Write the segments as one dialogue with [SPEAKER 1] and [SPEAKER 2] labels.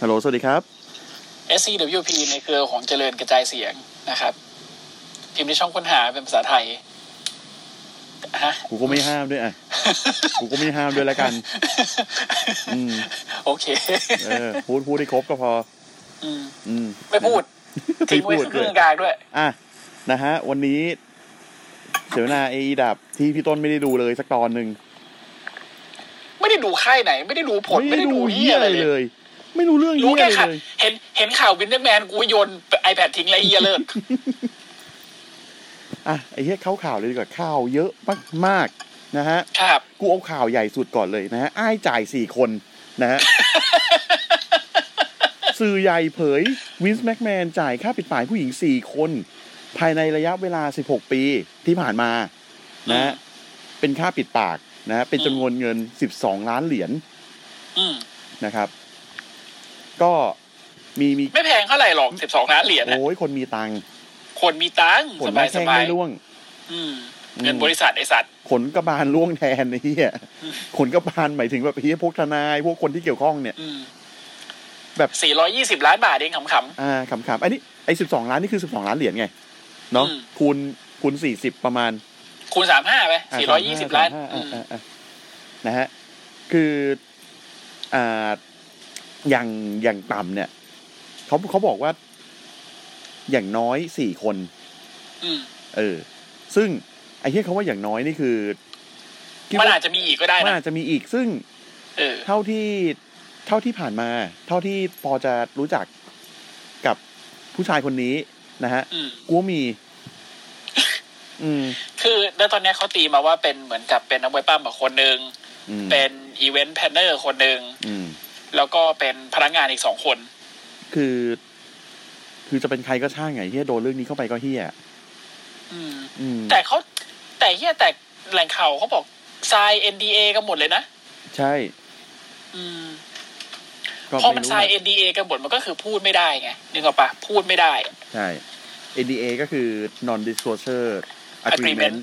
[SPEAKER 1] ฮัลโหล สวัสดีครับ
[SPEAKER 2] SCWP ในเครือของเจริญกระจายเสียงนะครับ พิมพ์ในช่องค้นหาเป็นภาษาไทยฮะ
[SPEAKER 1] กูก็ไม่ห้ามด้วยอ่ ะ กูก็ไม่ห้ามด้วยละกัน อืม
[SPEAKER 2] โอเค
[SPEAKER 1] เออ พูดพูดให้ครบก็พอ
[SPEAKER 2] อืม
[SPEAKER 1] อืม
[SPEAKER 2] ไม่พูดทิ้งไว้
[SPEAKER 1] ไม่พูด
[SPEAKER 2] ครึ่
[SPEAKER 1] ด้
[SPEAKER 2] ง
[SPEAKER 1] วย
[SPEAKER 2] กลางด้วย
[SPEAKER 1] อ่ะ นะฮะ วันนี้เสวนาเอดับที่พี่ต้นไม่ได้ดูเลยสักตอนหนึ่ง
[SPEAKER 2] ไม่ได้ดูค่ายไหน ไม่ได้ดูผลไม่ได้ดูเฮียอะไร
[SPEAKER 1] หี้
[SPEAKER 2] เลย
[SPEAKER 1] ยไม่รู้เรื่อง
[SPEAKER 2] รู้
[SPEAKER 1] เหี้ย
[SPEAKER 2] แค่
[SPEAKER 1] อะไรเล
[SPEAKER 2] ข่าว
[SPEAKER 1] ย
[SPEAKER 2] เห็นเห็นข่าววินเทอร์แมนกูโยนไอแพดทิ้ง ไรเฮียเลิก
[SPEAKER 1] อ่ะ ไอ้เหี้ยเข้าข่าวเลยดีกว่าข่าวเยอะมากๆนะฮะ
[SPEAKER 2] ครับ
[SPEAKER 1] กูเอาข่าวใหญ่สุดก่อนเลยนะฮะ อ้ายจ่ายสี่คนนะ ฮะ สื่อใหญ่เผยวินส์แม็กแมนจ่ายค่าปิดปากผู้หญิงสี่คน ภายในระยะเวลาสิบหกปีที่ผ่านมา นะฮะ เป็นค่าปิดปากนะฮะ เป็นจำนวนเงินสิบสองล้านเหรียญ
[SPEAKER 2] อืม
[SPEAKER 1] นะครับ ก็มีมี
[SPEAKER 2] ไม่แพงเท่าไหร่หรอกสิบสองล้านเหรียญอะ
[SPEAKER 1] โอ้ยคนมีตังค์
[SPEAKER 2] คนมีตังค์
[SPEAKER 1] ผล
[SPEAKER 2] ส
[SPEAKER 1] ไม่
[SPEAKER 2] บายส
[SPEAKER 1] แข้ง
[SPEAKER 2] บาย
[SPEAKER 1] ไม่ร่วง
[SPEAKER 2] อืมเงินบริษัทไอสัตว์
[SPEAKER 1] ขนกระบาลล่วงแทนไอ้เหี้ยขนกระบาลหมายถึงแบบไอ้เหี้ยพวกทนาย พวกคนที่เกี่ยวข้องเนี่ย
[SPEAKER 2] อืม
[SPEAKER 1] แบบ
[SPEAKER 2] สี่ร้อยยี่สิบล้านบาทเองขำ
[SPEAKER 1] อ่าขำๆอันนี้ไอ้สิบสองล้านนี่คือสิบสองล้านเหรียญไง เนาะ
[SPEAKER 2] อืม
[SPEAKER 1] คูณคูณสี่สิบประมาณ
[SPEAKER 2] ๆคูณสามห้าไปสี่ร้อยยี่สิบล้าน
[SPEAKER 1] 35
[SPEAKER 2] อื
[SPEAKER 1] อ่าม อ่าอ่านะฮะ คืออ่าอย่างอย่างต่ำเนี่ยเขาเขาบอกว่า อย่างน้อยสี่คน
[SPEAKER 2] อืม
[SPEAKER 1] เออ ซึ่งไอ้เหี้ยเขาว่าอย่างน้อยนี่คือคิด
[SPEAKER 2] มัน
[SPEAKER 1] ว่า
[SPEAKER 2] อาจจะมีอีกก็ได้
[SPEAKER 1] มัน
[SPEAKER 2] นะ
[SPEAKER 1] อาจจะมีอีกซึ่ง
[SPEAKER 2] เออ
[SPEAKER 1] เท่าที่เท่าที่ผ่านมา เท่าที่พอจะรู้จักกับผู้ชายคนนี้นะฮะ
[SPEAKER 2] อืม
[SPEAKER 1] กูมี อืม
[SPEAKER 2] คือแล้วตอนเนี้ยเขาตีมาว่าเป็นเหมือนกับเป็นนักมวยปั้มอะคนหนึ่ง
[SPEAKER 1] อืม
[SPEAKER 2] เป็นอีเวนต์แพลนเนอร์คนหนึ่ง
[SPEAKER 1] อืม
[SPEAKER 2] แล้วก็เป็นพนักงานอีกสองคน
[SPEAKER 1] คือ คือจะเป็นใครก็ช่างไงเฮียโดนเรื่องนี้เข้าไปก็เฮีย
[SPEAKER 2] อืม
[SPEAKER 1] อืม
[SPEAKER 2] แต่เขาแต่เฮียแต่แหล่งข่าวเขาบอกทราย NDA กันหมดเลยนะ
[SPEAKER 1] ใช่
[SPEAKER 2] อืม
[SPEAKER 1] ก็
[SPEAKER 2] พอมันทราย
[SPEAKER 1] อะ
[SPEAKER 2] NDA กันหมดมันก็คือพูดไม่ได้ไงนึกออกปะพูดไม่ได้
[SPEAKER 1] ใช่ NDA ก็คือ non disclosure agreement
[SPEAKER 2] Agreement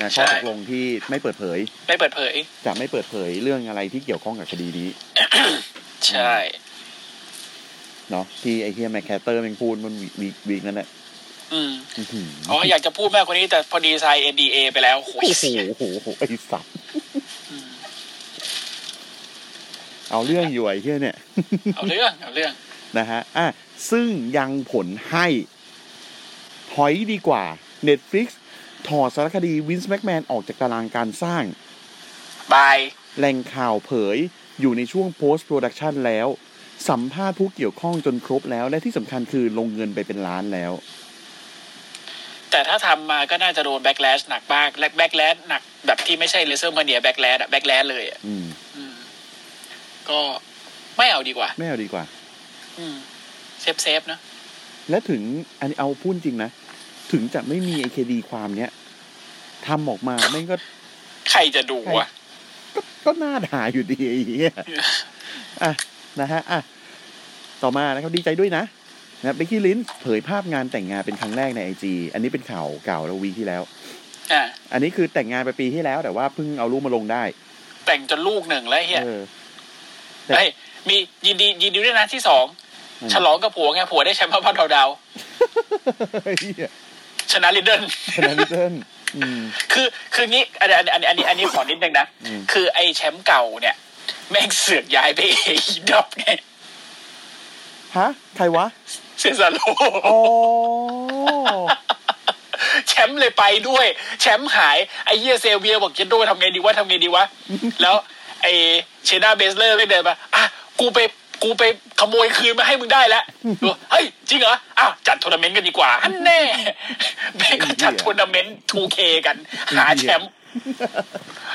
[SPEAKER 1] นะ
[SPEAKER 2] ใช่
[SPEAKER 1] ข้อตกลงที่ไม่เปิดเผย
[SPEAKER 2] ไม่เปิดเผย
[SPEAKER 1] จะไม่เปิดเผยเรื่องอะไรที่เกี่ยวข้องกับคดีนี้
[SPEAKER 2] ใช่
[SPEAKER 1] เนาะที่ไอเฮียแมคแคตเตอร์มันพูดมันวีวีวีคนั้นแหละ
[SPEAKER 2] อืม
[SPEAKER 1] อื้อหือ
[SPEAKER 2] อ๋ออยากจะพูดมากกว่านี้แต่พอดีทราย NDA ไปแล้วโอ้ย
[SPEAKER 1] โอ้โหโอ้โหโอ้โหไอสัตว์
[SPEAKER 2] อืม
[SPEAKER 1] เอาเรื่องอยู่ไอ้เหี้ยเนี่ย
[SPEAKER 2] เอาเรื่องเอาเรื่อง
[SPEAKER 1] นะฮะ อ่ะ ซึ่งยังผลให้หอยดีกว่า Netflix ถอดสารคดีวินส์แม็กแมนออกจากตารางการสร้าง
[SPEAKER 2] บาย
[SPEAKER 1] แหล่งข่าวเผยอยู่ในช่วง post production แล้ว สัมภาษณ์ผู้เกี่ยวข้องจนครบแล้ว และที่สำคัญคือลงเงินไปเป็นล้านแล้ว
[SPEAKER 2] แต่ถ้าทำมาก็น่าจะโดนแบ็กแลชหนักมากและแบ็กแลชหนักแบบที่ไม่ใช่เลเซอร์มาเนียแบ็กแลชอะแบ็กแลชเลยอะ
[SPEAKER 1] อืม
[SPEAKER 2] อืม ก็ไม่เอาดีกว่า
[SPEAKER 1] ไม่เอาดีกว่า
[SPEAKER 2] อืมเซฟเซฟเนอะ
[SPEAKER 1] และถึงอันนี้เอาพูดจริงนะ ถึงจะไม่มีไอคดีความเนี้ยทำออกมาแม่งก็
[SPEAKER 2] ใครจะดูวะ
[SPEAKER 1] ก็ก็น่าด่าอยู่ดีไอ้เหี้ยอ่ะนะฮะอ่ะต่อมานะครับดีใจด้วยนะนะเบกกี้ลินเผยภาพงานแต่งงานเป็นครั้งแรกในไอจีอันนี้เป็นข่าวเก่าแล้ววีคที่แล้ว
[SPEAKER 2] อ่ะ
[SPEAKER 1] อันนี้คือแต่งงานไปปีที่แล้ว แต่ว่าเพิ่งเอารูปมาลงได้
[SPEAKER 2] แต่งจนลูกหนึ่งแล้วไอ้เฮีย
[SPEAKER 1] เอ อ แต่
[SPEAKER 2] เฮ้ยมียินดียินดีด้วยนะที่สองฉลองกับผัวไงผัวได้แชมป์พระพันดาวดาว
[SPEAKER 1] ไอ้เหี้ย
[SPEAKER 2] ชนะลิดเดิล
[SPEAKER 1] ชนะลิเติ้ลอืม
[SPEAKER 2] คือคืองี้อันนี้อันนี้อันนี้อันนี้ขอนิดนึงนะ
[SPEAKER 1] อืม
[SPEAKER 2] คือไอ้แชมป์เก่าเนี่ย แม่งเสือกย้ายไปเอดอบไง
[SPEAKER 1] ฮะ ใครวะ
[SPEAKER 2] เซซาโล
[SPEAKER 1] อ๋อ
[SPEAKER 2] แชมป์เลยไปด้วย แชมป์หายไอ้เยียเซเวียบอกเจนโดทำไงดีวะทำไงดีวะ แล้วไอ้เชนาเบสเลอร์ไม่เดินมาอ่ะกูไปกูไปขโมยคืนมาให้มึงได้แล้วบอกเฮ้ย จริงเหรออ้าวจัดทัวร์นาเมนต์กันดีกว่าอันแน่แม่งก็จัดทัวร์นาเมนต์ 2K กัน หาแชมป์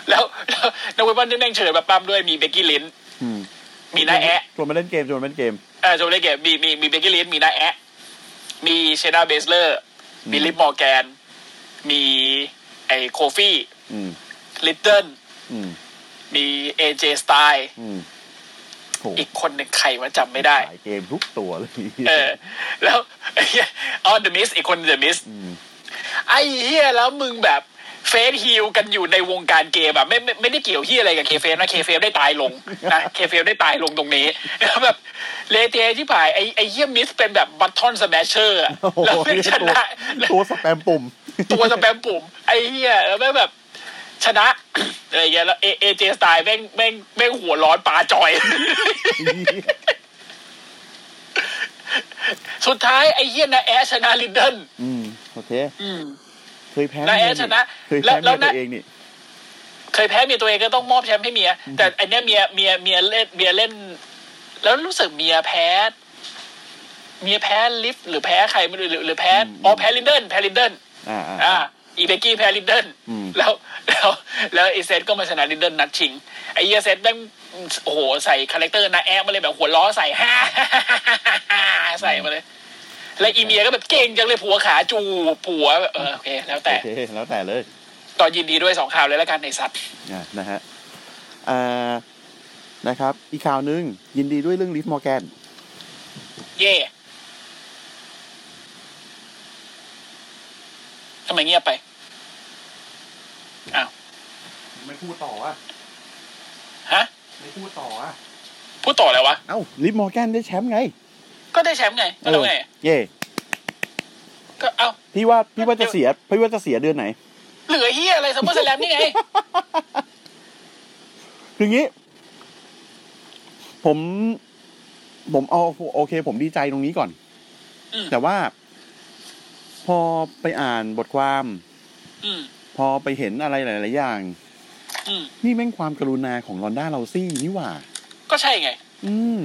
[SPEAKER 2] แล้วแล้วนักเวยบอลที่แม่งเชิญมาปั้มด้วยมีเบกกี้ลิน
[SPEAKER 1] อืม
[SPEAKER 2] มีหน้าแอะ
[SPEAKER 1] ชวนมาเล่นเกมชวนมาเล่นเกม
[SPEAKER 2] เออโจเลเกตมีมีมีเบกกี้ลิสมีนาแอะมีเชนาเบสเลอร์ มีลิปมอร์แกน มีไอโคฟี่
[SPEAKER 1] อืม
[SPEAKER 2] ลิตเติ้ล
[SPEAKER 1] อืม
[SPEAKER 2] มีเอเจสไตล์
[SPEAKER 1] อืมโห
[SPEAKER 2] อีกคนหนึ่งใครวะจำไม่ได้
[SPEAKER 1] หลายเกมทุกตัวเลย
[SPEAKER 2] เออ แล้ว ไอ้เหี้ยอ๋อเดอะมิสอีกคนเดอะมิส
[SPEAKER 1] ม
[SPEAKER 2] ไอ้เฮียแล้วมึงแบบเฟสฮิลกันอยู่ในวงการเกมอะไม่ไม่ไม่ได้เกี่ยวเฮียอะไรกับเคเฟมนะเคเฟมได้ตายลง นะเคเฟมได้ตายลงตรงนี้ แล้วแบบเลเทที่ผ่ายไอ้ไอ้เฮียมิสเป็นแบบบัตทอนสแมชเชอร์
[SPEAKER 1] โอ้โห
[SPEAKER 2] แล้วไม่ช
[SPEAKER 1] ตัว
[SPEAKER 2] นะแล้ว
[SPEAKER 1] ตัวสแปมปุ่ม
[SPEAKER 2] ตัวสแปมปุ่มไอ้เหี้ยแล้วแม่งแบบชนะ อะไรเงี้ยแล้วเอเอเจสไตล์แม่งแม่งแม่งหัวร้อนปลาจอย สุดท้ายไอ้เหี้ยนาแอชนะลิดเดิล
[SPEAKER 1] อืม โอเค
[SPEAKER 2] อืม
[SPEAKER 1] เคยแพ้
[SPEAKER 2] แล้วแอดชนะ
[SPEAKER 1] เคยแพ้
[SPEAKER 2] แล้
[SPEAKER 1] เมี
[SPEAKER 2] วย แล้วนะ
[SPEAKER 1] ตัวเองนี่
[SPEAKER 2] เคยแพ้เมียตัวเองก็ต้องมอบแชมป์ให้เมีย แต่อันเนี้ยเมียเมียเมียเล่นเมียเล่น แล้วรู้สึกเมียแพ้ เมียแพ้ลิฟต์หรือแพ้ใครไม่รู้หรือหรือแพ้อ๋อแพ้ลิดเดิลแพ้ลิดเดิล
[SPEAKER 1] อ่าอ่า
[SPEAKER 2] อ่าอีเบกกี้แพ้ลิดเดิล
[SPEAKER 1] อืม
[SPEAKER 2] แล้วแล้วแล้วไอเซตก็มาชนะลิดเดิลนัดชิง ไอเหี้ยเซตแม่งโอ้โหใส่คาแรคเตอร์นะแอบมาเลยแบบหัวล้อใส่ ฮ่า ใส่มาเลย แล้วอีเมียก็แบบเก่งจังเลยผัวขาจูบผัวแบบเออโอเค แล้วแต่
[SPEAKER 1] โอเค แล้วแต่เลย
[SPEAKER 2] ตอนยินดีด้วยสองข่าวเลยแล้วกันไอสัตว์
[SPEAKER 1] อ่ะนะฮะอ่านะครับ อีกข่าวหนึ่งยินดีด้วยเรื่องลิฟมอร์แกน
[SPEAKER 2] เย่ทำไมเงียบไปอ้าว
[SPEAKER 3] ไม่พูดต่ออ่ะ
[SPEAKER 2] ฮะ
[SPEAKER 3] ไม่พูดต่ออ่ะ
[SPEAKER 2] พูดต่อเลยวะ
[SPEAKER 1] เอ้าลิฟมอร์แกนได้แชมป์ไง
[SPEAKER 2] ก็ได้แชมป์ไงก็แล้วไง
[SPEAKER 1] เย่
[SPEAKER 2] ก็เอ้า
[SPEAKER 1] พี่ว่าพี่ว่าจะเสียพี่ว่าจะเสียเดือนไหน
[SPEAKER 2] เหลือเฮียอะไรซัมเมอร์สแลมนี่ไง
[SPEAKER 1] คืองี้ ผม ผมเอาโอเค ผมดีใจตรงนี้ก่อน
[SPEAKER 2] อืม
[SPEAKER 1] แต่ว่า พอไปอ่านบทความ
[SPEAKER 2] อืม
[SPEAKER 1] พอไปเห็นอะไรหลาย ๆ อย่าง
[SPEAKER 2] อืม
[SPEAKER 1] นี่แม่งความกรุณาของลอนด้าเราซี่นี่หว่า
[SPEAKER 2] ก็ใช่ไง
[SPEAKER 1] อืม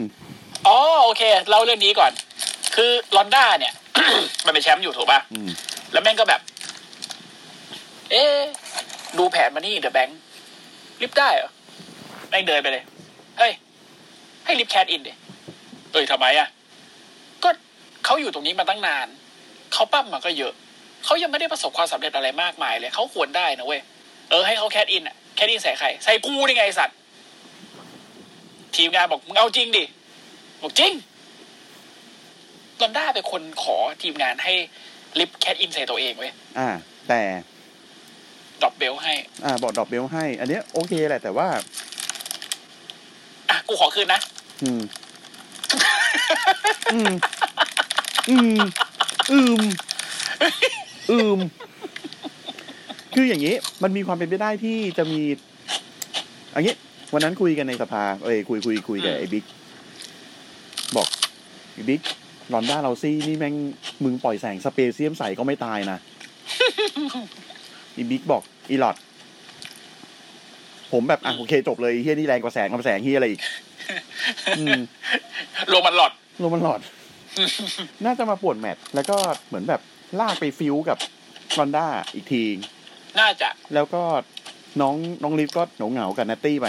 [SPEAKER 2] อ๋อ โอเค เล่าเรื่องนี้ก่อน คือลอนด้าเนี่ย มันเป็นแชมป์อยู่ถูกป่ะ
[SPEAKER 1] อืม
[SPEAKER 2] แล้วแม่งก็แบบ เอ๊ะ ดูแผนมานี่เดอะแบงค์ลิฟต์ได้เหรอ แม่งเดินไปเลย เฮ้ย ให้ลิฟต์แคทอินดิเอ้ยทำไมอ่ะ ก็เขาอยู่ตรงนี้มาตั้งนาน เขาปั้มมาก็เยอะ เขายังไม่ได้ประสบความสำเร็จอะไรมากมายเลย เขาควรได้นะเว้ย เออให้เขาแคทอินอ่ะ แคทอินใส่ใคร ใส่กูนี่ไงไอ้สัตว์ ทีมงานบอกมึงเอาจริงดิ บอกจริง ลอนด้าเป็นคนขอทีมงานให้ลิฟต์แคทอินใส่ตัวเองเว้ย
[SPEAKER 1] อ่า แต่
[SPEAKER 2] ดรอปเบลให้
[SPEAKER 1] อ่า บอกดรอปเบลให้ อันเนี้ยโอเคแหละ แต่ว่า
[SPEAKER 2] อ่ะ กูขอคืนนะ
[SPEAKER 1] อืม อืม อืม อืม อืม คืออย่างนี้ มันมีความเป็นไปได้ที่จะมีอันนี้ วันนั้นคุยกันในสภา เอ้ยคุยคุยคุยกับไอ้บิ๊ก บอกไอ้บิ๊กรอนด้าเราซี่นี่แม่งมึงปล่อยแสงสเปเซียมใส่ก็ไม่ตายนะ ไอีบิ๊กบอกอีหลอด ผมแบบอ่ะโอเคจบเลยไอ้เฮียนี่แรงกว่าแสงกว่าแสงเฮียอะไรอีก อืม
[SPEAKER 2] โรมันหลอด
[SPEAKER 1] โรมันหล อด น่าจะมาปวดแมตช์แล้วก็เหมือนแบบลากไปฟิวกับรอนด้าอีกที
[SPEAKER 2] น่าจะ
[SPEAKER 1] แล้วก็น้องน้องลิฟก็เหงาเหงาๆกับนัตตี้ไป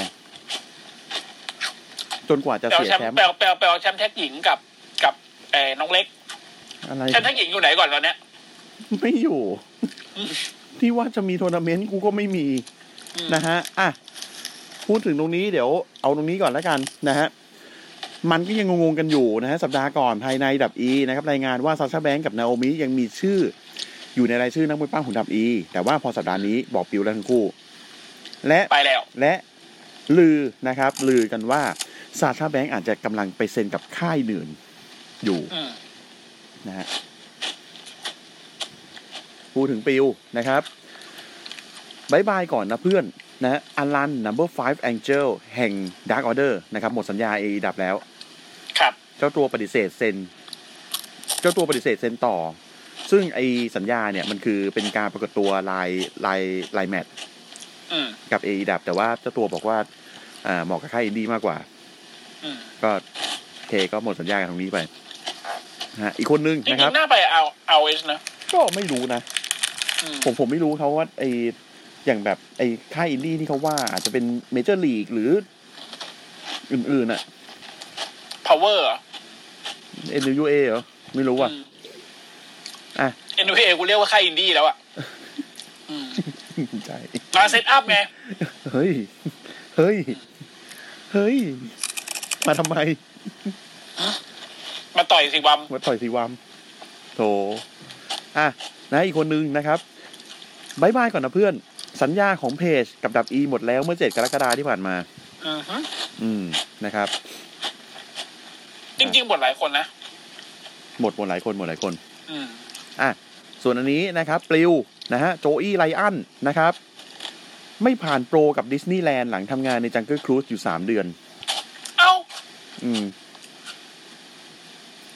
[SPEAKER 1] จนกว่าจะ
[SPEAKER 2] แปล
[SPEAKER 1] เสีย
[SPEAKER 2] แชม
[SPEAKER 1] แชม
[SPEAKER 2] ป์
[SPEAKER 1] ป์
[SPEAKER 2] แปลแปลแปลแชมป์แท็กหญิงกับกับเอ่อน้องเล็ก
[SPEAKER 1] อะไร
[SPEAKER 2] แชมป์แท็กหญิงอยู่ไหนก่อนตอนเนี้ย
[SPEAKER 1] ไม่อยู่ ที่ว่าจะมีทัวร์นาเมนต์กูก็ไม่มี
[SPEAKER 2] อืม
[SPEAKER 1] นะฮะ อ่ะ พูดถึงตรงนี้เดี๋ยวเอาตรงนี้ก่อนแล้วกันนะฮะ มันก็ยังงงๆกันอยู่นะฮะ สัปดาห์ก่อนภายในดับอีนะครับ รายงานว่าซาชาแบงก์กับนาโอมิยังมีชื่อ อยู่ในรายชื่อนักมวยปั้มของดับอี แต่ว่าพอสัปดาห์นี้บอกปิวแล้วทั้งคู่ และ
[SPEAKER 2] ไปแล้ว
[SPEAKER 1] และลือนะครับ ลือกันว่าซาชาแบงก์อาจจะกำลังไปเซ็นกับค่ายหนื่นอยู่
[SPEAKER 2] อืม
[SPEAKER 1] นะฮะพูดถึงปิวนะครับบายบายก่อนนะเพื่อนนะอลัน number five angel แห่ง dark order นะครับ หมดสัญญาเอดับแล้ว
[SPEAKER 2] ครับ
[SPEAKER 1] เจ้าตัวปฏิเสธเซ็น เจ้าตัวปฏิเสธเซ็นต่อ ซึ่งไอสัญญาเนี่ย มันคือเป็นการปรากฏตัวลายลายลายแมท
[SPEAKER 2] อืม
[SPEAKER 1] กับเอดับ แต่ว่าเจ้าตัวบอกว่าอ่าเหมาะกับค่ายอินดี้มากกว่า
[SPEAKER 2] อืม
[SPEAKER 1] ก็โอเคก็หมดสัญญากันตรงนี้ไปนะฮะอีกคนนึง
[SPEAKER 2] จริ
[SPEAKER 1] นะครับ
[SPEAKER 2] งๆน่าไปเอาเอาเอสนะ
[SPEAKER 1] ก็ไม่รู้นะ
[SPEAKER 2] อืม
[SPEAKER 1] ผมผมไม่รู้เขาว่าไออย่างแบบไอค่ายอินดี้ที่เขาว่าอาจจะเป็นเมเจอร์ลีกหรือ อื่นๆน่ะ
[SPEAKER 2] าวเวอร์
[SPEAKER 1] NWA เหรอ ไม่รู้อ่ะ อ่ะ
[SPEAKER 2] เอ็นดูเอกูเรียกว่าค่ายอินดี้แล้วอะ
[SPEAKER 1] ใช่
[SPEAKER 2] มาเซตอัพไง
[SPEAKER 1] เฮ้ย เฮ้ย เฮ้ย มาทำไม
[SPEAKER 2] มาต่อยสิวัม
[SPEAKER 1] มาต่อยสีวามโถอ่ะ นะอีกคนนึงนะครับบายบายก่อนนะเพื่อน สัญญาของเพจกับดับอีหมดแล้วเมื่อเจ็ดกรกฎาที่ผ่านมา
[SPEAKER 2] อือฮึ
[SPEAKER 1] อืม นะครับ
[SPEAKER 2] จริงๆบทหลายคนนะ
[SPEAKER 1] หมดหมดหลายคน หมดหลายคน
[SPEAKER 2] อืม
[SPEAKER 1] อ่ะ ส่วนอันนี้นะครับ ปลิว นะฮะ โจอี้ไลอัน นะครับ ไม่ผ่านโปรกับดิสนีย์แลนด์หลังทำงานในจังเกิลครูซอยู่สามเดือน
[SPEAKER 2] เอ้า
[SPEAKER 1] อืม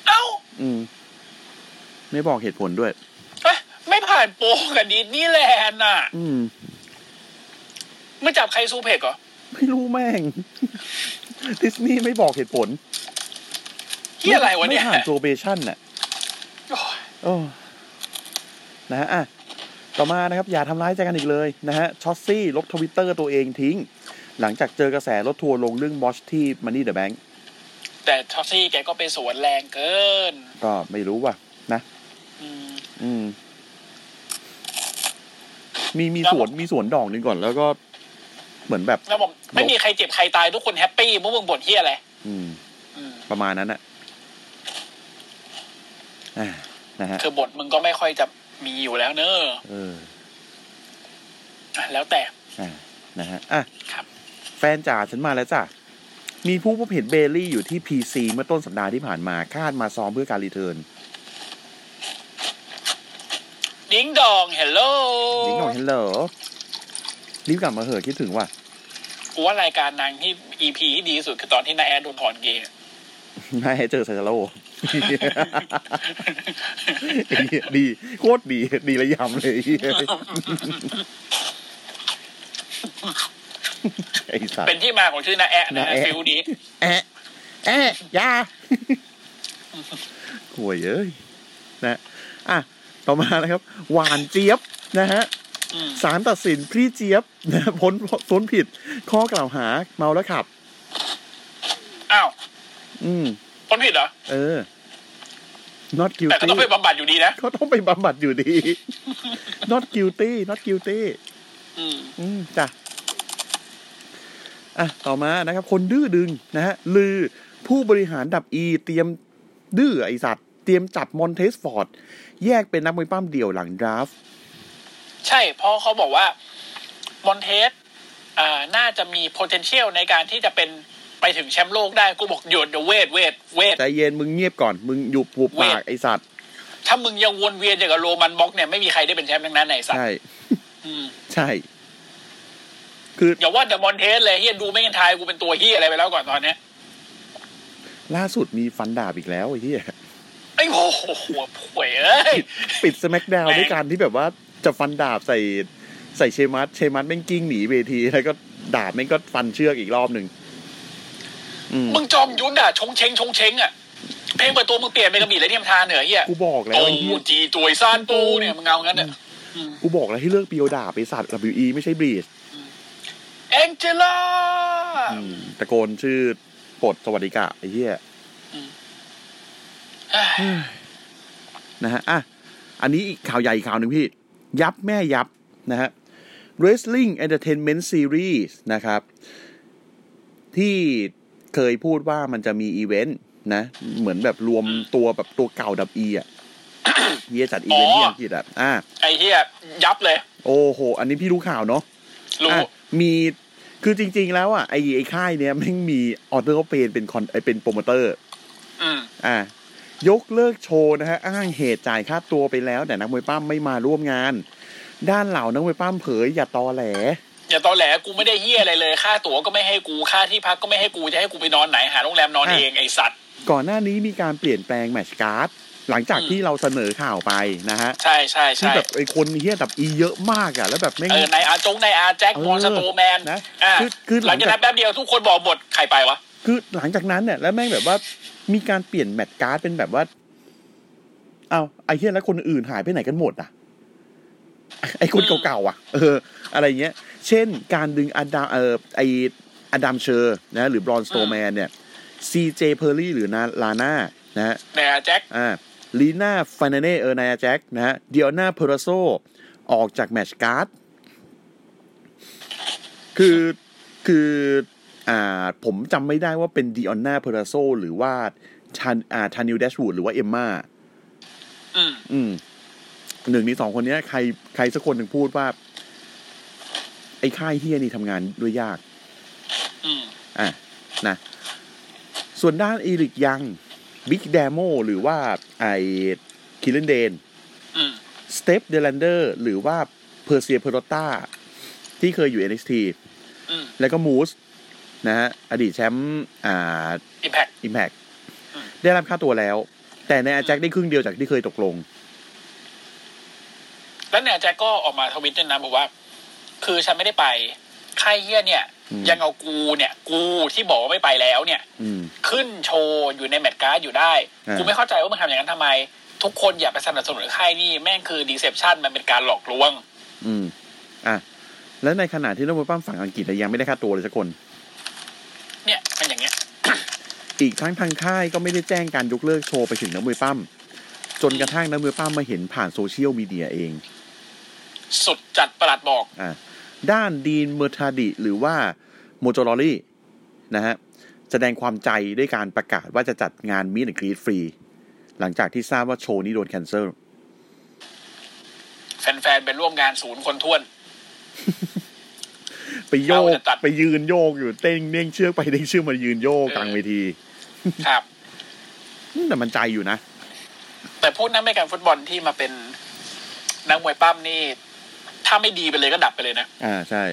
[SPEAKER 2] เอ้า
[SPEAKER 1] อืม ไม่บอกเหตุผลด้วย
[SPEAKER 2] เอ้ยไม่ผ่านโปรกับดิสนี่แลนด์อ่ะ
[SPEAKER 1] อืม
[SPEAKER 2] ไม่จับใครซูเพกเหรอ
[SPEAKER 1] ไม่รู้แม่ง ดิสนีย์ไม่บอกเหตุผล
[SPEAKER 2] เฮียอะไรวะเนี่ย
[SPEAKER 1] ไม่ผ่านโปรเบชั่นน่ะ
[SPEAKER 2] โอ้ย
[SPEAKER 1] โอ้นะฮะอ่ะต่อมานะครับ อย่าทำร้ายใจกันอีกเลยนะฮะช็อตซี่ลบทวิตเตอร์ตัวเองทิ้ง หลังจากเจอกระแสรถทัวร์ลงเรื่องบอชที่มันนี่เดอะแบงก์
[SPEAKER 2] แต่ท็อปซี่แกก็ไปสวนแรงเกิน
[SPEAKER 1] ก็ไม่รู้ว่ะ นะ
[SPEAKER 2] อืม
[SPEAKER 1] อืม มีมีสวนมีสวนดอกหนึ่งก่อนแล้วก็ เหมือนแบบ
[SPEAKER 2] แล้วบอกไม่มีใครเจ็บใครตายทุกคนแฮปปี้พวกมึงบ่นเฮียอะไร
[SPEAKER 1] อืม
[SPEAKER 2] อืม
[SPEAKER 1] ประมาณนั้นอะอ่านะฮะ
[SPEAKER 2] คือบทมึงก็ไม่ค่อยจะมีอยู่แล้วเนอะ
[SPEAKER 1] เออ
[SPEAKER 2] อ่ะแล้วแต่
[SPEAKER 1] อ่านะฮะ อ่ะ
[SPEAKER 2] ครับ
[SPEAKER 1] แฟนจ๋าฉันมาแล้วจ้ะ มีผู้พบเห็นเบลลี่อยู่ที่ PC เมื่อต้นสัปดาห์ที่ผ่านมา คาดมาซ้อมเพื่อการรีเทิร์น
[SPEAKER 2] ดิ้งดองเฮลโล
[SPEAKER 1] หญิงหน่อยเห็นเหรอรีบกลับมาเหอะคิดถึงว่ะ
[SPEAKER 2] กูว่ารายการนางที่ EP ที่ดีที่สุดคือตอนที่นายแอดโดนถอนเกม
[SPEAKER 1] ไม่ให้เจอซาซาโร่ไอ้เหี้ย ดี โคตรดี ดีระยำเลยไอ้เหี้ยไอ้สัตว์
[SPEAKER 2] เป็นที่มาของชื่อนาแอะนะ
[SPEAKER 1] นาแอะ
[SPEAKER 2] ฟิลนี้
[SPEAKER 1] แอะแอะยาห่วยเอ้ยนะอ่ะ ต่อมานะครับ หวานเจี๊ยบนะฮะ
[SPEAKER 2] อืม
[SPEAKER 1] สารตัดสินพี่เจี๊ยบนะพ้นพ้นผิด ข้อกล่าวหาเมาแล้วขับ
[SPEAKER 2] อ้าว
[SPEAKER 1] อืม
[SPEAKER 2] คนผิดเหรอ
[SPEAKER 1] เออ not
[SPEAKER 2] แต่ก็ต้องไป
[SPEAKER 1] guilty
[SPEAKER 2] บำบัดอยู่ดีนะ
[SPEAKER 1] ก็ต้องไปบำบัดอยู่ดี not guilty not guilty
[SPEAKER 2] อืม
[SPEAKER 1] อืมจ้ะ อ่ะ ต่อมานะครับ คนดื้อดึงนะฮะ ลือผู้บริหารดับอีเตรียมดื้อไอสัตว์ เตรียมจับมอนเทสฟอร์ด แยกเป็นนักมวยปั้มเดี่ยวหลังดราฟต์
[SPEAKER 2] ใช่เพราะเขาบอกว่า มอนเทสอ่าน่าจะมี potential ในการที่จะเป็นไปถึงแชมป์โลกได้ กูบอกหยุดเดี๋ยวเวทเวทเวท
[SPEAKER 1] ใจเย็นมึงเงียบก่อน มึงหยุบปุบปาก
[SPEAKER 2] เว้ย
[SPEAKER 1] ไอสัตว์
[SPEAKER 2] ถ้ามึงยังวนเวียนอย่างกับโรมันบ็อกเนี่ยไม่มีใครได้เป็นแชมป์ทั้งนั้นไหนสัตว์
[SPEAKER 1] ใช่
[SPEAKER 2] อืม
[SPEAKER 1] ใช่ คือ
[SPEAKER 2] อย่าว่าแต่มอนเทสเลยเฮียดูไม่กันทายกูเป็นตัวเฮียอะไรไปแล้วก่อนตอนเนี้ย
[SPEAKER 1] ล่าสุดมีฟันดาบอีกแล้วไอ้ที่
[SPEAKER 2] ไอ้โอ้โหหัวป่วยเอ้ย
[SPEAKER 1] ปิดสแมกดาว
[SPEAKER 2] แม่ง
[SPEAKER 1] ด้วยการที่แบบว่าจะฟันดาบใส่ใส่เชมัสเชมัสแม่งกิ้งหนีเวที แล้วก็ดาบแม่งก็ฟันเชือกอีกรอบหนึ่งอืม
[SPEAKER 2] มึงจอมยุทธอ่ะชงเชงชงเชงอ่ะเพลงเปิดตัวมึงเปลี่ยนเป็นกระบี่และเทียมทานเหนือเฮีย
[SPEAKER 1] กูบอกแล้ว
[SPEAKER 2] ตู
[SPEAKER 1] ไอ้เหี้ย
[SPEAKER 2] จีตัวยซานตูเนี่ยมึงเอางั้นเนี่ย
[SPEAKER 1] กูบอกแล้วให้เลือกปีโอดาไปสัตว์ WE ไม่ใช่บรีด
[SPEAKER 2] แองเจล่า
[SPEAKER 1] ตะโกนชื่อปลดสวัสดิกะไอ้เหี้ยนะฮะอ่ะอันนี้อีกข่าวใหญ่อีกข่าวหนึ่งพี่ ยับแม่ยับนะฮะ Wrestling Entertainment Series นะครับ ที่เคยพูดว่ามันจะมีอีเวนต์นะ เหมือนแบบรวมตัวแบบตัวเก่าดับอีอ่ะ เฮียจัดอีเวนต์ที่
[SPEAKER 2] อ๋ออั
[SPEAKER 1] อังกฤษอ่ะอ่ะ
[SPEAKER 2] ไอ้เฮียยับเลย
[SPEAKER 1] โอ้โห อันนี้พี่รู้ข่าวเนาะ
[SPEAKER 2] รู้
[SPEAKER 1] อ่ะมีคือจริง ๆ แล้วอ่ะไอ้ไอ้ค่ายเนี้ยแม่งมีออเดอร์เปนเป็นคอนไอ้เป็นโปรโมเตอร์
[SPEAKER 2] อืม
[SPEAKER 1] อ่ะยกเลิกโชว์นะฮะ อ้างเหตุจ่ายค่าตัวไปแล้ว แต่นักมวยปั้มไม่มาร่วมงาน ด้านเหล่านักมวยปั้มเผยอย่าตอแหล
[SPEAKER 2] อย่าตอนแหลกูไม่ได้เฮียอะไรเลย ค่าตั๋วก็ไม่ให้กูค่าที่พักก็ไม่ให้กูจะให้กูไปนอนไหนหาโรงแรมนอน
[SPEAKER 1] อ่ะ
[SPEAKER 2] เองไอ้สัตว์
[SPEAKER 1] ก่อนหน้านี้มีการเปลี่ยนแปลงแมตชการ์ดหลังจาก
[SPEAKER 2] อืม
[SPEAKER 1] ที่เราเสนอข่าวไปนะฮะ
[SPEAKER 2] ใช่ใช่
[SPEAKER 1] ที่
[SPEAKER 2] ใช่
[SPEAKER 1] แบบไอ้คนเฮียดับอีเยอะมากอ่ะแล้วแบบแม่ง
[SPEAKER 2] เออนายอาจงนายอาแจ็ค
[SPEAKER 1] เออ
[SPEAKER 2] มอนสโตแมน
[SPEAKER 1] นะ
[SPEAKER 2] อ่ะ
[SPEAKER 1] คือคือห
[SPEAKER 2] ห
[SPEAKER 1] ลั
[SPEAKER 2] ลั
[SPEAKER 1] ง
[SPEAKER 2] ง
[SPEAKER 1] จาก
[SPEAKER 2] จากนั้นแป๊บเดียวทุกคนบอกหมดใครไปวะ
[SPEAKER 1] คือหลังจากนั้นเนี่ยแล้วแม่งแบบว่ามีการเปลี่ยนแมตช์การ์ดเป็นแบบว่า เอาไอ้เหี้ยแล้วคนอื่นหายไปไหนกันหมดอ่ะ ไอ้คน
[SPEAKER 2] อืม
[SPEAKER 1] เก่าๆอ่ะ เออ อะไรเงี้ย เช่นการดึงอดัมเออไออดัมเชอร์นะ หรือบรอนสโตแมนเนี่ย ซีเจเพอร์รี่หรือนาลาน่านะฮะ
[SPEAKER 2] นะฮะแจ็ค
[SPEAKER 1] อ่าลีน่าฟานเน่เออร์นายาแจ็คนะฮะเดียนาเพอร์โซ ออกจากแมตช์การ์ด คือคืออ่าผมจำไม่ได้ว่าเป็นเดียนาเพอร์โซ หรือว่าชันอ่าชานิวเดชวูดหรือว่าเอมมา
[SPEAKER 2] อืม
[SPEAKER 1] อืมหนึ่งในสองคนเนี้ยใครใครสักคนหนึ่งพูดว่า ไอ้ค่ายเฮียนี่ทำงานด้วยยาก
[SPEAKER 2] อืม
[SPEAKER 1] อ่ะนะส่วนด้านอีริกยังบิ๊กเดโมหรือว่าไอคิลเลนเดน
[SPEAKER 2] อืม
[SPEAKER 1] สเตปเดลันเดอร์หรือว่าเพอร์เซียเพอร์โรต้าที่เคยอยู่ NXT
[SPEAKER 2] อืม
[SPEAKER 1] แล้วก็มูสนะฮะ อดีตแชมป์อ่า
[SPEAKER 2] อิมแพค
[SPEAKER 1] อิมแพก
[SPEAKER 2] อืม
[SPEAKER 1] ได้รับค่าตัวแล้ว แต่ในอาแจ็คได้ครึ่งเดียวจากที่เคยตกลง
[SPEAKER 2] แล้วเนี่ยแจ็คก็ออกมาทวิตด้วยนะบอกว่า คือฉันไม่ได้ไปค่ายเฮียเนี่ย
[SPEAKER 1] อืม
[SPEAKER 2] ยังเอากูเนี่ย กูที่บอกว่าไม่ไปแล้วเนี่ย
[SPEAKER 1] อืม
[SPEAKER 2] ขึ้นโชว์อยู่ในแมตช์การ์ดอยู่ได้
[SPEAKER 1] อ่ากู
[SPEAKER 2] กูไม่เข้าใจว่ามึงทำอย่างนั้นทำไม ทุกคนอย่าไปสนับสนุนค่ายนี่แม่งคือดีเซ p ชันมันเป็นการหลอกลวง
[SPEAKER 1] อืม อ่ะ แล้วในขณะที่นักมวยปั้มฝั่งอังกฤษยังไม่ได้ค่าตัวเลยสักคน
[SPEAKER 2] เนี่ยมันอย่างเงี้ย
[SPEAKER 1] อีกทั้งทางค่ายก็ไม่ได้แจ้งการยกเลิกโชว์ไปถึงนักมวยปั้มจนกระทั่งนักมวยปั้มมาเห็นผ่านโซเชียลมีเดียเอง
[SPEAKER 2] สุดจัดประหลัดบอก
[SPEAKER 1] อ่ะด้านดีนเมอร์ทาดิหรือว่าโมโจลอรี่นะฮะ แสดงความใจด้วยการประกาศว่าจะจัดงานมีดกรีดฟรี หลังจากที่ทราบว่าโชว์นี้โดนแคนเซิล
[SPEAKER 2] แฟนๆไปร่วมงานศูนย์คนท้วน
[SPEAKER 1] ไปโยก
[SPEAKER 2] เราจะจัด
[SPEAKER 1] ไปยืนโยกอยู่เต้งเด้งเชือกไปเด้งเชือกมายืนโยกกลางเวที
[SPEAKER 2] ครับ
[SPEAKER 1] อืมแต่มันใจอยู่นะ
[SPEAKER 2] แต่พูดนักไม่การฟุตบอลที่มาเป็นนักมวยปั้มนี่ ถ้าไม่ดีไปเลยก็ดับไปเลยนะ
[SPEAKER 1] อ่าใช่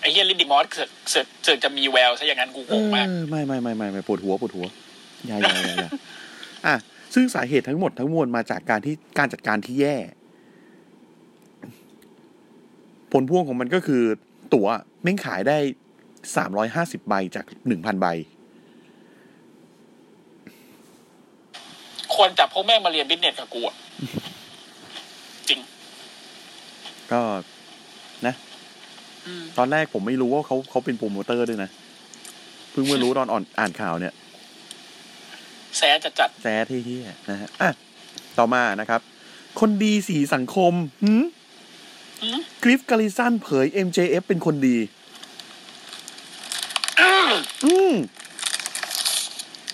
[SPEAKER 2] ไอ้เฮียลิดดิมอสเสือกเสือกเสือกจะมีแววซะอย่างนั้นกู
[SPEAKER 1] เอง
[SPEAKER 2] งมาก
[SPEAKER 1] อไม่ไม่ไม่ไม่ไม่ปวดหัวปวดหัวอยาอยาอยาอยาอ่ะซึ่งสาเหตุทั้งหมดทั้งมวลมาจากการที่การจัดการที่แย่ ผลพ่วงของมันก็คือตั๋วแม่งขายได้สามร้อยห้าสิบใบจากหนึ่งพันใบ
[SPEAKER 2] ควรจับพวกแม่งมาเรียนบิสเนสกับกูอะจริง
[SPEAKER 1] ก็นะ ตอนแรกผมไม่รู้ว่าเขาเขาเป็นโปรโมเตอร์ด้วยนะ เพิ่งมารู้ตอนอ่อนอ่านข่าวเนี่ย
[SPEAKER 2] แสจะจัด
[SPEAKER 1] แซ่ที่เฮียนะฮะอ่ะต่อมานะครับ คนดีสีสังคมหืม
[SPEAKER 2] อืม
[SPEAKER 1] กริฟกาลิสันเผย MJF เป็นคนดี อืม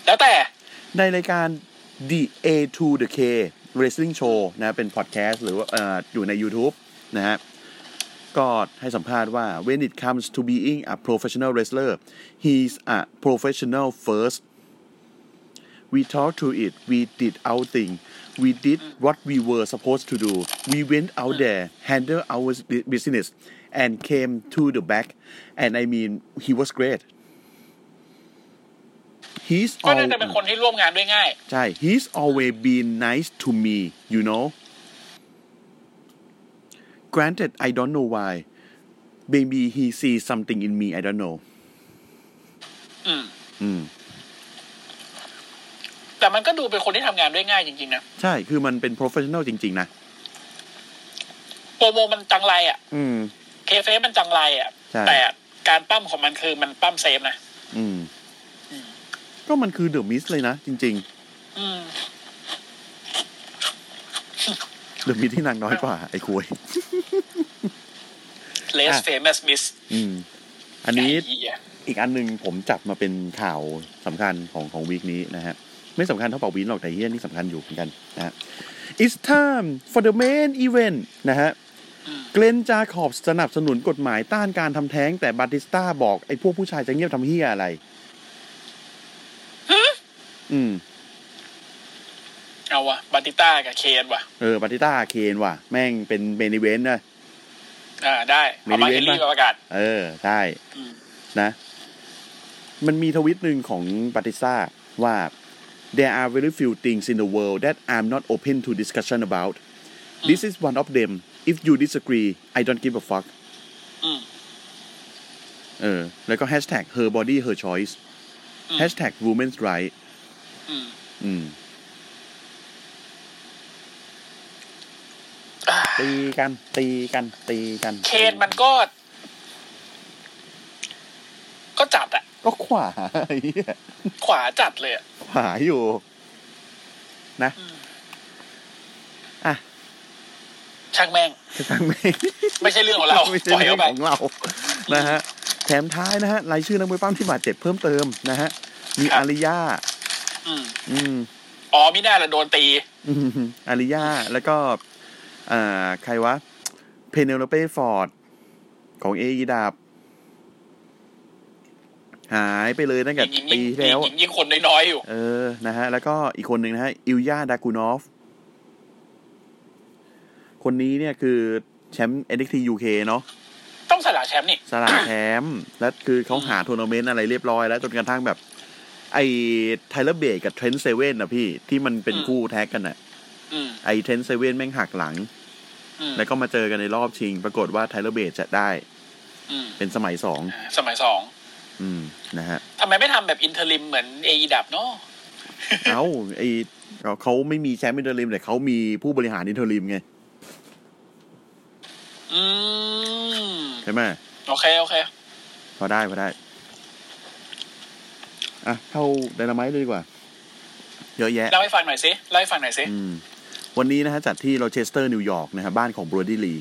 [SPEAKER 2] แล้วแต่
[SPEAKER 1] ในรายการ The A to the K Wrestling Show นะเป็นพอดแคสต์หรือว่าเอ่ออยู่ใน YouTube นะฮะ ก็ให้สัมภาษณ์ว่า when it comes to being a professional wrestler he's a professional first we talked to it we did our thing we did what we were supposed to do we went out there handled our business and came to the back and I mean he was great he's
[SPEAKER 2] ก็
[SPEAKER 1] all
[SPEAKER 2] น่าจะเป็นคนที่ร่วมงานด้วยง่าย
[SPEAKER 1] ใช่ he's always been nice to me you know granted I don't know why maybe he sees something in me I don't know
[SPEAKER 2] อืม
[SPEAKER 1] อืม
[SPEAKER 2] แต่มันก็ดูเป็นคนที่ทำงานด้วยง่ายจริงๆนะ
[SPEAKER 1] ใช่ คือมันเป็น professional จริง ๆ นะ
[SPEAKER 2] โปรโมมันจังไรอ่ะ
[SPEAKER 1] อืม
[SPEAKER 2] เคเฟมันจังไรอ่ะ
[SPEAKER 1] ใช่
[SPEAKER 2] แต่การปั้มของมันคือมันปั้มเซฟนะ
[SPEAKER 1] อืม
[SPEAKER 2] อืม
[SPEAKER 1] ก็มันคือ The Mist เลยนะ จริง
[SPEAKER 2] อืม
[SPEAKER 1] ๆ The Mist ที่นางน้อยกว่า ไอ้คุย
[SPEAKER 2] less
[SPEAKER 1] อ่ะ
[SPEAKER 2] famous miss
[SPEAKER 1] อืม อันนี้
[SPEAKER 2] ไอ้เหี้ย
[SPEAKER 1] อีกอันหนึ่งผมจับมาเป็นข่าวสำคัญของของวีคนี้นะฮะ ไม่สำคัญเท่าเป่าวีนหรอกแต่เฮียนี่สำคัญอยู่เหมือนกันนะฮะ It's time for the main event นะฮะ เกรนจาขอบสนับสนุนกฎหมายต้านการทำแท้ง แต่บาติสต้าบอก ไอ้พวกผู้ชายจะเงียบทำเฮียอะไร อืม
[SPEAKER 2] เอาวะบาติต้ากับเคนวะ
[SPEAKER 1] เออบาติสต้าเคนว่ะ แม่งเป็นเมนิเวนนะ
[SPEAKER 2] อ่าได้เอามา
[SPEAKER 1] Main
[SPEAKER 2] เฮ
[SPEAKER 1] event
[SPEAKER 2] ลี่
[SPEAKER 1] ปะ
[SPEAKER 2] มาประกาศ
[SPEAKER 1] เออ ใช่
[SPEAKER 2] อืม
[SPEAKER 1] นะ มันมีทวิตหนึ่งของปาติซ่าว่า there are very few things in the world that I'm not open to discussion about this is one of them if you disagree I don't give a fuck
[SPEAKER 2] อืม
[SPEAKER 1] เออ แล้วก็ hashtag her body her choice
[SPEAKER 2] อืม
[SPEAKER 1] hashtag women's right
[SPEAKER 2] อืม
[SPEAKER 1] อืมตีกัน ตีกัน ตีกัน
[SPEAKER 2] เคนมันก็ ก็จัดอ่ะ
[SPEAKER 1] ก็ ก็ขวาไอ้เหี้ย
[SPEAKER 2] ขวาจัดเลยอะ
[SPEAKER 1] ขวาอยู่ นะอ่ะ
[SPEAKER 2] ช่างแม่ง
[SPEAKER 1] ช่างแม่ง
[SPEAKER 2] ไม่ใช่เรื่องของเรา
[SPEAKER 1] ไม่ใช่
[SPEAKER 2] ปล่อย
[SPEAKER 1] เรื่อ
[SPEAKER 2] เข้าง ไป
[SPEAKER 1] ของเรา นะฮะ แถมท้ายนะฮะ รายชื่อนักมวยปั้มที่บาดเจ็บเพิ่มเติมนะฮะ มีอาริยา
[SPEAKER 2] อืม
[SPEAKER 1] อืม
[SPEAKER 2] อ๋อมิน่าละโดนตี
[SPEAKER 1] อืมอาริยา แล้วก็อ่าใครวะ เพเนโลเป้ฟอร์ด ของเออีดาบ หายไปเลยตั้งแต่
[SPEAKER 2] หญิง
[SPEAKER 1] ปี
[SPEAKER 2] ยิ่ง
[SPEAKER 1] ที่แล้ว
[SPEAKER 2] หญิงยิ่งคนน้อยๆอยู่
[SPEAKER 1] เออ นะฮะ แล้วก็อีกคนหนึ่งนะฮะ อิลยาดากูนอฟ คนนี้เนี่ยคือแชมป์ NXT UK เนอะ
[SPEAKER 2] ต้องสละแชมป์นี่
[SPEAKER 1] สลากแชมป์แล้วคือเขาหาทัวร์นาเมนต์อะไรเรียบร้อยแล้ว จนกระทั่งแบบ ไอ้ไทเลอร์เบกับเทรนเซเว่นนะพี่ ที่มันเป็น
[SPEAKER 2] อืม
[SPEAKER 1] คู่แท็กกันอะ
[SPEAKER 2] อืม
[SPEAKER 1] ไอ้เทรนเซเว่นแม่งหักหลัง
[SPEAKER 2] อืม
[SPEAKER 1] แล้วก็มาเจอกันในรอบชิง ปรากฏว่าไทเลอร์เบจะได้
[SPEAKER 2] อืม
[SPEAKER 1] เป็นสมัยสอง
[SPEAKER 2] สมัยสอง
[SPEAKER 1] อืม นะฮะ
[SPEAKER 2] ทำไมไม่ทำแบบอินเทอร์ลิมเหมือนเอดับเนาะ
[SPEAKER 1] เอ้าไอ้เขาไม่มีแชมป์อินเทอร์ลิมแต่เขามีผู้บริหารอินเทอร์ลิมไง
[SPEAKER 2] อืม
[SPEAKER 1] ใช่ไหม
[SPEAKER 2] โอเคโอเค
[SPEAKER 1] พอได้พอได้ อ่ะ เข้าไดนาไมต์เลยดีกว่า เยอะแยะ
[SPEAKER 2] เล่าให้ฟังหน่อยสิเล่าให้ฟังหน่อยสิ
[SPEAKER 1] อืมวันนี้นะฮะจัดที่โรเชสเตอร์นิวยอร์กนะฮะบ้านของบรดี้ลี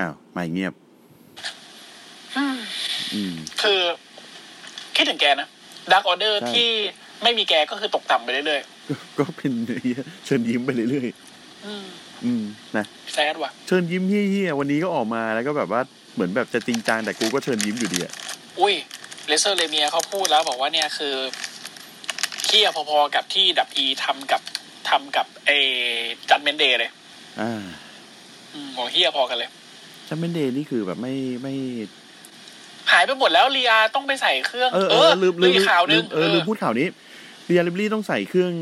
[SPEAKER 1] อ้าวไม่เงียบ อืม
[SPEAKER 2] คือ คิดถึงแกนะดักออเดอร์
[SPEAKER 1] ใช่
[SPEAKER 2] ที่ไม่มีแกก็คือตกต่ำไปเรื่อย
[SPEAKER 1] ก็เป็นเหี้ยเชิญยิ้มไปเรื่อย
[SPEAKER 2] ๆอืม
[SPEAKER 1] ๆอืมนะ
[SPEAKER 2] แซดว่ะ
[SPEAKER 1] เชิญยิ้มเฮี้ยๆวันนี้ก็ออกมาแล้วก็แบบว่าเหมือนแบบจะจริงจังแต่กูก็เชิญยิ้มอยู่ดีอะ
[SPEAKER 2] อุ้ยเลเซอร์เลเมียเขาพูดแล้วบอกว่าเนี่ยคือเคียพอๆกับที่ดับอีทำกับทำกับไอจันเมนเดย์เลย
[SPEAKER 1] อ่า
[SPEAKER 2] อืมของเฮียพอกันเลย
[SPEAKER 1] จัมเบนเดย์นี่คือแบบไม่ไม่
[SPEAKER 2] หายไปหมดแล้วเรียต้องไปใส่เครื่อง
[SPEAKER 1] เออเออลืมลืม
[SPEAKER 2] อีกข่าวนึ
[SPEAKER 1] ลื
[SPEAKER 2] ง
[SPEAKER 1] มเออลืมพูดข่าวนี้เรียลิบลี่ต้องใส่เครื่อง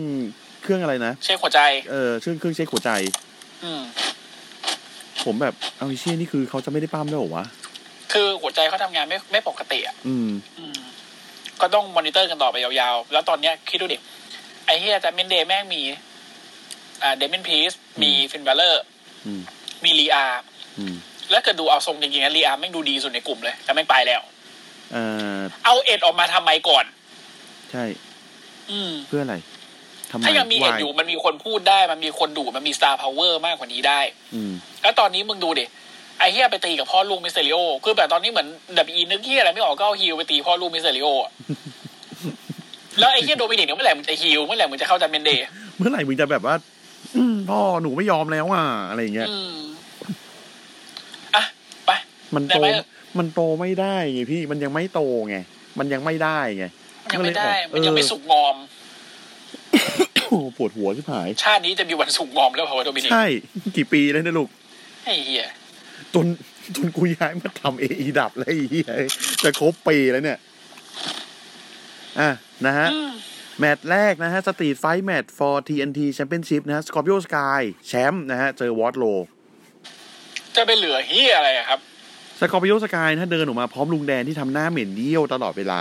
[SPEAKER 1] เครื่องอะไรนะ
[SPEAKER 2] เช็คหัวใจ
[SPEAKER 1] เออเครื่องเครื่องเช็คหัวใจ
[SPEAKER 2] อืม
[SPEAKER 1] ผมแบบเอาไอ้เชี่ยนี่คือเขาจะไม่ได้ปั้มแล้วเหรอวะ
[SPEAKER 2] คือหัวใจเขาทำงานไม่ไม่ปกติอ่ะ
[SPEAKER 1] อืม
[SPEAKER 2] อืม ก็ต้องมอนิเตอร์กันต่อไปยาวๆ แล้วตอนเนี้ยคิดดูดิ ไอ้เฮียจัมเมนเดย์แม่งมี อ่าเดมินพีซมีฟินบัลเลอร์
[SPEAKER 1] อืม
[SPEAKER 2] มีลีอา
[SPEAKER 1] อืม
[SPEAKER 2] แล้วเกิดดูเอาทรงจริงๆนะลีอาแม่งดูดีสุดในกลุ่มเลยแต่แม่งไปแล้ว
[SPEAKER 1] เอ่อ
[SPEAKER 2] เอาเอ็ดออกมาทำไมก่อน
[SPEAKER 1] ใช่
[SPEAKER 2] อืม
[SPEAKER 1] เพื่ออะไรทำไม
[SPEAKER 2] ถ้ายังมีเอ็ด
[SPEAKER 1] Why?
[SPEAKER 2] อยู่มันมีคนพูดได้ มันมีคนดูมันมีสตาร์พาวเวอร์มากกว่านี้ได้
[SPEAKER 1] อืม
[SPEAKER 2] แล้วตอนนี้มึงดูดิไอ้เฮียไปตีกับพ่อลูกมิสเตอริโอ คือแบบตอนนี้เหมือนดับอีนึกเฮียอะไรไม่ออกก็เอาฮิวไปตีพ่อลูกมิสเตอริโออะ แล้วไอ้เฮียโดมินิกเนี่ยเมื่อไหร่มึงจะฮิวเมื่อไหร่มึงจะเข้าดันเมนเดย์
[SPEAKER 1] เมื่อไหร่มึงจะแบบว่า อืมพ่อหนูไม่ยอมแล้วอ่ะ อะไรอย่างเงี้ย
[SPEAKER 2] อืมอ่ะไป
[SPEAKER 1] มันโต
[SPEAKER 2] ได้ไหม
[SPEAKER 1] มันโตไม่ได้ไงพี่ มันยังไม่โตไง มันยังไม่ได้ไง
[SPEAKER 2] ยังไม่ได้
[SPEAKER 1] ก็
[SPEAKER 2] มั
[SPEAKER 1] เลยออ
[SPEAKER 2] น
[SPEAKER 1] ก
[SPEAKER 2] ยังไม่สุกงอม
[SPEAKER 1] เออโอ้ โหปวดหัวชิบหาย
[SPEAKER 2] ชาตินี้จะมีวันสุกงอมแล้วเหรอวะโดมินิก
[SPEAKER 1] ใช่ กี่ปีแล้วเนี่ยลูก
[SPEAKER 2] ไอ้เฮีย
[SPEAKER 1] จนจนกูย้ายมาทำเออีดับแล้วไอ้เหี้ยจะครบปีแล้วเนี่ย อ่ะ นะฮะ
[SPEAKER 2] อืม
[SPEAKER 1] แมตช์แรกนะฮะสตรีทไฟท์แมตช์ for TNT Championship นะฮะสกอร์ i ิโอสกายแชมป์นะฮะ เจอวอตโล
[SPEAKER 2] จะไปเหลือเฮียอะไรอะครับ
[SPEAKER 1] สกอร์ i ิโอสกายนะฮะเดินออกมาพร้อมลุงแดงที่ทำหน้าเหม็นเยี่ยวตลอดเวลา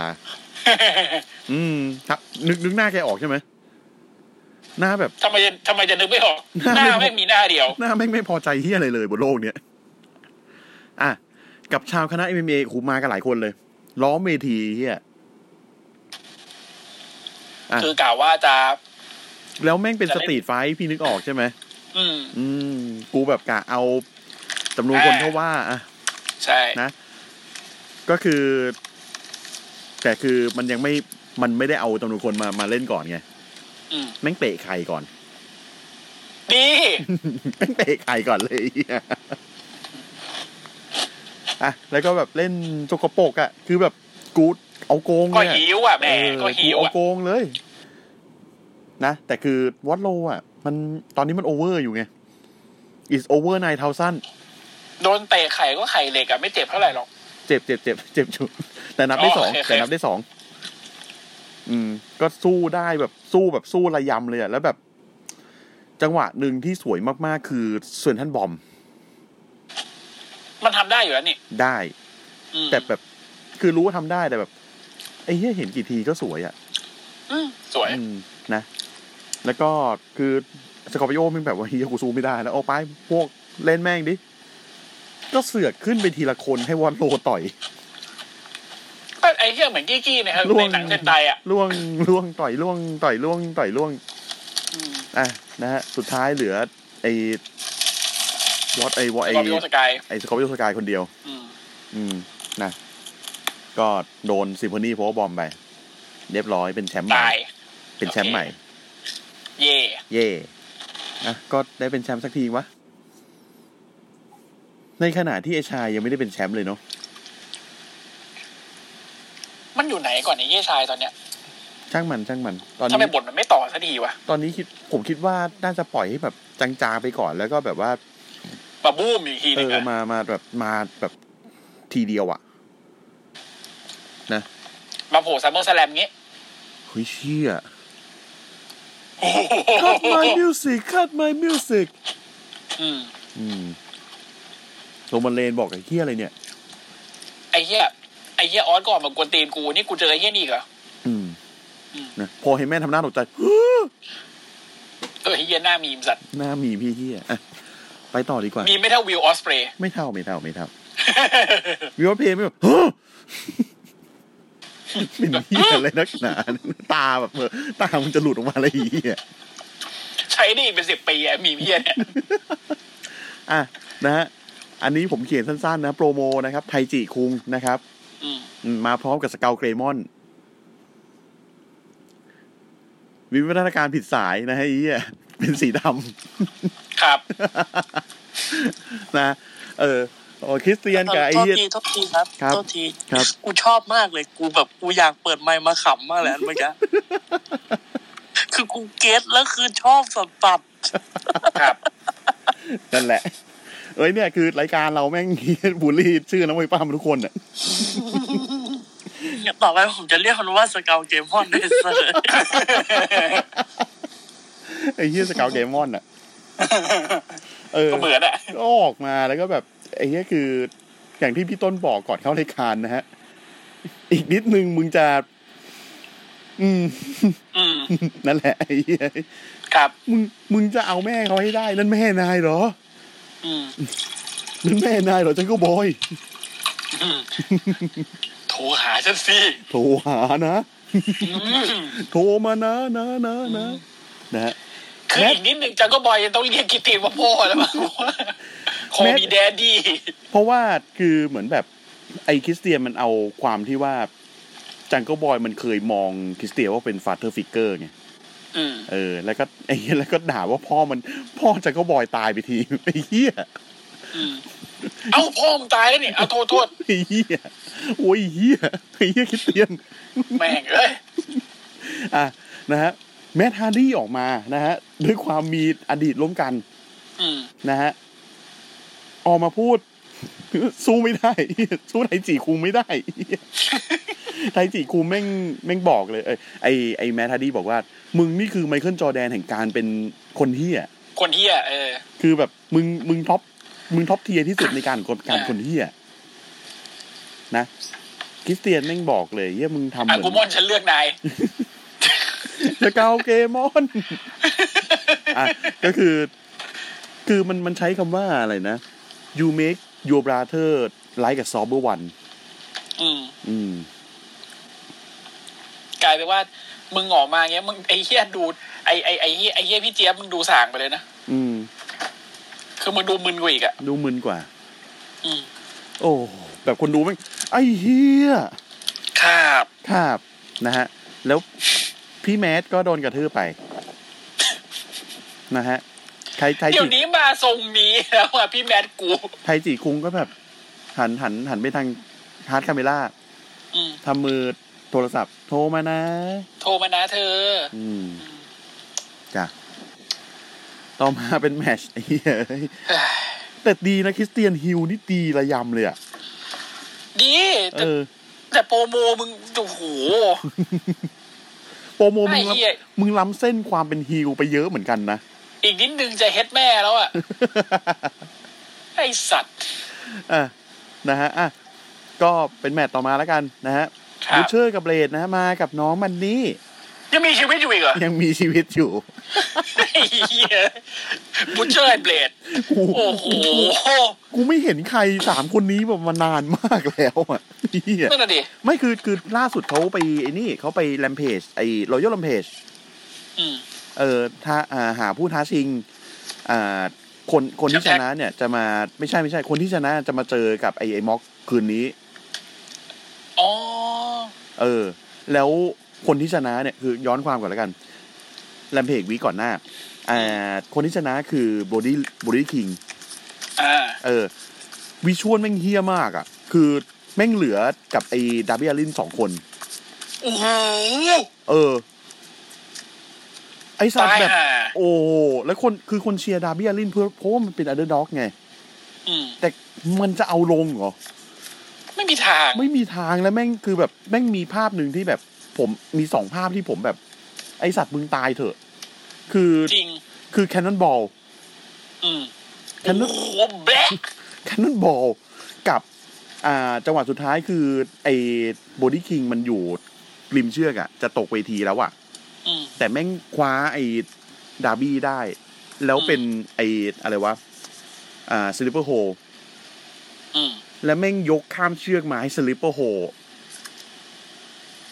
[SPEAKER 1] อืมครับนึกนึกหน้าแกออกใช่ไหม หน้าแบบ
[SPEAKER 2] ทำไมจะทำไมจะนึกไม่อ อก ห
[SPEAKER 1] หน้า
[SPEAKER 2] น้า
[SPEAKER 1] ไม่
[SPEAKER 2] ไม่มีหน้าเดียว
[SPEAKER 1] หน้าแม่งไม่พอใจที่อะไรเลยบนโลกเนี้ย อ่ะ กับชาวคณะ MMA คูมากันหลายคนเลย ล้อมเวทีเฮียอ่ะ
[SPEAKER 2] คือกล่าวว่าจะ
[SPEAKER 1] แล้วแม่งเป็นสตรีทไฟท์พี่นึกออกใช่ไหม
[SPEAKER 2] อืม
[SPEAKER 1] อืม กูแบบกะเอาจำนวนคนเท่าว่าอ่ะ
[SPEAKER 2] ใช่
[SPEAKER 1] นะ ก็คือ แต่คือมันยังไม่มันไม่ได้เอาจำนวนคนมามาเล่นก่อนไง
[SPEAKER 2] อืม
[SPEAKER 1] แม่งเตะไข่ก่อน
[SPEAKER 2] ดี
[SPEAKER 1] แม่งเตะไข่ก่อนเลยไอ้เหี้ยอ่ะแล้วก็แบบเล่นจกโปกอ่ะ คือแบบกูเอาโกง
[SPEAKER 2] ก็
[SPEAKER 1] เลยอะ
[SPEAKER 2] หิวอ่ะแหม่
[SPEAKER 1] เออ
[SPEAKER 2] ก็หิว
[SPEAKER 1] เอา
[SPEAKER 2] อ่ะ
[SPEAKER 1] โกงเลย นะแต่คือวอตโลอ่ะ มันตอนนี้มันโอเวอร์อยู่ไง is over 9 0 0 0
[SPEAKER 2] โดนเตะไข่ก็ไข่เหล็กอ่ะไม่เจ็บเท่าไหร่หรอก
[SPEAKER 1] เจ็บเจ็บเจ็บ เจ็บจุแต่นับได้สอง
[SPEAKER 2] อ๋อโอเค
[SPEAKER 1] แต่นับได้สองอืม ก็สู้ได้แบบสู้แบบสู้ระยำเลยอะแล้วแบบ จังหวะหนึ่งที่สวยมากๆ คือส่วนท่านบอม
[SPEAKER 2] มันทำได้อยู่แล้วนี่
[SPEAKER 1] ได้
[SPEAKER 2] อืม
[SPEAKER 1] แต่แบบ คือรู้ว่าทำได้แต่แบบไอ้เหี้ยเห็นกี่ทีก็สวยอะ่ะ
[SPEAKER 2] อืมสวย
[SPEAKER 1] อืมนะ แล้วก็ คือสกอร์ปิโอมันแบบว่าเฮียกูสู้ไม่ได้แล้วเอาไปพวกเล่นแม่งดิ ก็เสือกขึ้นไปทีละคนให้วอนโลต่อย
[SPEAKER 2] ก็ไอ้เหี้ยเหมือนกี้กี้นะครับ
[SPEAKER 1] ล่วง
[SPEAKER 2] ในหนังเซนไดอ่ะ
[SPEAKER 1] ล่วงล่วงต่อยล่วงต่อยล่วงต่อยล่วง อ่ะนะฮะสุดท้ายเหลือไอ้วอตไอ้วอต
[SPEAKER 2] ไอ้
[SPEAKER 1] ไอ้
[SPEAKER 2] กอบิโอสกาย
[SPEAKER 1] ไอ้สกอร์พิโอสกายคนเดียว
[SPEAKER 2] อืม
[SPEAKER 1] อืมนะก็โดนซิมโฟนีโพบอมไป เรียบร้อยเป็นแชมป์ใหม่
[SPEAKER 2] ตาย
[SPEAKER 1] เป็นแชมป์ใหม่
[SPEAKER 2] เย่
[SPEAKER 1] เย่นะก็ได้เป็นแชมป์สักทีวะ ในขณะที่ไอชายยังไม่ได้เป็นแชมป์เลยเนาะ
[SPEAKER 2] มันอยู่ไหนก่อนไอ้เย่ชายตอนเนี้ย
[SPEAKER 1] ช่างมันช่างมัน ตอน
[SPEAKER 2] ทำไม
[SPEAKER 1] นี้
[SPEAKER 2] บทมันไม่ต่อสักทีวะ
[SPEAKER 1] ตอนนี้คิดผมคิดว่าน่าจะปล่อยให้แบบจางๆไปก่อนแล้วก็แบบว่า
[SPEAKER 2] มาบูมอีกทีห
[SPEAKER 1] เอ
[SPEAKER 2] นึง
[SPEAKER 1] อ
[SPEAKER 2] อะ
[SPEAKER 1] มามาแบบมาแบบทีเดียวอะ
[SPEAKER 2] มาโผล่ซัมเมอร์สแลมงี้
[SPEAKER 1] เฮ้ยเชี่ย
[SPEAKER 2] โอ้โห
[SPEAKER 1] cut my music cut my music
[SPEAKER 2] อืม
[SPEAKER 1] อืมโรมันเลนบอกไอ้เฮียอะไรเนี่ย
[SPEAKER 2] ไอ้เหี้ยไอ้เหี้ยออสก็ออกมากวนตีนกูนี่กูเจอไอ้เหี้ยนี่อีกเหรอ
[SPEAKER 1] อืมนะพอเห็นแม่ทำหน้าตกใจ
[SPEAKER 2] เออไอ้เหี้ยหน้ามีมสัตว์
[SPEAKER 1] หน้ามีพี่เฮียอ่ะไปต่อดีกว่า
[SPEAKER 2] มีไม่เท่าวิลออสเปรย์
[SPEAKER 1] ไม่เท่าไม่เท่าไม่เท่า วิวเพลย์ไม่แบบเฮ้อ เป็นเฮียอะไรนักหนาตาแบบเออตามันจะหลุดออกมาอะไรเฮีย
[SPEAKER 2] ใช้ได้อีกเป็นสิบปีอะมีมเหี้ยเนี่ย
[SPEAKER 1] อ่ะนะฮะอันนี้ผมเขียนสั้นๆนะ โปรโมนะครับ ไทจิคุงนะครับ
[SPEAKER 2] อืม
[SPEAKER 1] อืมมาพร้อมกับสเกลเกรมอน วิวัฒนาการผิดสายนะฮะไอ้เหี้ยเป็นสีด
[SPEAKER 2] ครับ
[SPEAKER 1] ำ นะเออโอ้คริสเตียนกับไอ้
[SPEAKER 4] โทษ
[SPEAKER 1] เหี้ย
[SPEAKER 4] ทีโทษทีครับ
[SPEAKER 1] ครับ
[SPEAKER 4] โทษที
[SPEAKER 1] ครับ
[SPEAKER 4] กูชอบมากเลยกูแบบกูอยากเปิดไมค์มาขำมากเลยอันเมื่อกี้ คือกูเก็ตแล้วคือชอบสัตว์ตัด
[SPEAKER 2] ครับ
[SPEAKER 1] นั่นแหละ เอ้ยเนี่ยคือรายการเราแม่ง เหี้ยบูลลี่ชื่อน้องไวยป้ามนทุกคนอ่ะ
[SPEAKER 4] เนี่ยต่อไปผมจะเรียกมันว่าสเกลเกมอนได้เสมอ
[SPEAKER 1] ไอ้เหี้ยสเกลเกรมอนอ่ะ เออ
[SPEAKER 2] ก็เหมือนอะ
[SPEAKER 1] ก็ออกมาแล้วก็แบบไอ้เนี้ยคืออย่างที่พี่ต้นบอกก่อนเข้ารายการนะฮะ อีกนิดนึงมึงจะ อืม
[SPEAKER 2] อืม
[SPEAKER 1] นั่นแหละไอ้เหี้ย
[SPEAKER 2] ครับ
[SPEAKER 1] มึงมึงจะเอาแม่เขาให้ได้นั่นแม่นายเหรอ
[SPEAKER 2] อืม
[SPEAKER 1] นั่นแม่นายเหรอฉันก็บอย
[SPEAKER 2] อืมโทรหาฉันสิ
[SPEAKER 1] โทรหานะ
[SPEAKER 2] อืม
[SPEAKER 1] โทรมานะนะนะนะนะฮะ
[SPEAKER 2] คืออีกนิดหนึ่งจังก็บอยยังต้องเรียกกิตติว่าพ่อแล้วมั้งคอมีแดดดี้
[SPEAKER 1] เพราะว่าคือเหมือนแบบไอ้คริสเตียนมันเอาความที่ว่า จังก็บอยมันเคยมองคริสเตียนว่าเป็นฟาเธอร์ฟิกเกอร์ไง
[SPEAKER 2] อืม
[SPEAKER 1] เออแล้วก็ ไอ้เหี้ยแล้วก็ด่าว่าพ่อมัน พ่อจะก็บอยตายไปที ไอ้เหี้ย
[SPEAKER 2] อืมเอ้าพ่อมึงตายแล้วนี่เอาโทษโทษ
[SPEAKER 1] ไอ้เหี้ยโอ้ยไอ้เหี้ยไอ้เหี้ยคริดเตียน
[SPEAKER 2] แม่งเอ้ย
[SPEAKER 1] อ่ะนะฮะแมทฮาร์ดี้ออกมานะฮะด้วยความมีอดีตร่วมกัน
[SPEAKER 2] อืม
[SPEAKER 1] นะฮะออกมาพูด สู้ไม่ได้ สู้ไทจีคุงไม่ได้ ไทจีคุงแม่งแม่งบอกเลยเอยไอไอแมทฮาร์ดี้บอกว่า มึงนี่คือไมเคิลจอร์แดนแห่งการเป็นคนเหี้ย
[SPEAKER 2] คนเฮียเออ
[SPEAKER 1] คือแบบมึงมึงท็อปมึงท็อปเทียร์ที่สุดในการกดการคนเฮียนะคริสเตียนแม่งบอกเลยเฮียมึงทำเห
[SPEAKER 2] อา
[SPEAKER 1] มือ
[SPEAKER 2] กู มอน
[SPEAKER 1] น
[SPEAKER 2] ฉันเลือกนาย
[SPEAKER 1] จะเกาเกมอนอ่ะก็คือ คือมันมันใช้คำว่าอะไรนะ you make your brother like a sober one
[SPEAKER 2] อืม
[SPEAKER 1] อืม
[SPEAKER 2] กลายเป็นว่า มึงออกมาเงี้ยมึงไอ้เฮียดูไอ้ไอ้ไอ้เฮียไอ้เฮียพี่เจี๊ยบมึงดูสางไปเลยนะ
[SPEAKER 1] อืม
[SPEAKER 2] คือมึงดูมึนกว่าอีกอ่ะ
[SPEAKER 1] ดูมึนกว่า
[SPEAKER 2] อืม
[SPEAKER 1] โอ้แบบคนดูแม่งไอ้เฮีย
[SPEAKER 2] ครับ
[SPEAKER 1] ครับนะฮะ แล้วพี่แมทก็โดนกระทืบไป นะฮะ ใครใคร
[SPEAKER 2] เดี๋ย
[SPEAKER 1] จิ
[SPEAKER 2] วนี้มาทรงนี้แล้วอ่ะพี่แมทกู
[SPEAKER 1] ไทจีคุงก็แบบหันหันหันไปทางฮาร์ดคาเมล่า
[SPEAKER 2] อืม
[SPEAKER 1] ทำมือโทรศัพท์ โทรมานะ
[SPEAKER 2] โทรมานะเธอ
[SPEAKER 1] อืมจ้ะต่อมาเป็นแมตชไอ้เหี้ยแต่ดีนะคริสเตียนฮิลนี่ดีระยำเลยอ่ะ
[SPEAKER 2] ดี
[SPEAKER 1] เอ
[SPEAKER 2] แต่
[SPEAKER 1] อ
[SPEAKER 2] แต่โปรโมมึงโอ้โห
[SPEAKER 1] โปรโมมึง
[SPEAKER 2] ไอ้เหี้ย
[SPEAKER 1] ล้ำมึงล้ำเส้นความเป็นฮิลไปเยอะเหมือนกันนะ
[SPEAKER 2] อีกนิดนึงจะเฮ็ดแม่แล้ว อ่ะ ไอสัตว์
[SPEAKER 1] อ่ะนะฮะอ่ะก็เป็นแมตช์ต่อมาแล้วกันนะฮะ
[SPEAKER 2] ครับ
[SPEAKER 1] บูเชอร์กับเบลดนะฮะมากับน้องมันนี่
[SPEAKER 2] ยังมีชีวิตอยู่อีกเหร อ
[SPEAKER 1] ยังมีชีวิตอยู่
[SPEAKER 2] ไอ้เหี้ยบุชเชอร์แอนเบลดโอ้โห
[SPEAKER 1] กูไม่เห็นใครสามคนนี้แบบมานานมากแล้วอ่ะเหี้ย
[SPEAKER 2] นั่นน่ะดิ
[SPEAKER 1] ไม่คือคือล่าสุดเขาไปไอ้นี่เขาไปแลมเพจไอ้รอยัลแลมเพจ
[SPEAKER 2] อืม
[SPEAKER 1] เออท้าอ่าหาผู้ท้าชิงอ่าคนคนที่ชนะเนี่ยจะมาไม่ใช่ไม่ใช่ คนที่ชนะจะมาเจอกับไอ้ไอ้ม็อกคืนนี้
[SPEAKER 2] อ๋อ
[SPEAKER 1] เออ แล้วคนที่ชนะเนี่ยคือย้อนความก่อนแล้วกันแลมเพจวีก่อนหน้าอ่าคนที่ชนะคือโบดี้โบดี้คิง
[SPEAKER 2] อ่า
[SPEAKER 1] เออวิชวลแม่งเฮี้ยมากอ่ะ คือแม่งเหลือกับไอ้ดาร์บี้อาลินสองคน
[SPEAKER 2] โอ้โห
[SPEAKER 1] เออ ไอ้สัต
[SPEAKER 2] ตาย
[SPEAKER 1] ว์แบบ
[SPEAKER 2] ห่า
[SPEAKER 1] โอ้โหแล้วคนคือคนเชียร์ดาร์บี้อาลินเพื่อเพราะว่ามันเป็นอันเดอร์ด็อกไง
[SPEAKER 2] อืม
[SPEAKER 1] แต่มันจะเอาลงเหรอ
[SPEAKER 2] ไม่มีทาง
[SPEAKER 1] ไม่มีทางแล้วแม่งคือแบบแม่งมีภาพหนึ่งที่แบบ ผมมีสองภาพที่ผมแบบ ไอสัตว์มึงตายเถอะ คือ
[SPEAKER 2] จริง
[SPEAKER 1] คือแคนนอนบอล
[SPEAKER 2] อืม
[SPEAKER 1] ฉันนึก
[SPEAKER 2] โอ้โห แบล็ค
[SPEAKER 1] แคนนอนบอลกับ อ่า จังหวะสุดท้ายคือไอ้บอดี้คิงมันอยู่ริมเชือกอะจะตกเวทีแล้วอะ
[SPEAKER 2] อืม
[SPEAKER 1] แต่แม่งคว้าไอ้ดาร์บี้ได้ แล้วเป็นไอ้อะไรวะ อ่าสลิปเปอร์โฮ
[SPEAKER 2] อืม
[SPEAKER 1] แล้วแม่งยกข้ามเชือกมาให้สลิปเปอร์โฮ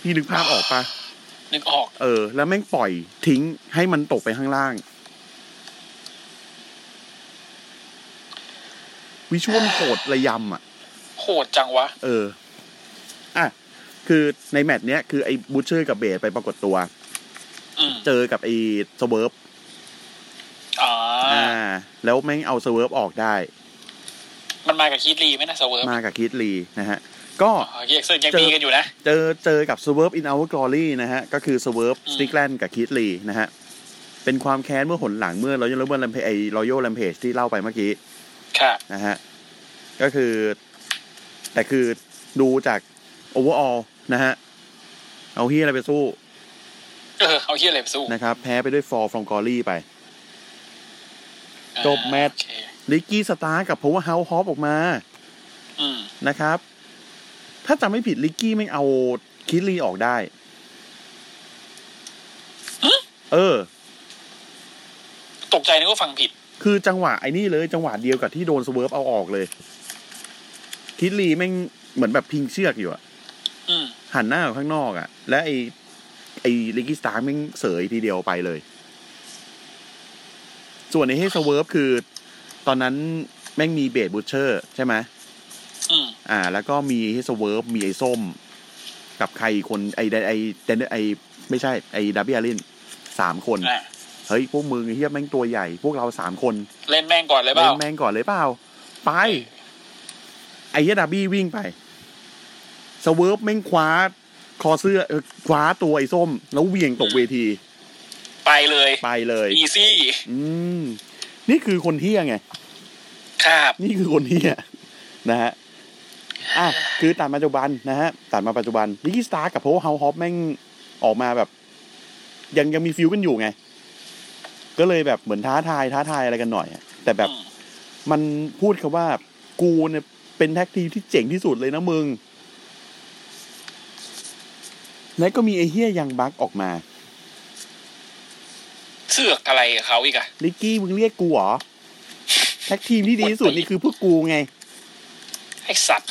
[SPEAKER 1] พี่นึกภาพออกปะ
[SPEAKER 2] นึกออก
[SPEAKER 1] เออ แล้วแม่งปล่อยทิ้งให้มันตกไปข้างล่าง วิชวลโหดระยำอ่ะ
[SPEAKER 2] โหดจังวะ
[SPEAKER 1] เออ อ่ะ คือในแมตช์เนี้ยคือไอ้บูชเชอร์กับเบสไปปรากฏตัว
[SPEAKER 2] อืม
[SPEAKER 1] เจอกับไอ้สเวิร์ฟ
[SPEAKER 2] อ่า
[SPEAKER 1] อ่า แล้วแม่งเอาสเวิร์ฟออกได้
[SPEAKER 2] มันมากับคีดลีไหมนะเซเวิร์ฟ
[SPEAKER 1] มากับคิดลีนะฮะ ก็
[SPEAKER 2] อ๋อเยกเซอร์ยังมีกันอยู่นะ
[SPEAKER 1] เจอเจอกับ s w e r v e in Our Glory นะฮะ ก็คือ s w e r v e
[SPEAKER 2] อืม
[SPEAKER 1] s t i c k l a n d กับ Keith Lee นะฮะ เป็นความแค้นเมื่อหนหลังเมื่อ Royal r u m b l e ไอ้ Royal Rampage ที่เล่าไปเมื่อกี้
[SPEAKER 2] ครับ
[SPEAKER 1] นะฮะ ก็คือ แต่คือดูจาก overall นะฮะ เอาเฮียอะไรไปสู้
[SPEAKER 2] เออ เอาเฮียเล็บสู้
[SPEAKER 1] นะครับ แพ้ไปด้วย Fall from Glory ไป จบแมตช์
[SPEAKER 2] อ่าโอเค
[SPEAKER 1] ลิกกี้สตาร์กับ Power House Hop ออกมา
[SPEAKER 2] อืม
[SPEAKER 1] นะครับ ถ้าจำไม่ผิดลิกกี้ไม่งเอาคิดลีออกได้ เออ
[SPEAKER 2] ตกใจนึกว่าฟังผิด
[SPEAKER 1] คือจังหวะไอ้นี่เลยจังหวะเดียวกับที่โดนสเวิร์ฟเอาออกเลย คิดลีแม่งเหมือนแบบพิงเชือกอยู่อะ
[SPEAKER 2] อืม
[SPEAKER 1] หันหน้าออกข้างนอกอะและไอ้ไอ้ลิกกี้สตาร์แม่งเสยทีเดียวไปเลย ส่วนในให้สเวิร์ฟคือ ตอนนั้นแม่งมีเบดบูชเชอร์ใช่ไหมย
[SPEAKER 2] อืม
[SPEAKER 1] อ่า แล้วก็มีเฮสเวิร์ฟมีไอ้ส้ม กับใครอีกคนไอ้ไอ้ไอ้ไอ้ไม่ใช่ ไอ้ดับเบิลลินสามคน
[SPEAKER 2] อ่ะ
[SPEAKER 1] เฮ้ย พวกมึงไอ้เฮียแม่งตัวใหญ่ พวกเราสามคน
[SPEAKER 2] เล่นแม่งก่อนเลยเป
[SPEAKER 1] เล่
[SPEAKER 2] ล่า
[SPEAKER 1] นแม่งก่อนเลยเปล่า ไป ไอ้เฮียดับบี้วิ่งไปสเวิร์ฟแม่งคว้า คอเสื้อเอ่อคว้าตัวไอ้ส้ม แล้วเหวียงตกเวที
[SPEAKER 2] ไปเลย
[SPEAKER 1] ไปเลย
[SPEAKER 2] อีซี่
[SPEAKER 1] อืม นี่คือคนเที่ยไง
[SPEAKER 2] ครับ
[SPEAKER 1] นี่คือคนเฮียนะ ฮะ อ่ะ คือตัดมาปัจจุบันนะฮะตัดมาปัจจุบันลิกกี้สตาร์กับโพเฮาฮอปแม่งออกมาแบบ ยังยังมีฟิวกันอยู่ไง ก็เลยแบบเหมือนท้าทายท้าทายอะไรกันหน่อยอะแต่แบบ
[SPEAKER 2] อืม
[SPEAKER 1] มันพูดคำว่า กูเนี่ยเป็นแท็กทีมที่เจ๋งที่สุดเลยนะมึง แล้วก็มีไอเฮียยังบักออกมา
[SPEAKER 2] เสือกอะไรกับเขาอีกอะ
[SPEAKER 1] ลิกกี้มึงเรียกกูเหรอ แท็กทีมที่ดีที่สุดนี่คือพวกกูไง
[SPEAKER 2] ไอสัตว์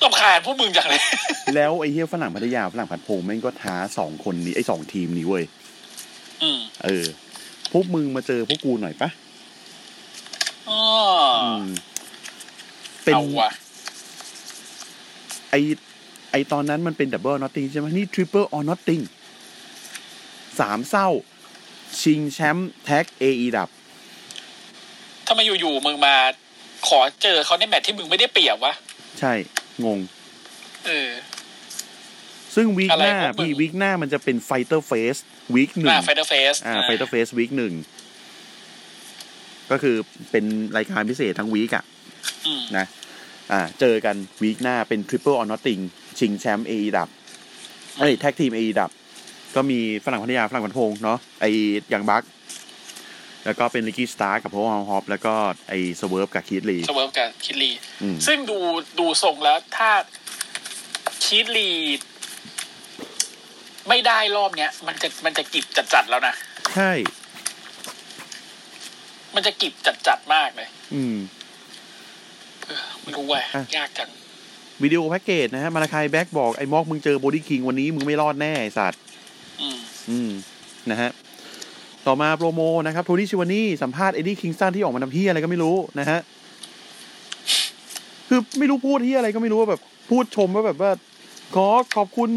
[SPEAKER 2] ตบขานพวกมึงจังเลย
[SPEAKER 1] แล้วไอ้เฮียฝรั่งพัทยาฝรั่งพัดโพงแม่งก็ท้าสองคนนี้ไอ้สองทีมนี้เว้ย
[SPEAKER 2] อืม
[SPEAKER 1] เออ พวกมึงมาเจอพวกกูหน่อยปะ
[SPEAKER 2] อ๋อ
[SPEAKER 1] มเป็น
[SPEAKER 2] เอาว่ะ
[SPEAKER 1] ไอไอตอนนั้นมันเป็นดับเบิลนอตติงใช่ไหมนี่ทริปเปิลออนนอตติงสามเศร้า ชิงแชมป์แท็กเออีดับ
[SPEAKER 2] ถ้ามาอยู่ๆมึงมา ขอเจอเขาในแมตช์ที่มึงไม่ได้เปรียบวะ
[SPEAKER 1] ใช่ งง
[SPEAKER 2] เออ
[SPEAKER 1] ซึ่งวีค
[SPEAKER 2] อะ
[SPEAKER 1] ห
[SPEAKER 2] ไร
[SPEAKER 1] น้า
[SPEAKER 2] พวกมึง
[SPEAKER 1] พี่วีคหน้ามันจะเป็นไฟเตอร์เฟสวีคหนึ่
[SPEAKER 2] หน้าง ไฟเตอร์เฟส
[SPEAKER 1] อ่าไฟเตอร์เฟสวีคหนึ่ง ก็คือเป็นรายการพิเศษทั้งวีคอะ นะ อ่า เจอกันวีคหน้าเป็น Triple or Nothing ชิงแชมป์เอดับเอ้ยแท็กทีมเอดับ ก็มีฝรั่งพัทยาฝรั่งพันพงเนาะไอยังบัก แล้วก็เป็นลิกกี้สตาร์กับโฮฮาวฮอปแล้วก็ไอสเวิร์ฟกับคีดลี
[SPEAKER 2] สเวิร์ฟกับคิดลี
[SPEAKER 1] อืม
[SPEAKER 2] ซึ่งดูดูทรงแล้วถ้าคิดลี ไม่ได้รอบเนี้ยมันจะมันจะกิบจัดจัดๆแล้วนะ
[SPEAKER 1] ใช่
[SPEAKER 2] มันจะกิบจัดจัดๆมากเลย
[SPEAKER 1] อืม
[SPEAKER 2] ไม่รู้เว้ย
[SPEAKER 1] อ่ะ
[SPEAKER 2] ยากจัง
[SPEAKER 1] วิดีโอแพ็กเกจนะฮะมาราคายแบ็กบอก ไอ้มอกมึงเจอโบดี้คิงวันนี้มึงไม่รอดแน่ไอ้สัตว์
[SPEAKER 2] อืม
[SPEAKER 1] อืม นะฮะ ต่อมาโปรโมนะครับ โทนี่ชิวานี่สัมภาษณ์เอ็ดดี้คิงสันที่ออกมาทำเฮียอะไรก็ไม่รู้นะฮะ คือไม่รู้พูดเฮียอะไรก็ไม่รู้ว่าแบบ พูดชมว่าแบบว่า ขอขอบคุณ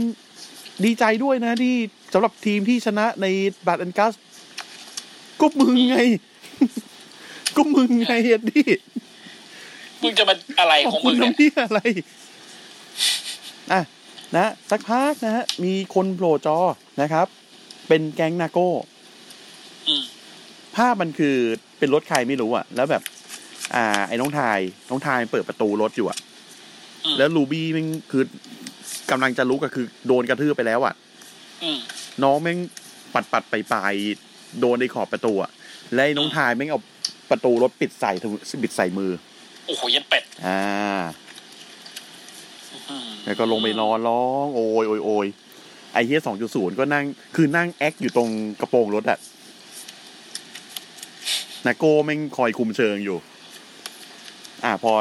[SPEAKER 1] ดีใจด้วยนะที่สำหรับทีมที่ชนะในบัตอันกัส ก็มึง ไง ก็มึงไงเอ็ดดี้
[SPEAKER 2] มึงจะมาอะไรของมึงเนี่
[SPEAKER 1] ข
[SPEAKER 2] ย
[SPEAKER 1] บคุณำอะไร อ่ะ นะ สักพักนะฮะ มีคนโผล่จอนะครับ เป็นแก๊งนาโก้
[SPEAKER 2] อืม
[SPEAKER 1] ภาพมันคือเป็นรถใครไม่รู้อ่ะ แล้วแบบ อ่า ไอ้น้องทาย น้องทายเปิดประตูรถอยู่อ่ะ
[SPEAKER 2] อืม
[SPEAKER 1] แล้วลูบี้แมันคือกำลังจะลุกอะคือ โดนกระทืบไปแล้วอ่ะ
[SPEAKER 2] อืม
[SPEAKER 1] น้องแม่งปัดปัดไปไปๆโดนในขอบประตูอ่ะ และไอ้น้องทายแม่งเอาประตูรถปิดใส่ทะปิดใส่มือ
[SPEAKER 2] โอ้โหเยันเป็ด
[SPEAKER 1] อ่า
[SPEAKER 2] อืม
[SPEAKER 1] แล้วก็ลงไปนอนร้องโอยโอยโอยไอเฮียสองจุดศูนย์ก็นั่ง คือนั่งแอคอยู่ตรงกระโปรงรถอะนาโก้แม่งคอยคุมเชิงอยู่ อ่าพอ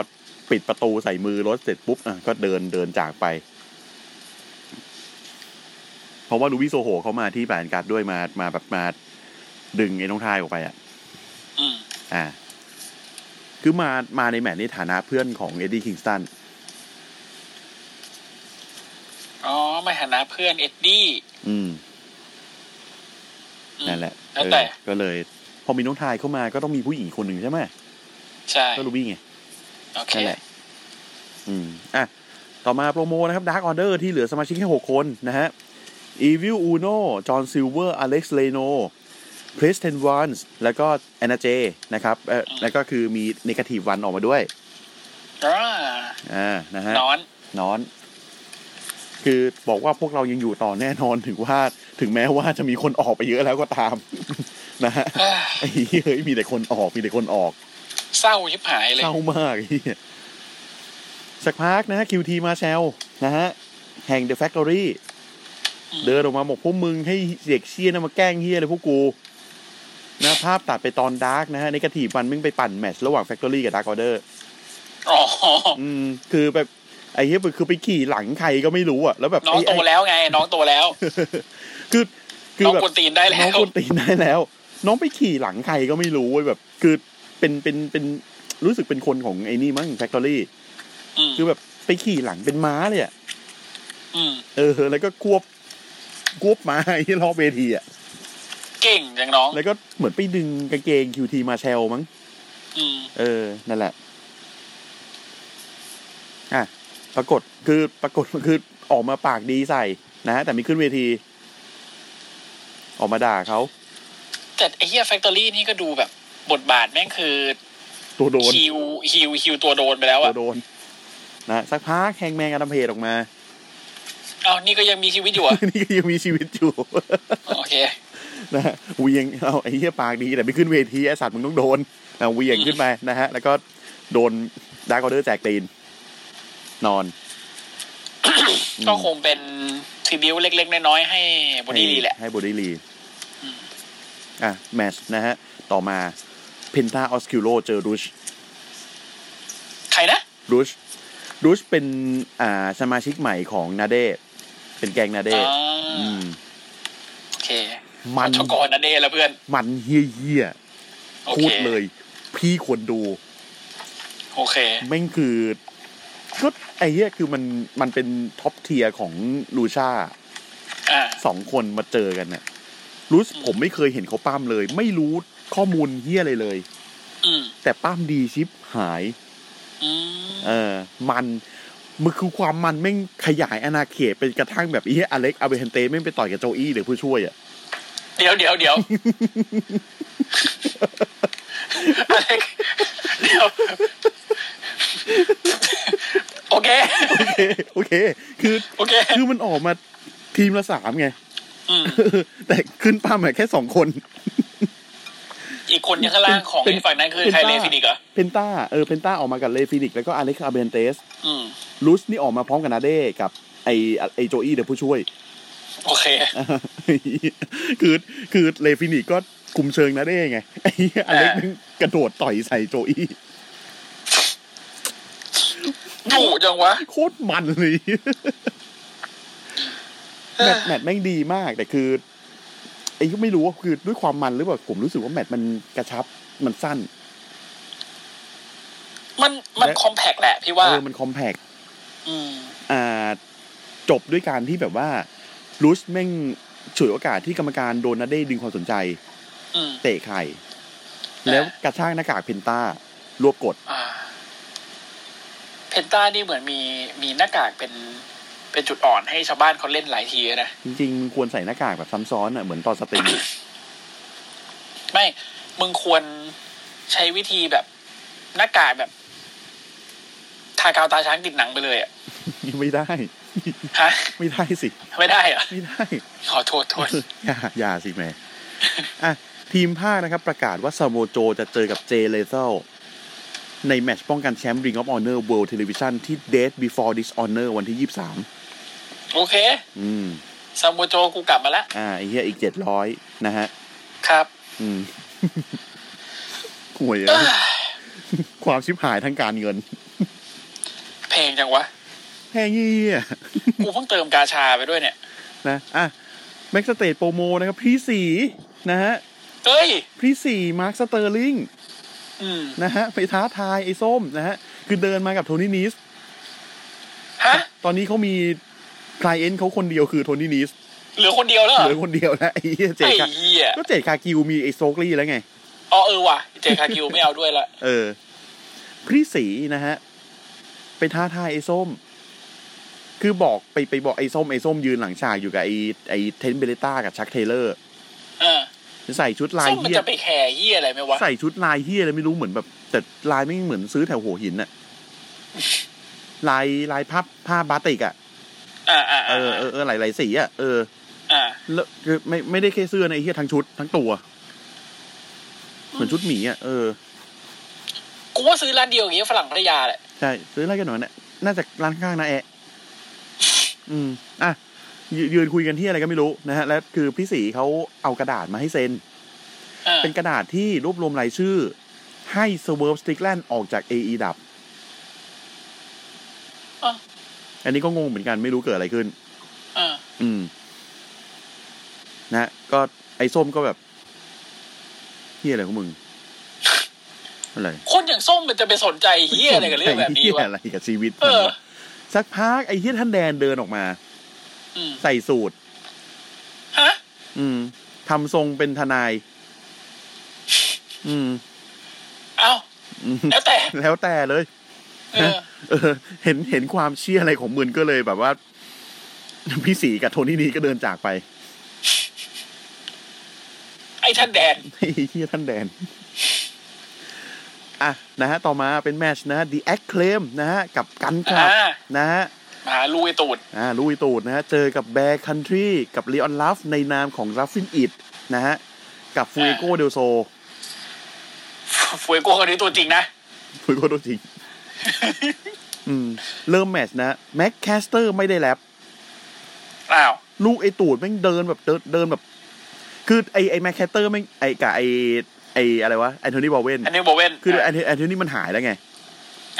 [SPEAKER 1] ปิดประตูใส่มือรถเสร็จปุ๊บอ่ะก็เดินเดินจากไป เพราะว่าลูวิโซโหเขามาที่แบนการ์ดด้วยมามาแบบมาดึงไอ้น้องทายออกไปอ่ะ
[SPEAKER 2] อืม
[SPEAKER 1] อ่า คือมามาในแมตช์ในฐานะเพื่อนของเอ็ดดี้คิงสตัน
[SPEAKER 2] อ๋อไม่หานะเพื่อนเอ็ดดี้
[SPEAKER 1] อืม
[SPEAKER 2] อืม
[SPEAKER 1] นั่นแหละ
[SPEAKER 2] แล้วแต่
[SPEAKER 1] เออก็เลย พอมีน้องทายเข้ามาก็ต้องมีผู้หญิงคนหนึ่งใช่ไหม
[SPEAKER 2] ใช่
[SPEAKER 1] ก็รูบี้ไง
[SPEAKER 2] โอเค
[SPEAKER 1] นั่นแหละ อืม อ่ะ ต่อมาโปรโมนะครับ Dark Order ที่เหลือสมาชิกแค่หกคนนะฮะ Evil Uno John Silver Alex Leno p r e s t o n Vance แล้วก็ Anna J นะครับเออแล้วก็คือมี Negative One ออกมาด้วย
[SPEAKER 2] อ่า
[SPEAKER 1] อ่า นะฮะ
[SPEAKER 2] นอน
[SPEAKER 1] นอน คือบอกว่าพวกเรายังอยู่ต่อแน่นอน ถึงว่า ถึงแม้ว่าจะมีคนออกไปเยอะแล้วก็ตาม นะ ฮะ ไอ้เฮ้ย มีแต่คนออก มีแต่คนออก
[SPEAKER 2] เศร้าชิบหายเลย
[SPEAKER 1] เศร้ามาก ไอ้เหี้ยสักพักนะฮะคิวทีมาแซลนะฮะ แห่งเดอะแฟ t ทอรี่
[SPEAKER 2] อืม
[SPEAKER 1] เดินออกมาบอกพวกมึงให้เสียกเชี่ยนะมาแกล้งเฮียเลยพวกกูนะภาพตัดไปตอนดาร์กนะฮะในกระถีบมันมึงไปปั่นแมตช์ระหว่างแฟ c ทอรี่กับดาร์กออเดอร์
[SPEAKER 2] อ๋อ
[SPEAKER 1] อืม คือแบบ ไอ้เฮียคือไปขี่หลังใครก็ไม่รู้อ่ะ แล้วแบบ
[SPEAKER 2] น้อง
[SPEAKER 1] ไอ้
[SPEAKER 2] โต
[SPEAKER 1] ไอ้
[SPEAKER 2] แล้วไง น้องโตแล้ว
[SPEAKER 1] คือคือ
[SPEAKER 2] น้อง
[SPEAKER 1] แบบ
[SPEAKER 2] กวนตีนได้แล้
[SPEAKER 1] น้อง
[SPEAKER 2] ว
[SPEAKER 1] คนตีนได้แล้ว น้องไปขี่หลังใครก็ไม่รู้เว้ยแบบ คือเป็นเป็นเป็นรู้สึกเป็นคนของไอ้นี่มั้งแฟคทอรี่
[SPEAKER 2] อืม
[SPEAKER 1] คือแบบไปขี่หลังเป็นม้าเลยอะ
[SPEAKER 2] อืม
[SPEAKER 1] เออ แล้วก็ควบควบม้าที่รอบเวทีอะ
[SPEAKER 2] เก่งจังน้อง
[SPEAKER 1] แล้วก็เหมือนไปดึงกางเกงคิวทีมาแชลมั้ง
[SPEAKER 2] อืม
[SPEAKER 1] เออ นั่นแหละ อ่ะ ปรากฏคือปรากฏ คือออกมาปากดีใส่นะฮะ แต่ไม่ขึ้นเวที ออกมาด่าเขา
[SPEAKER 2] แต่ไอ้เฮียแฟคทอรี่นี่ก็ดูแบบบทบาทแม่งคือ
[SPEAKER 1] ตัวโดน
[SPEAKER 2] ฮิวฮิวฮิวตัวโดนไปแล้ว
[SPEAKER 1] ตั
[SPEAKER 2] อะ
[SPEAKER 1] วโดน นะ สักพักแฮงแมงอดัมเพจออกมา
[SPEAKER 2] เอ้านี่ก็ยังมีชีวิตอยู่อะ
[SPEAKER 1] นี่ก็ยังมีชีวิตอยู่
[SPEAKER 2] โอเค
[SPEAKER 1] นะฮะเหวียงเอาไอ้เหี้ยปากดีแต่ไม่ขึ้นเวทีไอ้สัตว์มึงต้องโดนนะเหวียงขึ้นไป นะฮะ แล้วก็โดนดาร์กออเดอร์แจกตีน นอน
[SPEAKER 2] ก็คงเป็นทริบิวเล็ก ๆ น้อยๆให้บอดี้ดีแหละ
[SPEAKER 1] ให้บอดี้ลีอ่ะ แมชนะฮะ ต่อมาเพนทาออสคิโลเจอรูช
[SPEAKER 2] ใครนะ
[SPEAKER 1] รูชรูชเป็นอ่าสมาชิกใหม่ของนาเดเป็นแกงนาเด
[SPEAKER 2] อ่า
[SPEAKER 1] อืม
[SPEAKER 2] โอเค
[SPEAKER 1] มัน
[SPEAKER 2] ชกรนะเดละเพื่อน
[SPEAKER 1] มันเฮี้ยเฮี้ยๆ
[SPEAKER 2] โอเค
[SPEAKER 1] พูดเลย พี่ควรดู
[SPEAKER 2] โอเค
[SPEAKER 1] แม่งคือก็ไอ้เหี้ยคือมันมันเป็นท็อปเทียร์ของลูชา
[SPEAKER 2] อ่า
[SPEAKER 1] สองคนมาเจอกันเนี่ยรู้สึกผมไม่เคยเห็นเขาปั้มเลย ไม่รู้ข้อมูลเหี้ยอะไรเลย
[SPEAKER 2] อืม
[SPEAKER 1] แต่ปั้มดีชิปหาย
[SPEAKER 2] อืม
[SPEAKER 1] เออ มันมันคือความมันแม่งขยายอาณาเขตเป็นกระทั่งแบบไอ้เหี้ยอเล็กอาเบเฮนเต้แม่งไปต่อยกับโจอี้หรือผู้ช่วยอ่ะ
[SPEAKER 2] เดี๋ยวเดี๋ยวเดี๋ยวอะไรเดี๋ยว โอเค
[SPEAKER 1] โอเคโอเค คือ
[SPEAKER 2] โอเค
[SPEAKER 1] คือมันออกมาทีมละสามไง
[SPEAKER 2] อืม
[SPEAKER 1] แต่ขึ้นปั้มอะแค่สองคน
[SPEAKER 2] อีกคนยังข้างล่างของ
[SPEAKER 1] เป็น
[SPEAKER 2] ไอ้ฝั่งนั้นคือ
[SPEAKER 1] เป็น
[SPEAKER 2] ใคร
[SPEAKER 1] ป้า
[SPEAKER 2] เลฟินิกเหรอ
[SPEAKER 1] เพนต้าเออเพนต้าออกมากับเลฟินิกแล้วก็อเล็กอาเบเฮนเตส
[SPEAKER 2] อืม
[SPEAKER 1] ลูสนี่ออกมาพร้อมกับนาเด้กับไอไอโจอี้เดี๋ยวผู้ช่วย
[SPEAKER 2] โอเค
[SPEAKER 1] คือคือเลฟินิกก็คุมเชิงนะได้ไง ไอ้เหี้ยอเล็ก
[SPEAKER 2] อ่า
[SPEAKER 1] แม่งกระโดดต่อยใส่โจอี้
[SPEAKER 2] ดุจังวะ
[SPEAKER 1] โคตรมันเลยแมตช์แมตช์แม่งดีมากแต่คือไอ้ก็ไม่รู้ว่าคือด้วยความมันหรือเปล่าผมรู้สึกว่าแมตช์มันกระชับมันสั้น
[SPEAKER 2] มันมัน
[SPEAKER 1] และ
[SPEAKER 2] คอมแพกแหละพี่ว่า
[SPEAKER 1] เออมันคอมแพก
[SPEAKER 2] อืม
[SPEAKER 1] อ่าจบด้วยการที่แบบว่าบรูซแม่งฉวยโอกาสที่กรรมการโดนนาเด้ดึงความสนใจ
[SPEAKER 2] อืม
[SPEAKER 1] เตะไข่
[SPEAKER 2] อ่า
[SPEAKER 1] แล้วกระชากหน้ากากเพนต้ารวบกด
[SPEAKER 2] อ่า เพนต้านี่เหมือนมีมีหน้ากากเป็นเป็นจุดอ่อนให้ชาวบ้านเขาเล่นหลายทีนะ
[SPEAKER 1] จริงๆมึงควรใส่หน้ากากแบบซ้ำซ้อนอ่ะเห มือนตอนสตรีม
[SPEAKER 2] ไม่ มึงควรใช้วิธีแบบหน้ากากแบบ ทากาวตาช้างติดหนังไปเลยอะ
[SPEAKER 1] ไม่ได้
[SPEAKER 2] ฮะ
[SPEAKER 1] ไม่ได้สิ
[SPEAKER 2] ไม่ได้เหรอ
[SPEAKER 1] ไม่ได้
[SPEAKER 2] ขอโทษโทษ
[SPEAKER 1] อย่าอย่าสิแม่อ่ะ ทีมภาคนะครับ ประกาศว่าซาโมโจจะเจอกับเจเลเซลในแมตช์ป้องกันแชมป์ Ring of Honor World Television ที่ Date Before Dishonor วันที่ 23
[SPEAKER 2] โอเค
[SPEAKER 1] อืม
[SPEAKER 2] ซามูโจกูกลับมาแล้ว
[SPEAKER 1] อ่าไอ้เหี้ยอีกเจ็ดร้อยนะฮะ
[SPEAKER 2] ครับ
[SPEAKER 1] อืม ห่วยอะความชิบหายทางการเงิน
[SPEAKER 2] เพลงจังวะ
[SPEAKER 1] แพงเงี้ย
[SPEAKER 2] กูเพิ่งเติมกาชาไปด้วยเนี่ย
[SPEAKER 1] นะอ่ะแม็กสเตทโปรโมนะครับ พี่สีนะฮะ
[SPEAKER 2] เอ้ย
[SPEAKER 1] พี่สีมาร์คสเตอร์ลิง
[SPEAKER 2] อืม
[SPEAKER 1] นะฮะ ไปท้าทายไอ้ส้มนะฮะ คือเดินมากับโทนี่นีส
[SPEAKER 2] ฮะ
[SPEAKER 1] ตอนนี้เขามีคลเอน t เขาคนเดียวคือโทนี่นีส
[SPEAKER 2] เหลือคนเดียวแล้วเหร
[SPEAKER 1] เห
[SPEAKER 2] อ
[SPEAKER 1] ลือคนเดียวแล้วไอ้เหี้ยเจ
[SPEAKER 2] ไอ้
[SPEAKER 1] คา
[SPEAKER 2] เหี้ย
[SPEAKER 1] ก็เจคากิวมีไอ้โซกลี่แล้วไง
[SPEAKER 2] อ๋อเออว่ะ เจคากิวไม่เอาด้วยละ
[SPEAKER 1] เออ พี่สีนะฮะ ไปท้าทายไอ้ส้ม คือบอกไปไปบอกไอ้ส้มไอ้ส้มยืนหลังฉากอยู่กับไอ้ไอ้เทนเบเลต้ากับชักเทเลอร์
[SPEAKER 2] เออ
[SPEAKER 1] ใส่ชุดลาย
[SPEAKER 2] ส้มมัน
[SPEAKER 1] เฮีย
[SPEAKER 2] จะไปแคร์เหี้ยอะไรไหมวะ
[SPEAKER 1] ใส่ชุดลายเฮียอะไรไม่รู้เหมือนแบบ แต่ลายไม่เหมือนซื้อแถวหัวหินน่ะ ลายลายผ้าผ้าบาติกอะ
[SPEAKER 2] อ่าอ่า
[SPEAKER 1] เออเออเออหลายหลายสีอะเออ
[SPEAKER 2] อ่า
[SPEAKER 1] แล้วคือไม่ไม่ได้แค่เสื้อในะไอ้เฮียทั้งชุดทั้งตัว เหมือนชุดหมีอะเออ
[SPEAKER 2] กูว่าซื้อร้านเดียวอย่างเงี้ยฝรั่งพัทยาแหละ
[SPEAKER 1] ใช่ซื้ออะไรกันหน่อยเนี่ยน่าจะร้านข้างๆนะแอะ อืม อ่ะยยืนคุยกันที่อะไรก็ไม่รู้นะฮะ แล้วคือพี่สีเขาเอากระดาษมาให้เซ็น
[SPEAKER 2] เออ
[SPEAKER 1] เป็นกระดาษที่รวบรวมรายชื่อ ให้สเวิร์ฟสติกแลนด์ออกจาก AE ดับ
[SPEAKER 2] อ้าว
[SPEAKER 1] อันนี้ก็งงเหมือนกันไม่รู้เกิดอะไรขึ้น
[SPEAKER 2] เออ
[SPEAKER 1] อืม นะฮะก็ไอ้ส้มก็แบบเฮียอะไรของมึง อะไร
[SPEAKER 2] คนอย่างส้มมันจะไปสนใจเหี้ยอะไรกับเรื่องแบบนี้
[SPEAKER 1] เหี้ยว
[SPEAKER 2] ะ
[SPEAKER 1] อะไรกับชีวิต
[SPEAKER 2] เออ
[SPEAKER 1] สักพักไอ้เฮียท่านแดนเดินออกมา
[SPEAKER 2] อืม
[SPEAKER 1] ใส่สูตร
[SPEAKER 2] ฮะ
[SPEAKER 1] อืมทำทรงเป็นทนาย อืม
[SPEAKER 2] เอ้า
[SPEAKER 1] อืม
[SPEAKER 2] แล้วแต่
[SPEAKER 1] แล้วแต่เลย
[SPEAKER 2] เออ
[SPEAKER 1] เออ เห็นเห็นความเชี่ยอะไรของมึนก็เลยแบบว่า พี่สีกับโทนี่นี่ก็เดินจากไป
[SPEAKER 2] ไอ้ท่านแดน
[SPEAKER 1] ไอ้เฮียท่านแดน อ่ะ นะฮะ ต่อมาเป็นแมตชนะฮะ The Acclaim นะฮะ กับกันครับ
[SPEAKER 2] อ่า
[SPEAKER 1] นะฮะ
[SPEAKER 2] มหาลุยตูด
[SPEAKER 1] อ่าลุยตูดนะฮะ เจอกับแบร์คันทรีกับลีออนลัฟในนามของรัฟฟินอิดนะฮะ กับฟูเอโกเดลโซ
[SPEAKER 2] ฟวยโก้คนนี้ตัวจริงนะ
[SPEAKER 1] ฟูเอโกตัวจริง อืม เริ่มแมตช์นะแม็กแคสเตอร์ไม่ได้แลบ
[SPEAKER 2] อ้าว
[SPEAKER 1] ลูกไอตูดแม่งเดินแบบเดินเดินแบบ คือไอไอแม็กแคสเตอร์แม่งไอกับไอไออะไรวะแอนโทนีบอลเวน
[SPEAKER 2] อันนี้โบเวน
[SPEAKER 1] คือแอนแอนโทนีมันหายแล้วไง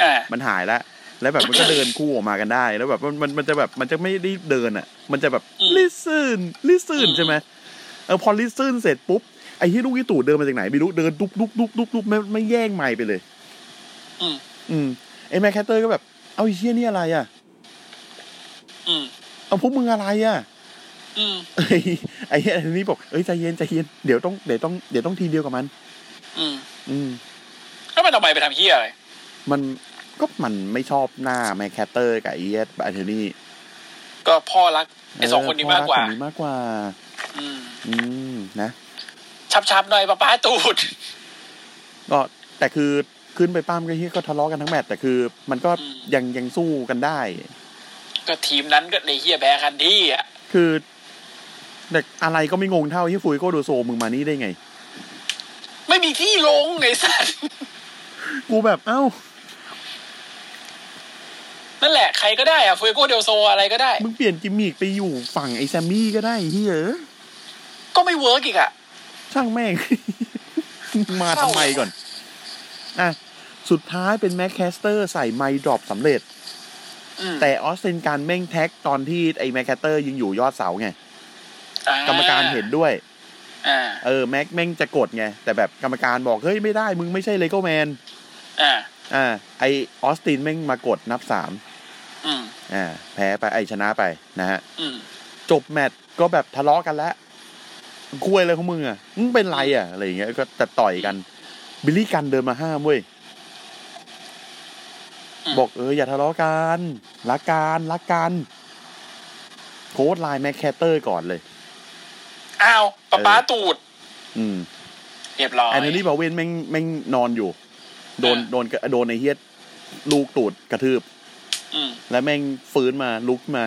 [SPEAKER 2] อ่า
[SPEAKER 1] มันหายแล้ว แล้วแบบมันก็เดินคู่ออกมากันได้ แล้วแบบมันมันมันจะแบบมันจะไม่ได้เดินอ่ะ มันจะแบบ
[SPEAKER 2] อืม
[SPEAKER 1] ลิซึนลิซึน
[SPEAKER 2] อืม
[SPEAKER 1] ใช่ไหมเออพอลิซึนเสร็จปุ๊บไอ้ที่ลูกยี่ตู่เดินมาจากไหนไม่รู้เดินดุบดุบดุบดุบดุบไม่ไม่แย่งไม้ไปเลย
[SPEAKER 2] อืม
[SPEAKER 1] อืมไอ้แมคแคตเตอร์ก็แบบ เอาไอ้เชี่ยนี่อะไรอ่ะ
[SPEAKER 2] อืม
[SPEAKER 1] เอาพวกมึงอะไรอ่ะ
[SPEAKER 2] อืม
[SPEAKER 1] ไอ้ไอ้เหี้ยอันนี้บอกเอ้ยใจเย็นใจเย็นเดี๋ยวต้องเดี๋ยวต้องเดี๋ยวต้องทีเดียวกับมัน
[SPEAKER 2] อืม
[SPEAKER 1] อืม
[SPEAKER 2] แล้วมันทำไมไปทำเหี้ยอะไร
[SPEAKER 1] มันก็มันไม่ชอบหน้าแมคแคตเตอร์กับไอ้เหี้ยอันนี้
[SPEAKER 2] ก็พ่อรักไอ้สองคนนี้มากกว่า
[SPEAKER 1] เออพ่อรัคนนี้มากกว่า
[SPEAKER 2] อืม
[SPEAKER 1] อืมนะ
[SPEAKER 2] ชับๆหน่อยป้าป้าตูด
[SPEAKER 1] ก็แต่คือขึ้นไปป้ามก็เฮียก็ทะเลาะกันทั้งแมตช์แต่คือมันก็
[SPEAKER 2] อืม
[SPEAKER 1] ยังยังสู้กันได้
[SPEAKER 2] ก็ทีมนั้นก็เลยเหี้ยแพ้คันที่อ่ะ
[SPEAKER 1] คือแต่อะไรก็ไม่งงเท่าที่ฟุยโกโดโซมึงมานี่ได้ไง
[SPEAKER 2] ไม่มีที่ลงไอ้สัส
[SPEAKER 1] กูแบบเอ้า
[SPEAKER 2] นั่นแหละใครก็ได้อะเฟโกเดลโซอะไรก็ได้
[SPEAKER 1] มึงเปลี่ยนกิมมิกไปอยู่ฝั่งไอ้แซมมี่ก็ได้เฮีย
[SPEAKER 2] ก็ไม่เวิร์กอีกอะ
[SPEAKER 1] ช่างแม่ง มาทำไมก่อน อ่ะ สุดท้ายเป็นแม็กแคสเตอร์ใส่ไมค์ดรอปสำเร็จ
[SPEAKER 2] อืม
[SPEAKER 1] แต่ออสเซนการแม่งแท็กตอนที่ไอ้แม็กแคสเตอร์ยังอยู่ยอดเสาไง
[SPEAKER 2] อ่
[SPEAKER 1] กรรมการเห็นด้วย
[SPEAKER 2] อ่า
[SPEAKER 1] เออ แม็กแม่งจะกดไง แต่แบบกรรมการบอก เฮ้ย ไม่ได้ มึงไม่ใช่เลโก้แมน
[SPEAKER 2] อ่า
[SPEAKER 1] อ่า ไอออสตินแม่งมากดนับสาม
[SPEAKER 2] อืม
[SPEAKER 1] อ่า แพ้ไปไอชนะไปนะฮะ
[SPEAKER 2] อืม
[SPEAKER 1] จบแมตช์ก็แบบทะเลาะกันแล้วคุยอะไรของมึงอ่ะมึงเป็นไรอ่ะ อะไรอย่างเงี้ย ก็แต่ต่อยกัน บิลลี่กันเดินมาห้ามเว้ย บอกเอออย่าทะเลาะกัน รักกันรักกัน โค้ดไลน์แม็กแคตเตอร์ก่อนเลย
[SPEAKER 2] อ้าวป้าป้าตูด
[SPEAKER 1] อืม
[SPEAKER 2] เรียบร้อย
[SPEAKER 1] แอนโทนีบาเวนแม่งแม่งนอนอยู่ โดน
[SPEAKER 2] อ่า
[SPEAKER 1] โดนกระโดนในเฮียลูกตูดกระทืบ
[SPEAKER 2] อืม
[SPEAKER 1] แล้วแม่งฟื้นมาลุกมา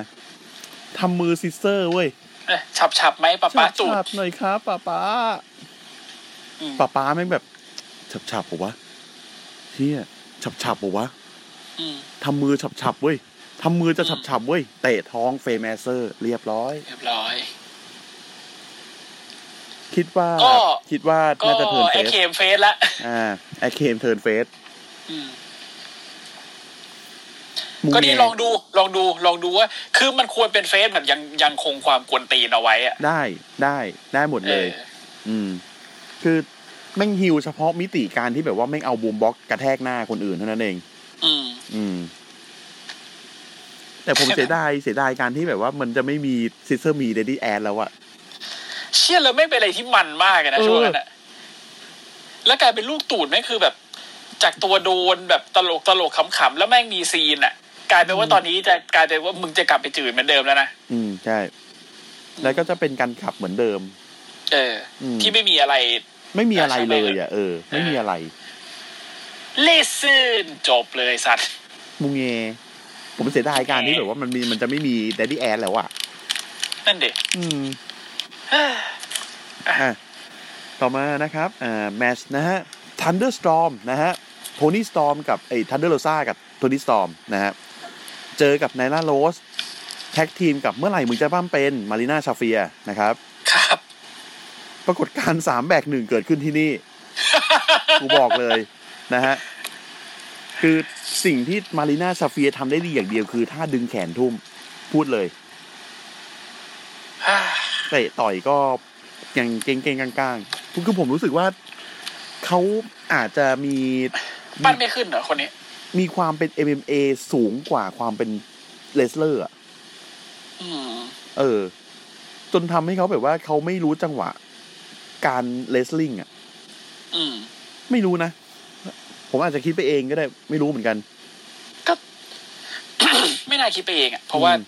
[SPEAKER 1] ทำมือซิสเตอร์เว้ย
[SPEAKER 2] เอ๊ะฉับฉับไหมป้าป้าตูด
[SPEAKER 1] ฉับๆหน่อยครับป้าป้า
[SPEAKER 2] อืม
[SPEAKER 1] ป้าป้าแม่งแบบฉับฉับๆปะวะเฮียฉับฉับๆปะวะ
[SPEAKER 2] อืม
[SPEAKER 1] ทำมือฉับฉับๆเว้ยทำมือจะฉับฉับๆเว้ยเตะท้องเฟรมแมสเซอร์ เรียบร้อย
[SPEAKER 2] เรียบร้อย
[SPEAKER 1] คิดว่า
[SPEAKER 2] ก็
[SPEAKER 1] คิดว่า
[SPEAKER 2] ก็
[SPEAKER 1] น่าจะเทิร์น
[SPEAKER 2] ไอ
[SPEAKER 1] เฟ
[SPEAKER 2] เค
[SPEAKER 1] ส
[SPEAKER 2] มเฟสละ
[SPEAKER 1] อ่าไอเคมเทิร์นเฟส
[SPEAKER 2] อืม ก็นี่ลองดูลองดูลองดูว่า คือมันควรเป็นเฟสแบบยังยังคงความกวนตีนเอาไว้อะ
[SPEAKER 1] ได้ได้ได้หมดเลย
[SPEAKER 2] ออ
[SPEAKER 1] อืม คือแม่งฮิวเฉพาะมิติการที่แบบว่าแม่งเอาบูมบ็อกซ์กระแทกหน้าคนอื่นเท่านั้นเอง
[SPEAKER 2] อืม
[SPEAKER 1] อืม แต่ผม
[SPEAKER 2] ใช่ไหม
[SPEAKER 1] เสียดายเสียดายการที่แบบว่ามันจะไม่มีซิสเตอร์มีเดดี้แอนแล้วอะ
[SPEAKER 2] เชี่ยเลยไม่เป็นอะไรที่มันมากอะนะช่วงนั้นอะแล้วกลายเป็นลูกตูดแม่งคือแบบ จากตัวโดนแบบตลกตลกขำๆแล้วแม่งมีซีนอะกลายเป็นว่าตอนนี้จะกลายเป็นว่ามึงจะกลับไปจืดเหมือนเดิมแล้วนะ
[SPEAKER 1] อืม ใช่ แล้วก็จะเป็นการขับเหมือนเดิม
[SPEAKER 2] เอออ
[SPEAKER 1] ม
[SPEAKER 2] ที่ไม่มีอะไร
[SPEAKER 1] ไม่มีอะไร
[SPEAKER 2] ใช่ไหม
[SPEAKER 1] เลยอะเออ ไม่มีอะไร
[SPEAKER 2] เลซ e n จบเลยสัตว์
[SPEAKER 1] มุงเงผมเสียดายการที่แบบว่ามันมีมันจะไม่มีเดดี้แอนแล้วอะ
[SPEAKER 2] นั่นเด็
[SPEAKER 1] อืม อ่ะ ต่อมานะครับอ่าแมชนะฮะ Thunderstorm นะฮะโทนี่สตอมกับไอ้ Thunder Rosa กับโทนี่สตอมนะฮะ เจอกับไนล่าโรส แท็กทีมกับเมื่อไหร่มึงจะปั้มเป็นมารีนาชาเฟียนะครับ
[SPEAKER 2] ครับ
[SPEAKER 1] ปรากฏการณ์สามแบกหนึ่งเกิดขึ้นที่นี่ กูบอกเลยนะฮะ คือสิ่งที่มารีนาชาเฟียทำได้ดีอย่างเดียวคือถ้าดึงแขนทุ่มพูดเลย เตะต่อยก็ยังเก่งๆกลางๆคือผมรู้สึกว่าเขาอาจจะมี
[SPEAKER 2] ปั้นไม่ขึ้นเหรอคนนี้
[SPEAKER 1] มีความเป็น MMA สูงกว่าความเป็นเลสเลอร์อะ
[SPEAKER 2] อืม
[SPEAKER 1] เออ จนทำให้เขาแบบว่าเขาไม่รู้จังหวะ การเลสลิงอ่ะ
[SPEAKER 2] อืม
[SPEAKER 1] ไม่รู้นะ ผมอาจจะคิดไปเองก็ได้ ไม่รู้เหมือนกัน
[SPEAKER 2] ก็ ไม่น่าคิดไปเองอะเพราะว่า
[SPEAKER 1] อืม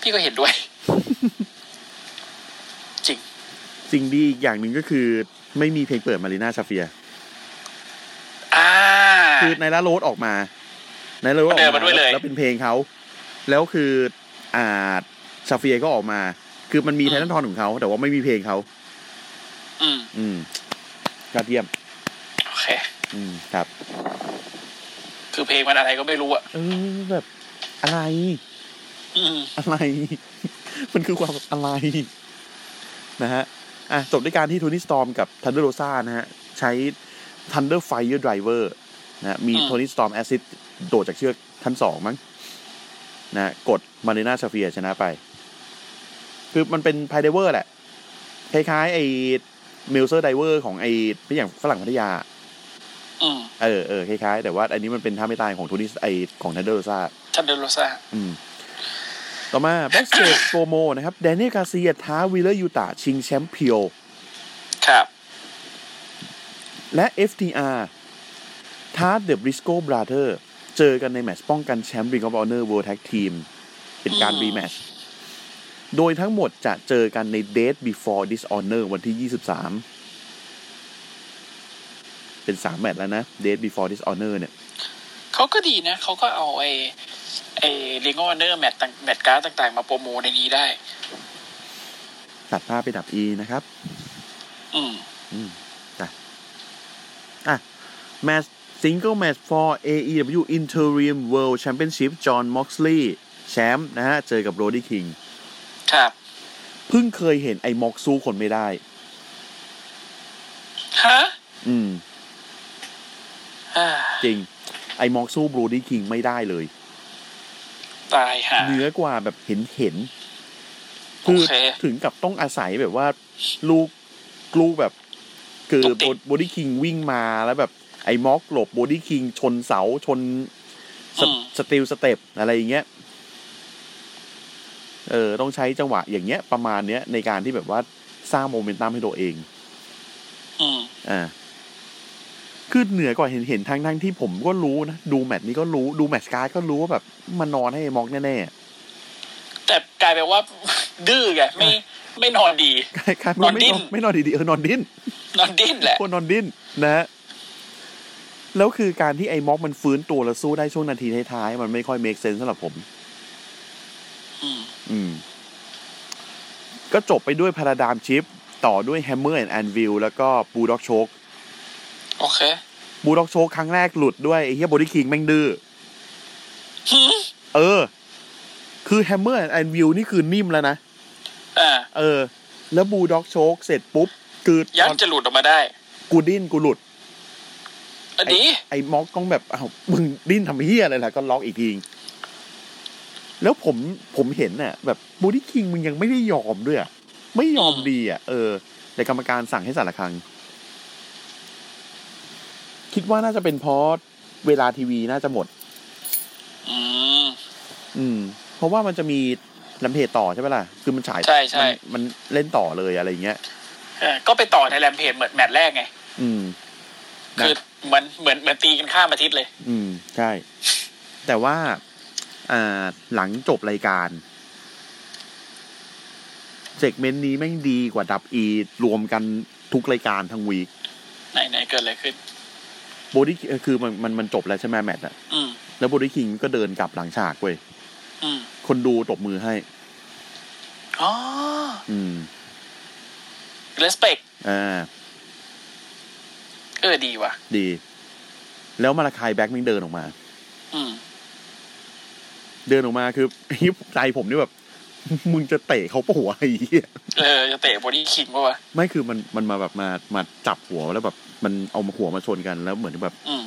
[SPEAKER 2] พี่ก็เห็นด้วย จริง
[SPEAKER 1] สิ่งดีอีกอย่างหนึ่งก็คือ ไม่มีเพลงเปิดมารีนาชาเฟีย
[SPEAKER 2] อ่า
[SPEAKER 1] คือในละโรดออกมา ในละโรดออก
[SPEAKER 2] เดิน
[SPEAKER 1] มา
[SPEAKER 2] มาด้วยเลย
[SPEAKER 1] แล้วเป็นเพลงเขา แล้วคืออ่าซาเฟียก็ออกมา คือมันมีไททันทอนของเขาแต่ว่าไม่มีเพลงเขา
[SPEAKER 2] อืม
[SPEAKER 1] อืมยอดเยี่ยม
[SPEAKER 2] โอเค
[SPEAKER 1] อืมครับ
[SPEAKER 2] คือเพลงมันอะไรก็ไม่รู้อะ
[SPEAKER 1] เออแบบอะไร
[SPEAKER 2] อืม
[SPEAKER 1] อะไร มันคือความแบบอะไร นะฮะ อ่ะ จบด้วยการที่โทนี่สตอมกับทันเดอร์โรซานะฮะ ใช้ทันเดอร์ไฟเ r อร์ไดเวอร์นะฮะมี
[SPEAKER 2] อืม
[SPEAKER 1] โทนี่สตอมแอซิดโดดจากเชือกชั้นสองมั้งนะฮะกดมาริน่าซาเฟียชนะไป คือมันเป็นไพเดเวอร์แหละ คล้ายๆ ไอ้มิลเซอร์ไดเวอร์ของไอ้ที่อย่างฝรั่งพัทยา
[SPEAKER 2] อืม
[SPEAKER 1] เออเออคล้ายๆ แต่ว่าอันนี้มันเป็นท่าไม่ตายของโทนี่ไอของทันเดอร์โรซา
[SPEAKER 2] ชันเดนโรซา
[SPEAKER 1] อืม ต่อมาแบ็กสเตจโปรโมนะครับ แดเนียลกาเซียท้าวิลเลอร์ยูตาชิงแชมป์เพียว
[SPEAKER 2] ครับ
[SPEAKER 1] และ FTR ท้าเดอะบริสโกบราเธอร์เจอกันในแมตช์ป้องกันแชมป์ Ring of Honor World Tag Team เป็นการ
[SPEAKER 2] อืม
[SPEAKER 1] รีแมตช์โดยทั้งหมดจะเจอกันใน Date Before Dishonor วันที่ 23 เป็น 3 แมตช์แล้วนะ Date Before Dishonor เนี่ย
[SPEAKER 2] เขาก็ดีนะ เขาก็เอาไอ้ไอ้ลิงออนเนอร์แมตต์แมตการ์ดต่างๆ มาโปรโมในนี้ได้
[SPEAKER 1] ตัดภาพไปดับ E นะครับ
[SPEAKER 2] อืม
[SPEAKER 1] อืมจ้ะอ่ะ แมตช์ Single Match for AEW Interim World Championship John Moxley แชมป์นะฮะ เจอกับโรดี้คิง
[SPEAKER 2] ครับ
[SPEAKER 1] เพิ่งเคยเห็นไอ้ม็อกสู้คนไม่ได้
[SPEAKER 2] ฮะ
[SPEAKER 1] อืม
[SPEAKER 2] อ่า
[SPEAKER 1] จริง ไอ้ม็อกสู้โรดี้คิงไม่ได้เลย
[SPEAKER 2] ตายฮะ
[SPEAKER 1] เหนือกว่าแบบเห็นเห็น
[SPEAKER 2] โอ
[SPEAKER 1] คือ
[SPEAKER 2] เค
[SPEAKER 1] ถึงกับต้องอาศัยแบบว่า ลูกลูกแบบ คือ
[SPEAKER 2] ตบติด
[SPEAKER 1] โบดี้คิงวิ่งมาแล้วแบบ ไอ้ม็อกหลบโบดี้คิงชนเสาชนส
[SPEAKER 2] อืม
[SPEAKER 1] สติลสเต็ปอะไรอย่างเงี้ยเออต้องใช้จังหวะอย่างเงี้ย ประมาณเนี้ยในการที่แบบว่าสร้างโมเมนตัมให้ตัวเอง
[SPEAKER 2] อืม
[SPEAKER 1] อ่าคือเหนือกว่าเห็นเห็นทั้งทั้งที่ผมก็รู้นะ ดูแมตช์นี้ก็รู้ดูแมตช์การ์ดก็รู้ว่าแบบมันนอนให้ไอ้ม็อกแน่ๆ
[SPEAKER 2] แต่กลายเป็นว่า ดื้อไงไม่ไม่นอนดี
[SPEAKER 1] ใครๆ
[SPEAKER 2] นอนดิ้น
[SPEAKER 1] ไม่นอนดีๆเออนอนดิ้น
[SPEAKER 2] นอนดิ้นแหละ
[SPEAKER 1] คนนอนดิ้นนะฮะแล้วคือการที่ไอ้ม็อกมันฟื้นตัวแล้วสู้ได้ช่วงนาทีท้ายๆมันไม่ค่อยเมคเซนสำหรับผม
[SPEAKER 2] อืม
[SPEAKER 1] อืม ก็จบไปด้วยพาราดามชิป ต่อด้วยแฮมเมอร์แอนด์แอนวิลแล้วก็บูด็อกโชก
[SPEAKER 2] โอเค
[SPEAKER 1] บูด็อกโชกครั้งแรกหลุดด้วยไอ้เฮียบอดี้คิงแม่งดื้อ
[SPEAKER 2] หืม
[SPEAKER 1] เออ คือแฮมเมอร์แอนด์แอนวิลนี่คือนิ่มแล้วนะ
[SPEAKER 2] อ่า
[SPEAKER 1] เออ แล้วบูด็อกโชกเสร็จปุ๊บ คือต
[SPEAKER 2] ยัก
[SPEAKER 1] อน
[SPEAKER 2] ษ์จะหลุดออกมาได้
[SPEAKER 1] กูดิ้นกูหลุด
[SPEAKER 2] อันนี้
[SPEAKER 1] ไอ้ม็อกต้องแบบอ้าวมึงดิ้นทำเฮียอะไรล่ะก็ล็อกอีกทีแล้วผมผมเห็นน่ะ แบบบูดี้คิงมึงยังไม่ได้ยอมด้วยอะไม่ยอมดีอ่ะ เออ แต่กรรมการสั่งให้สารครัง คิดว่าน่าจะเป็นเพราะเวลาทีวีน่าจะหมด
[SPEAKER 2] อืม
[SPEAKER 1] อืม เพราะว่ามันจะมีลำเพจต่อใช่ไหมล่ะ คือมันฉาย
[SPEAKER 2] ใช่ใช่
[SPEAKER 1] มันมันเล่นต่อเลยอะไรอย่างเงี้ย
[SPEAKER 2] เออก็ไปต่อในแรมเพจเหมือนแมตช์แรกไง
[SPEAKER 1] อืม นะ
[SPEAKER 2] คือเหมือนเหมือนเหมือนตีกันข้ามอาทิตย์เลย
[SPEAKER 1] อืม ใช่ แต่ว่า อ่า หลังจบรายการเจกเมนต์นี้แม่งดีกว่าดับอีรวมกันทุกรายการทั้งวีค
[SPEAKER 2] ไหนไหนเกิดอะไรขึ้น
[SPEAKER 1] โบดี้คือมันมันมันจบแล้วใช่ไหมแมตช์อะ
[SPEAKER 2] อืม
[SPEAKER 1] แล้วโบดี้คิงก็เดินกลับหลังฉากเว้ย
[SPEAKER 2] อืม
[SPEAKER 1] คนดูตบมือให้
[SPEAKER 2] อ๋อ
[SPEAKER 1] อืม
[SPEAKER 2] respect
[SPEAKER 1] อ่า
[SPEAKER 2] เออดีว่ะ
[SPEAKER 1] ดี แล้วมาลาคายแบ็กแม่งเดินออกมา
[SPEAKER 2] อืม
[SPEAKER 1] เดินออกมาคือ ฮิปใจผมนี่แบบ มึงจะเตะเขาปะหัวไอ้เหี้ย
[SPEAKER 2] เออ จะเตะบอดี้คิงปะวะ
[SPEAKER 1] ไม่คือมันมันมาแบบมามาจับหัวแล้วแบบมันเอามาหัวมาชนกันแล้วเหมือนแบบ
[SPEAKER 2] อืม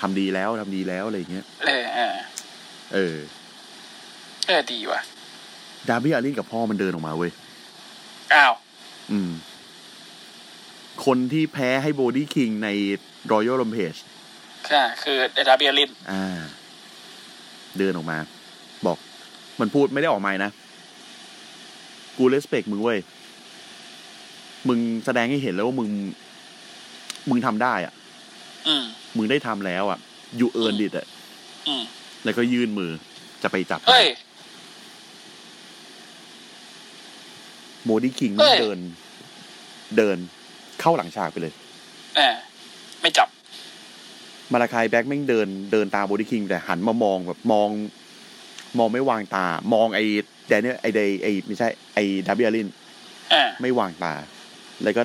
[SPEAKER 1] ทำดีแล้วทำดีแล้วอะไรอย่างเงี้ย
[SPEAKER 2] เออเออ
[SPEAKER 1] เออ
[SPEAKER 2] เออดีว่ะ
[SPEAKER 1] ดาร์บี้อาลินกับพ่อมันเดินออกมาเว้ย
[SPEAKER 2] อ้าว
[SPEAKER 1] อืม คนที่แพ้ให้โบดี้คิงในรอยัลล m มเพจ
[SPEAKER 2] ค่ะ คือเดดาเบียลิน
[SPEAKER 1] อ่า เดินออกมา บอก มันพูดไม่ได้ออกไม้นะ กูเลสเปกมึงเว้ย มึงแสดงให้เห็นแล้วว่ามึง มึงทำได้อะ
[SPEAKER 2] อืม
[SPEAKER 1] มึงได้ทำแล้วอะยูเอิร์นดิตอะ
[SPEAKER 2] อืม
[SPEAKER 1] แล้วก็ยื่นมือจะไปจับ
[SPEAKER 2] เฮ้ย
[SPEAKER 1] โมดี้คิง
[SPEAKER 2] เฮ้ย
[SPEAKER 1] เดิน เดินเข้าหลังฉากไปเลย
[SPEAKER 2] เออไม่จับ
[SPEAKER 1] มาลาคายแบ็กแม่งเดินเดินตามโมดี้คิงแต่หันมามองแบบมอง มองไม่วางตา มองไอ้แดเนียลไอ้ไดไอ้ไม่ใช่ไอ้ดับเบิลลิน
[SPEAKER 2] เอ่า
[SPEAKER 1] ไม่วางตา แล้วก็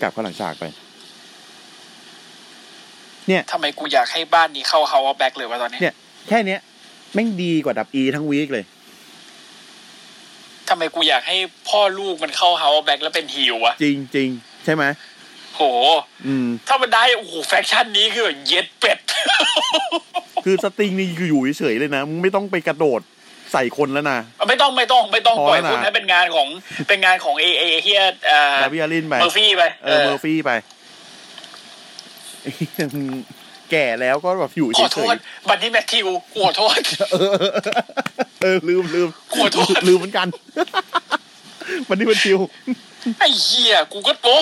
[SPEAKER 1] กลับเข้าหลังฉากไป
[SPEAKER 2] ทำไมกูอยากให้บ้านนี้เข้าเฮาแบ็กเลยวะตอนนี้
[SPEAKER 1] เนี่ย แค่เนี้ยแม่งดีกว่าดับอีทั้งวีคเลย
[SPEAKER 2] ทำไมกูอยากให้พ่อลูกมันเข้าเฮาแบ็กแล้วเป็นฮิววะ
[SPEAKER 1] จริงจริงใช่ไหม
[SPEAKER 2] โห
[SPEAKER 1] อืม
[SPEAKER 2] ถ้ามันได้ โอ้โห แฟคชั่นนี้คือแบบเย็ดเป็ด
[SPEAKER 1] คือสติงนี่คืออยู่เฉยๆเลยนะมึงไม่ต้องไปกระโดดใส่คนแล้วนะ
[SPEAKER 2] ไม่ต้องไม่ต้องไม่ต้อง
[SPEAKER 1] พอ
[SPEAKER 2] ปล่อย
[SPEAKER 1] แล้วนะ
[SPEAKER 2] คุณให้เป็นงานของเป็นงานของเอเอเฮียเอ่อ
[SPEAKER 1] ดับเบิลลินไป
[SPEAKER 2] เมอร์ฟี่ไป
[SPEAKER 1] เออเมอร์ฟี่ไปไอ้เหี้ยมึงแก่แล้วก็แบบอยู่
[SPEAKER 2] ข
[SPEAKER 1] เฉ
[SPEAKER 2] อย โทษ บันนี่แมทธิวขอโทษ
[SPEAKER 1] ๆเออเออลืมลืม
[SPEAKER 2] ขอโทษ
[SPEAKER 1] ลืมเหมือนกัน วันนี้วันชิว
[SPEAKER 2] ไอ้เฮียกูก็โอ้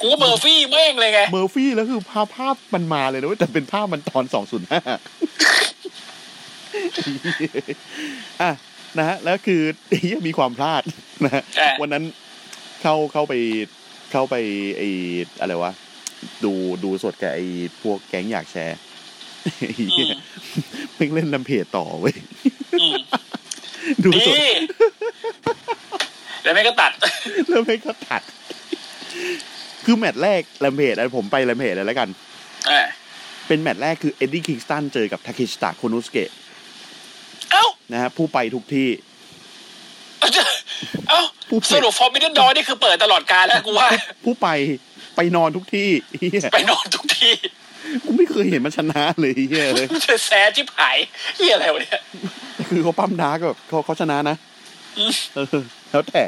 [SPEAKER 2] กูก็เมอร์ฟี่แม่งเลยไง
[SPEAKER 1] เมอร์ฟี่แล้วคือภาพภาพมันมาเลยนะเว้ยแต่เป็นภาพมันตอนสองศูนย์ห้า อ่ะนะฮะแล้วคือไอ้เหี้ยมีความพลาดนะฮะ
[SPEAKER 2] อ่ะ
[SPEAKER 1] วันนั้นเข้าเข้าไปเข้าไปไอ้อะไรวะ ดูดูสดกับไอ้พวกแก๊งอยากแชร์ไอ้เหี้ยเพิ่งเล่นลำเพจต่อเว้ย
[SPEAKER 2] อืม
[SPEAKER 1] ดู
[SPEAKER 2] ดี
[SPEAKER 1] สด
[SPEAKER 2] แล้วแม่งก็ตัด
[SPEAKER 1] แล้วไม่งก็ตัด คือแมตช์แรกลำเพจอันผมไปลำเพจเลยแล้วกัน
[SPEAKER 2] อ่า
[SPEAKER 1] เป็นแมตช์แรกคือเอ็ดดี้คิงสตันเจอกับทาคิชิตะโคโนสเกะ
[SPEAKER 2] เอ้า
[SPEAKER 1] นะฮะผู้ไปทุกที่
[SPEAKER 2] เอ้า
[SPEAKER 1] ผู้ผิด
[SPEAKER 2] สรุปฟอร์มิเดนดอนี่คือเปิดตลอดกาลแล้วกูว่า
[SPEAKER 1] ผู้ไปไปนอนทุกที่ เฮีย
[SPEAKER 2] ไปนอนทุกที่
[SPEAKER 1] กูไม่เคยเห็นมันชนะเลยเฮียเลย
[SPEAKER 2] จะแซ่ชิบหายเฮียอะไรวะเนี่ย
[SPEAKER 1] คือเขาปั้มดาร์กแบบเขาเขาชนะนะ เออแล้วแต่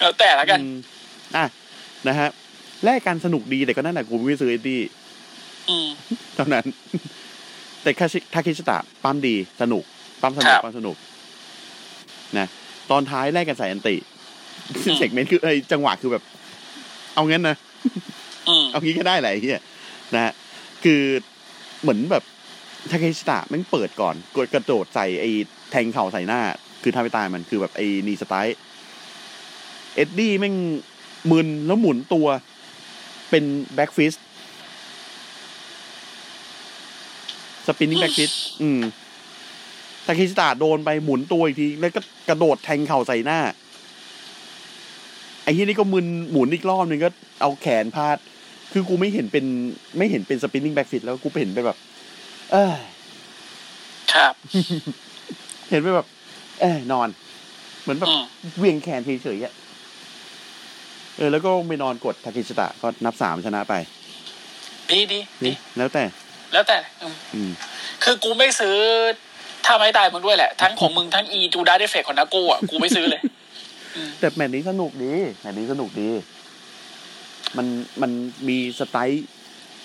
[SPEAKER 2] แล้วแต่ละกัน
[SPEAKER 1] อืมอ่ะ นะฮะแลกกันสนุกดีแต่ก็นั่นแหละกูไม่ซื้อไอ้ที่
[SPEAKER 2] อืม
[SPEAKER 1] เท่านั้น แต่คาชิทาคิชิตะปั้มดีสนุกปั้มสนุ
[SPEAKER 2] ค
[SPEAKER 1] ก
[SPEAKER 2] รับ
[SPEAKER 1] ปั้มสนุก นะ ตอนท้ายแลกกันใส่อันติ เซกเมนต์คือไอ้ยจังหวะคือแบบ เอางั้นนะ
[SPEAKER 2] อืม
[SPEAKER 1] เอางี้ก็ได้แหละไอ้เหี้ยนะฮะคือเหมือนแบบทาเคชิตะแมันเปิดก่อนกดกระโดดใส่ไอ้แทงเข่าใส่หน้า คือทาไปตายมันคือแบบไอ้นีสไตล์เอ็ดดี้แม่งมึนแล้วหมุนตัวเป็นแบ็กฟิสสปินนิ่งแบ็กฟิสอืมทาเคชิตะโดนไปหมุนตัวอีกที แล้วก็กระโดดแทงเข่าใส่หน้า ไอ้เฮียนี่ก็มึนหมุนอีกรอบนึงก็เอาแขนพาด คือกูไม่เห็นเป็นไม่เห็นเป็นสปินนิ่งแบ็กฟิตแล้วกูเห็นเป็นแบบ เออ
[SPEAKER 2] ครับ
[SPEAKER 1] เห็นเป็นแบบ เออนอน เหมือนแบบ
[SPEAKER 2] อืม
[SPEAKER 1] เหวียงแขนเฉยๆอะเออ แล้วก็ไปนอนกดทาเคชิตะก็นับสามชนะไป
[SPEAKER 2] ดีดีดี
[SPEAKER 1] นี่แล้วแต่
[SPEAKER 2] แล้วแต่อืม
[SPEAKER 1] อืม
[SPEAKER 2] คือกูไม่ซื้อถ้าไม่ตายมึงด้วยแหละ ทั้งของ มึงทั้งอีจูดาเดฟเฟกของนาโก้อะกูไม่ซื้อเลย
[SPEAKER 1] แต่แมตช์นี้สนุกดีแมตช์นี้สนุกดี มันมันมีสไตล์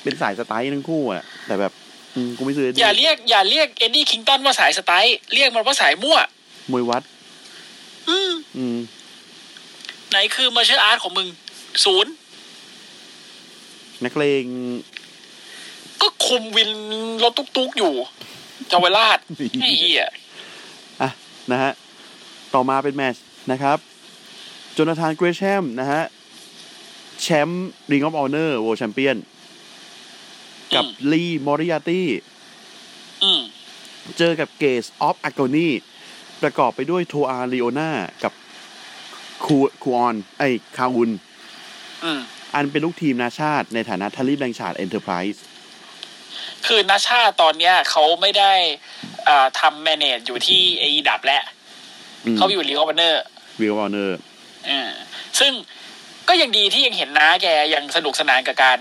[SPEAKER 1] เป็นสายสไตล์ทั้งคู่อะแต่แบบ อืมกูไม่ซื้อ
[SPEAKER 2] อย่าเรียกอย่าเรียกเอ็ดดี้คิงตันว่าสายสไตล์เรียกมันว่าสายมั่ว
[SPEAKER 1] มวยวัด
[SPEAKER 2] อืม
[SPEAKER 1] อืม
[SPEAKER 2] ไหนคือมาเชอร์อาร์ตของมึงศูนย์
[SPEAKER 1] นักเลง
[SPEAKER 2] ก็คุมวินรถตุ๊กๆอยู่เจาวราชไอ้เหี้ย
[SPEAKER 1] อ่ะนะฮะ ต่อมาเป็นแมตชนะครับ โจนาธานเกรแชมนะฮะ แชมป์ริงออฟออเนอร์โวลแชมเปียน กับลีมอริยาตี้
[SPEAKER 2] อืม
[SPEAKER 1] เจอกับเกสออฟอากอนีประกอบไปด้วยโทอาริโอนากับคูคูออนไอยคาอุน
[SPEAKER 2] อืม
[SPEAKER 1] อันเป็นลูกทีมนาชาติในฐานะทารีบแรงชาติเอ็นเตอร์ไพรส์
[SPEAKER 2] คือนาชาตอนเนี้ยเขาไม่ได้อ่าทำแมเนจอยู่ที่ไอ้ดับแล้วเขาอยู่ลีกออฟเนอร์
[SPEAKER 1] วิลวอร์เนอร์
[SPEAKER 2] ซึ่งก็ยังดีที่ยังเห็นน้าแกยังสนุกสนานกับการ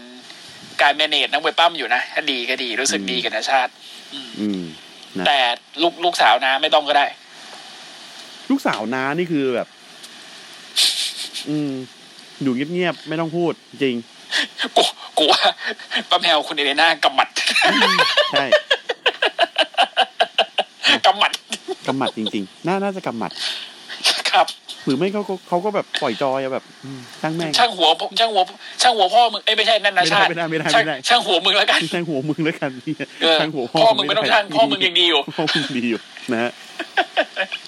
[SPEAKER 2] การแมเนจนักเวยปั้มอยู่นะดีก็ดีรู้สึกดีกับนาชาติ
[SPEAKER 1] อืม นะ
[SPEAKER 2] แต่ลูกลูกสาวนาไม่ต้องก็ได้
[SPEAKER 1] ลูกสาวน้านี่คือแบบ อืม อยู่เงียบๆ ไม่ต้องพูดจริง
[SPEAKER 2] กูกูว่าป้าแมวคุณเอเลน่ากำหมัด
[SPEAKER 1] ใช่
[SPEAKER 2] กำหมัด
[SPEAKER 1] กำหมัดจริงๆ น่าน่าจะกำหมัด
[SPEAKER 2] ครับ
[SPEAKER 1] หรือไม่เขาก็เขาก็แบบปล่อยจอยอะแบบอืมช่างแม่ง
[SPEAKER 2] ช่างหัวผมช่างหัวช่างหัวพ่อมึงเอ้ยไม่ใช่นั่นนะชาติ
[SPEAKER 1] ไม่ได้ไม่ได้ไม่ได้
[SPEAKER 2] ช่าง
[SPEAKER 1] ไม่ได้
[SPEAKER 2] ช่างหัวมึงแล้วกัน
[SPEAKER 1] ช่างหัวมึงแล้วกันเนี่ย
[SPEAKER 2] เออ
[SPEAKER 1] ช่างหัว
[SPEAKER 2] พ่อมึงไม่ต้องช่างพ่อมึงยังดีอยู่
[SPEAKER 1] พ่อมึงดีอยู่ นะฮะ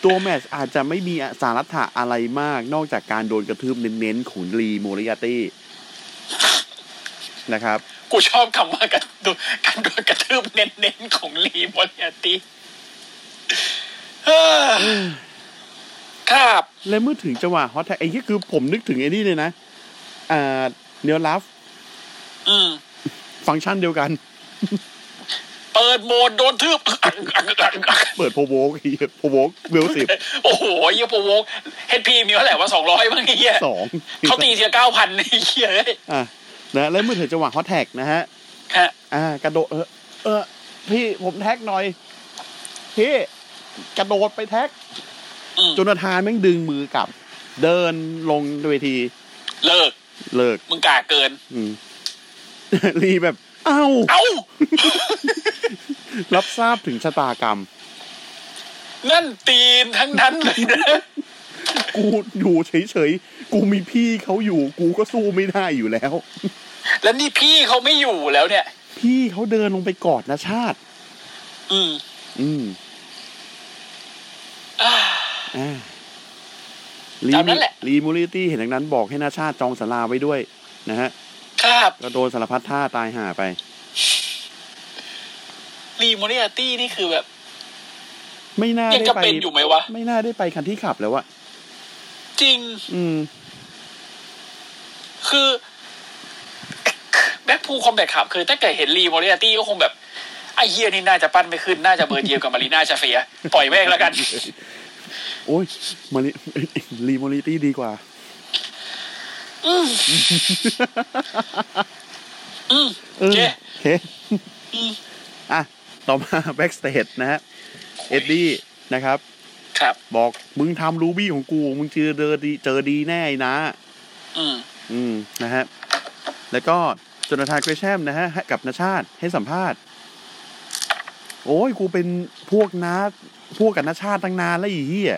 [SPEAKER 1] ตัวแมตช์อาจจะไม่มีสารัฐะอะไรมาก นอกจากการโดนกระทืบเน้นๆของลีโมริยาตี้นะครับ
[SPEAKER 2] กูชอบคำว่าการโดนการโดนกระทืบเน้นๆของลีมอริอาตีเอ้อครับ
[SPEAKER 1] และเมื่อถึงจังหวะฮอตแท็กไอ้ที่คือผมนึกถึงไอ้นี่เลยนะ อ่าเนียลลัฟ
[SPEAKER 2] อืม
[SPEAKER 1] ฟังก์ชันเดียวกัน
[SPEAKER 2] เปิดโหมดโดนทืบ
[SPEAKER 1] เปิดโพโวก ไอ้เหี้ยโพโวกเวลสิบ
[SPEAKER 2] โอ้โหเยี่ยโปรโวกเฮดพีมีเท่าไหร่ว่าสองร้อยบ้างไอ้เหี้ย
[SPEAKER 1] สอง
[SPEAKER 2] เขาตีเทียเก้าพันไอ้เหี้ยเอ้ย
[SPEAKER 1] อ่ะนะแล้วเมื่อถึงจังหวะฮอตแท็กนะฮะ
[SPEAKER 2] ฮะ
[SPEAKER 1] อ่ากระโดดเออเออพี่ผมแท็กหน่อยพี่กระโดดไปแท็ก
[SPEAKER 2] อืม
[SPEAKER 1] จนทานแม่งดึงมือกลับ เดินลงเวที
[SPEAKER 2] เลิก
[SPEAKER 1] เลิก
[SPEAKER 2] มึงกาเกิน
[SPEAKER 1] อืม รีแบบ เอ้า
[SPEAKER 2] เอ้า
[SPEAKER 1] รับทราบถึงชะตากรรม
[SPEAKER 2] นั่นตีนทั้งนั้นเลยนะ
[SPEAKER 1] กูอยู่เฉยๆ กูมีพี่เขาอยู่ กูก็สู้ไม่ได้อยู่แล้ว
[SPEAKER 2] แล้วนี่พี่เขาไม่อยู่แล้วเนี่ย
[SPEAKER 1] พี่เขาเดินลงไปกอดนะชาติ
[SPEAKER 2] อืม
[SPEAKER 1] อืม
[SPEAKER 2] อ่า
[SPEAKER 1] อ่า
[SPEAKER 2] ตามนั้นแหละ
[SPEAKER 1] ลีมูลิตี้เห็นดังนั้นบอกให้นาชาติจองสลาไว้ด้วย นะฮะ
[SPEAKER 2] ครับ
[SPEAKER 1] ก็โดนสารพัดท่าตายห่าไป
[SPEAKER 2] รีโมเนียตี้นี่คือแบบ
[SPEAKER 1] ไม่น่า
[SPEAKER 2] ยัง
[SPEAKER 1] ได้
[SPEAKER 2] จะ
[SPEAKER 1] ไป
[SPEAKER 2] เป็นอยู่ไหมวะ
[SPEAKER 1] ไม่น่าได้ไปคันที่ขับแล้วอะ
[SPEAKER 2] จริง
[SPEAKER 1] อืม
[SPEAKER 2] คือ แบ็คพูลคอมแบทขับคือถ้าเกิดเห็นลีมอริอาตี้ก็คงแบบไอ้เฮียนี่น่าจะปั้นไม่ขึ้น น่าจะเบอร์เดียวกับมารีน่าชาเฟีย ปล่อยแม่งแล้ว กัน
[SPEAKER 1] โอ้ย มาริรีโมลิตี้ดีกว่า
[SPEAKER 2] อืม
[SPEAKER 1] เออ
[SPEAKER 2] เจ๊
[SPEAKER 1] โอเคอ่ะ ต่อมา แบ็กสเตจนะฮะ เอ็ดดี้นะครับ
[SPEAKER 2] ครับ
[SPEAKER 1] บอกมึงทำรูบี้ของกู มึงเจอเจอดีเจอดีแน่ไอ้นะ
[SPEAKER 2] อืม
[SPEAKER 1] อืม นะฮะ แล้วก็จนทานเกรแชมนะฮะให้กับนาชาติให้สัมภาษณ์ โอ้ย กูเป็นพวกนาพวกกับนาชาติตั้งนานแล้วอีเหี้ย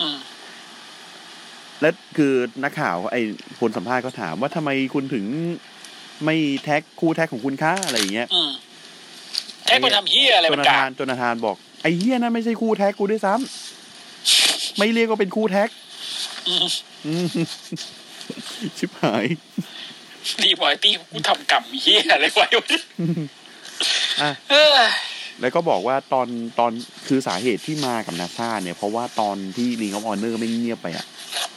[SPEAKER 2] อืม
[SPEAKER 1] และคือนักข่าวไอ้คนสัมภาษณ์ก็ถามว่าทำไมคุณถึงไม่แท็กคู่แท็กของคุณค่าอะไรอย่างเงี้ย
[SPEAKER 2] อืมแท็กไปทำเฮียอะไร
[SPEAKER 1] จ
[SPEAKER 2] มั
[SPEAKER 1] นาก
[SPEAKER 2] นา
[SPEAKER 1] ธาน นจนทานบอก ไอ้เฮียนั่นไม่ใช่คู่แท็กกูด้วยซ้ำไม่เรียกว่าเป็นคู่แท็ก
[SPEAKER 2] อืม
[SPEAKER 1] อืม ชิบหาย
[SPEAKER 2] ลีมอริอาตี้กูทำกรรมเฮียอะไรไว้วะ
[SPEAKER 1] อ่ะ
[SPEAKER 2] เออ
[SPEAKER 1] แล้วก็บอกว่าตอนตอนคือสาเหตุที่มากับนาซาเนี่ย เพราะว่าตอนที่ลิงออฟออเนอร์ไม่เงียบไปอ่ะ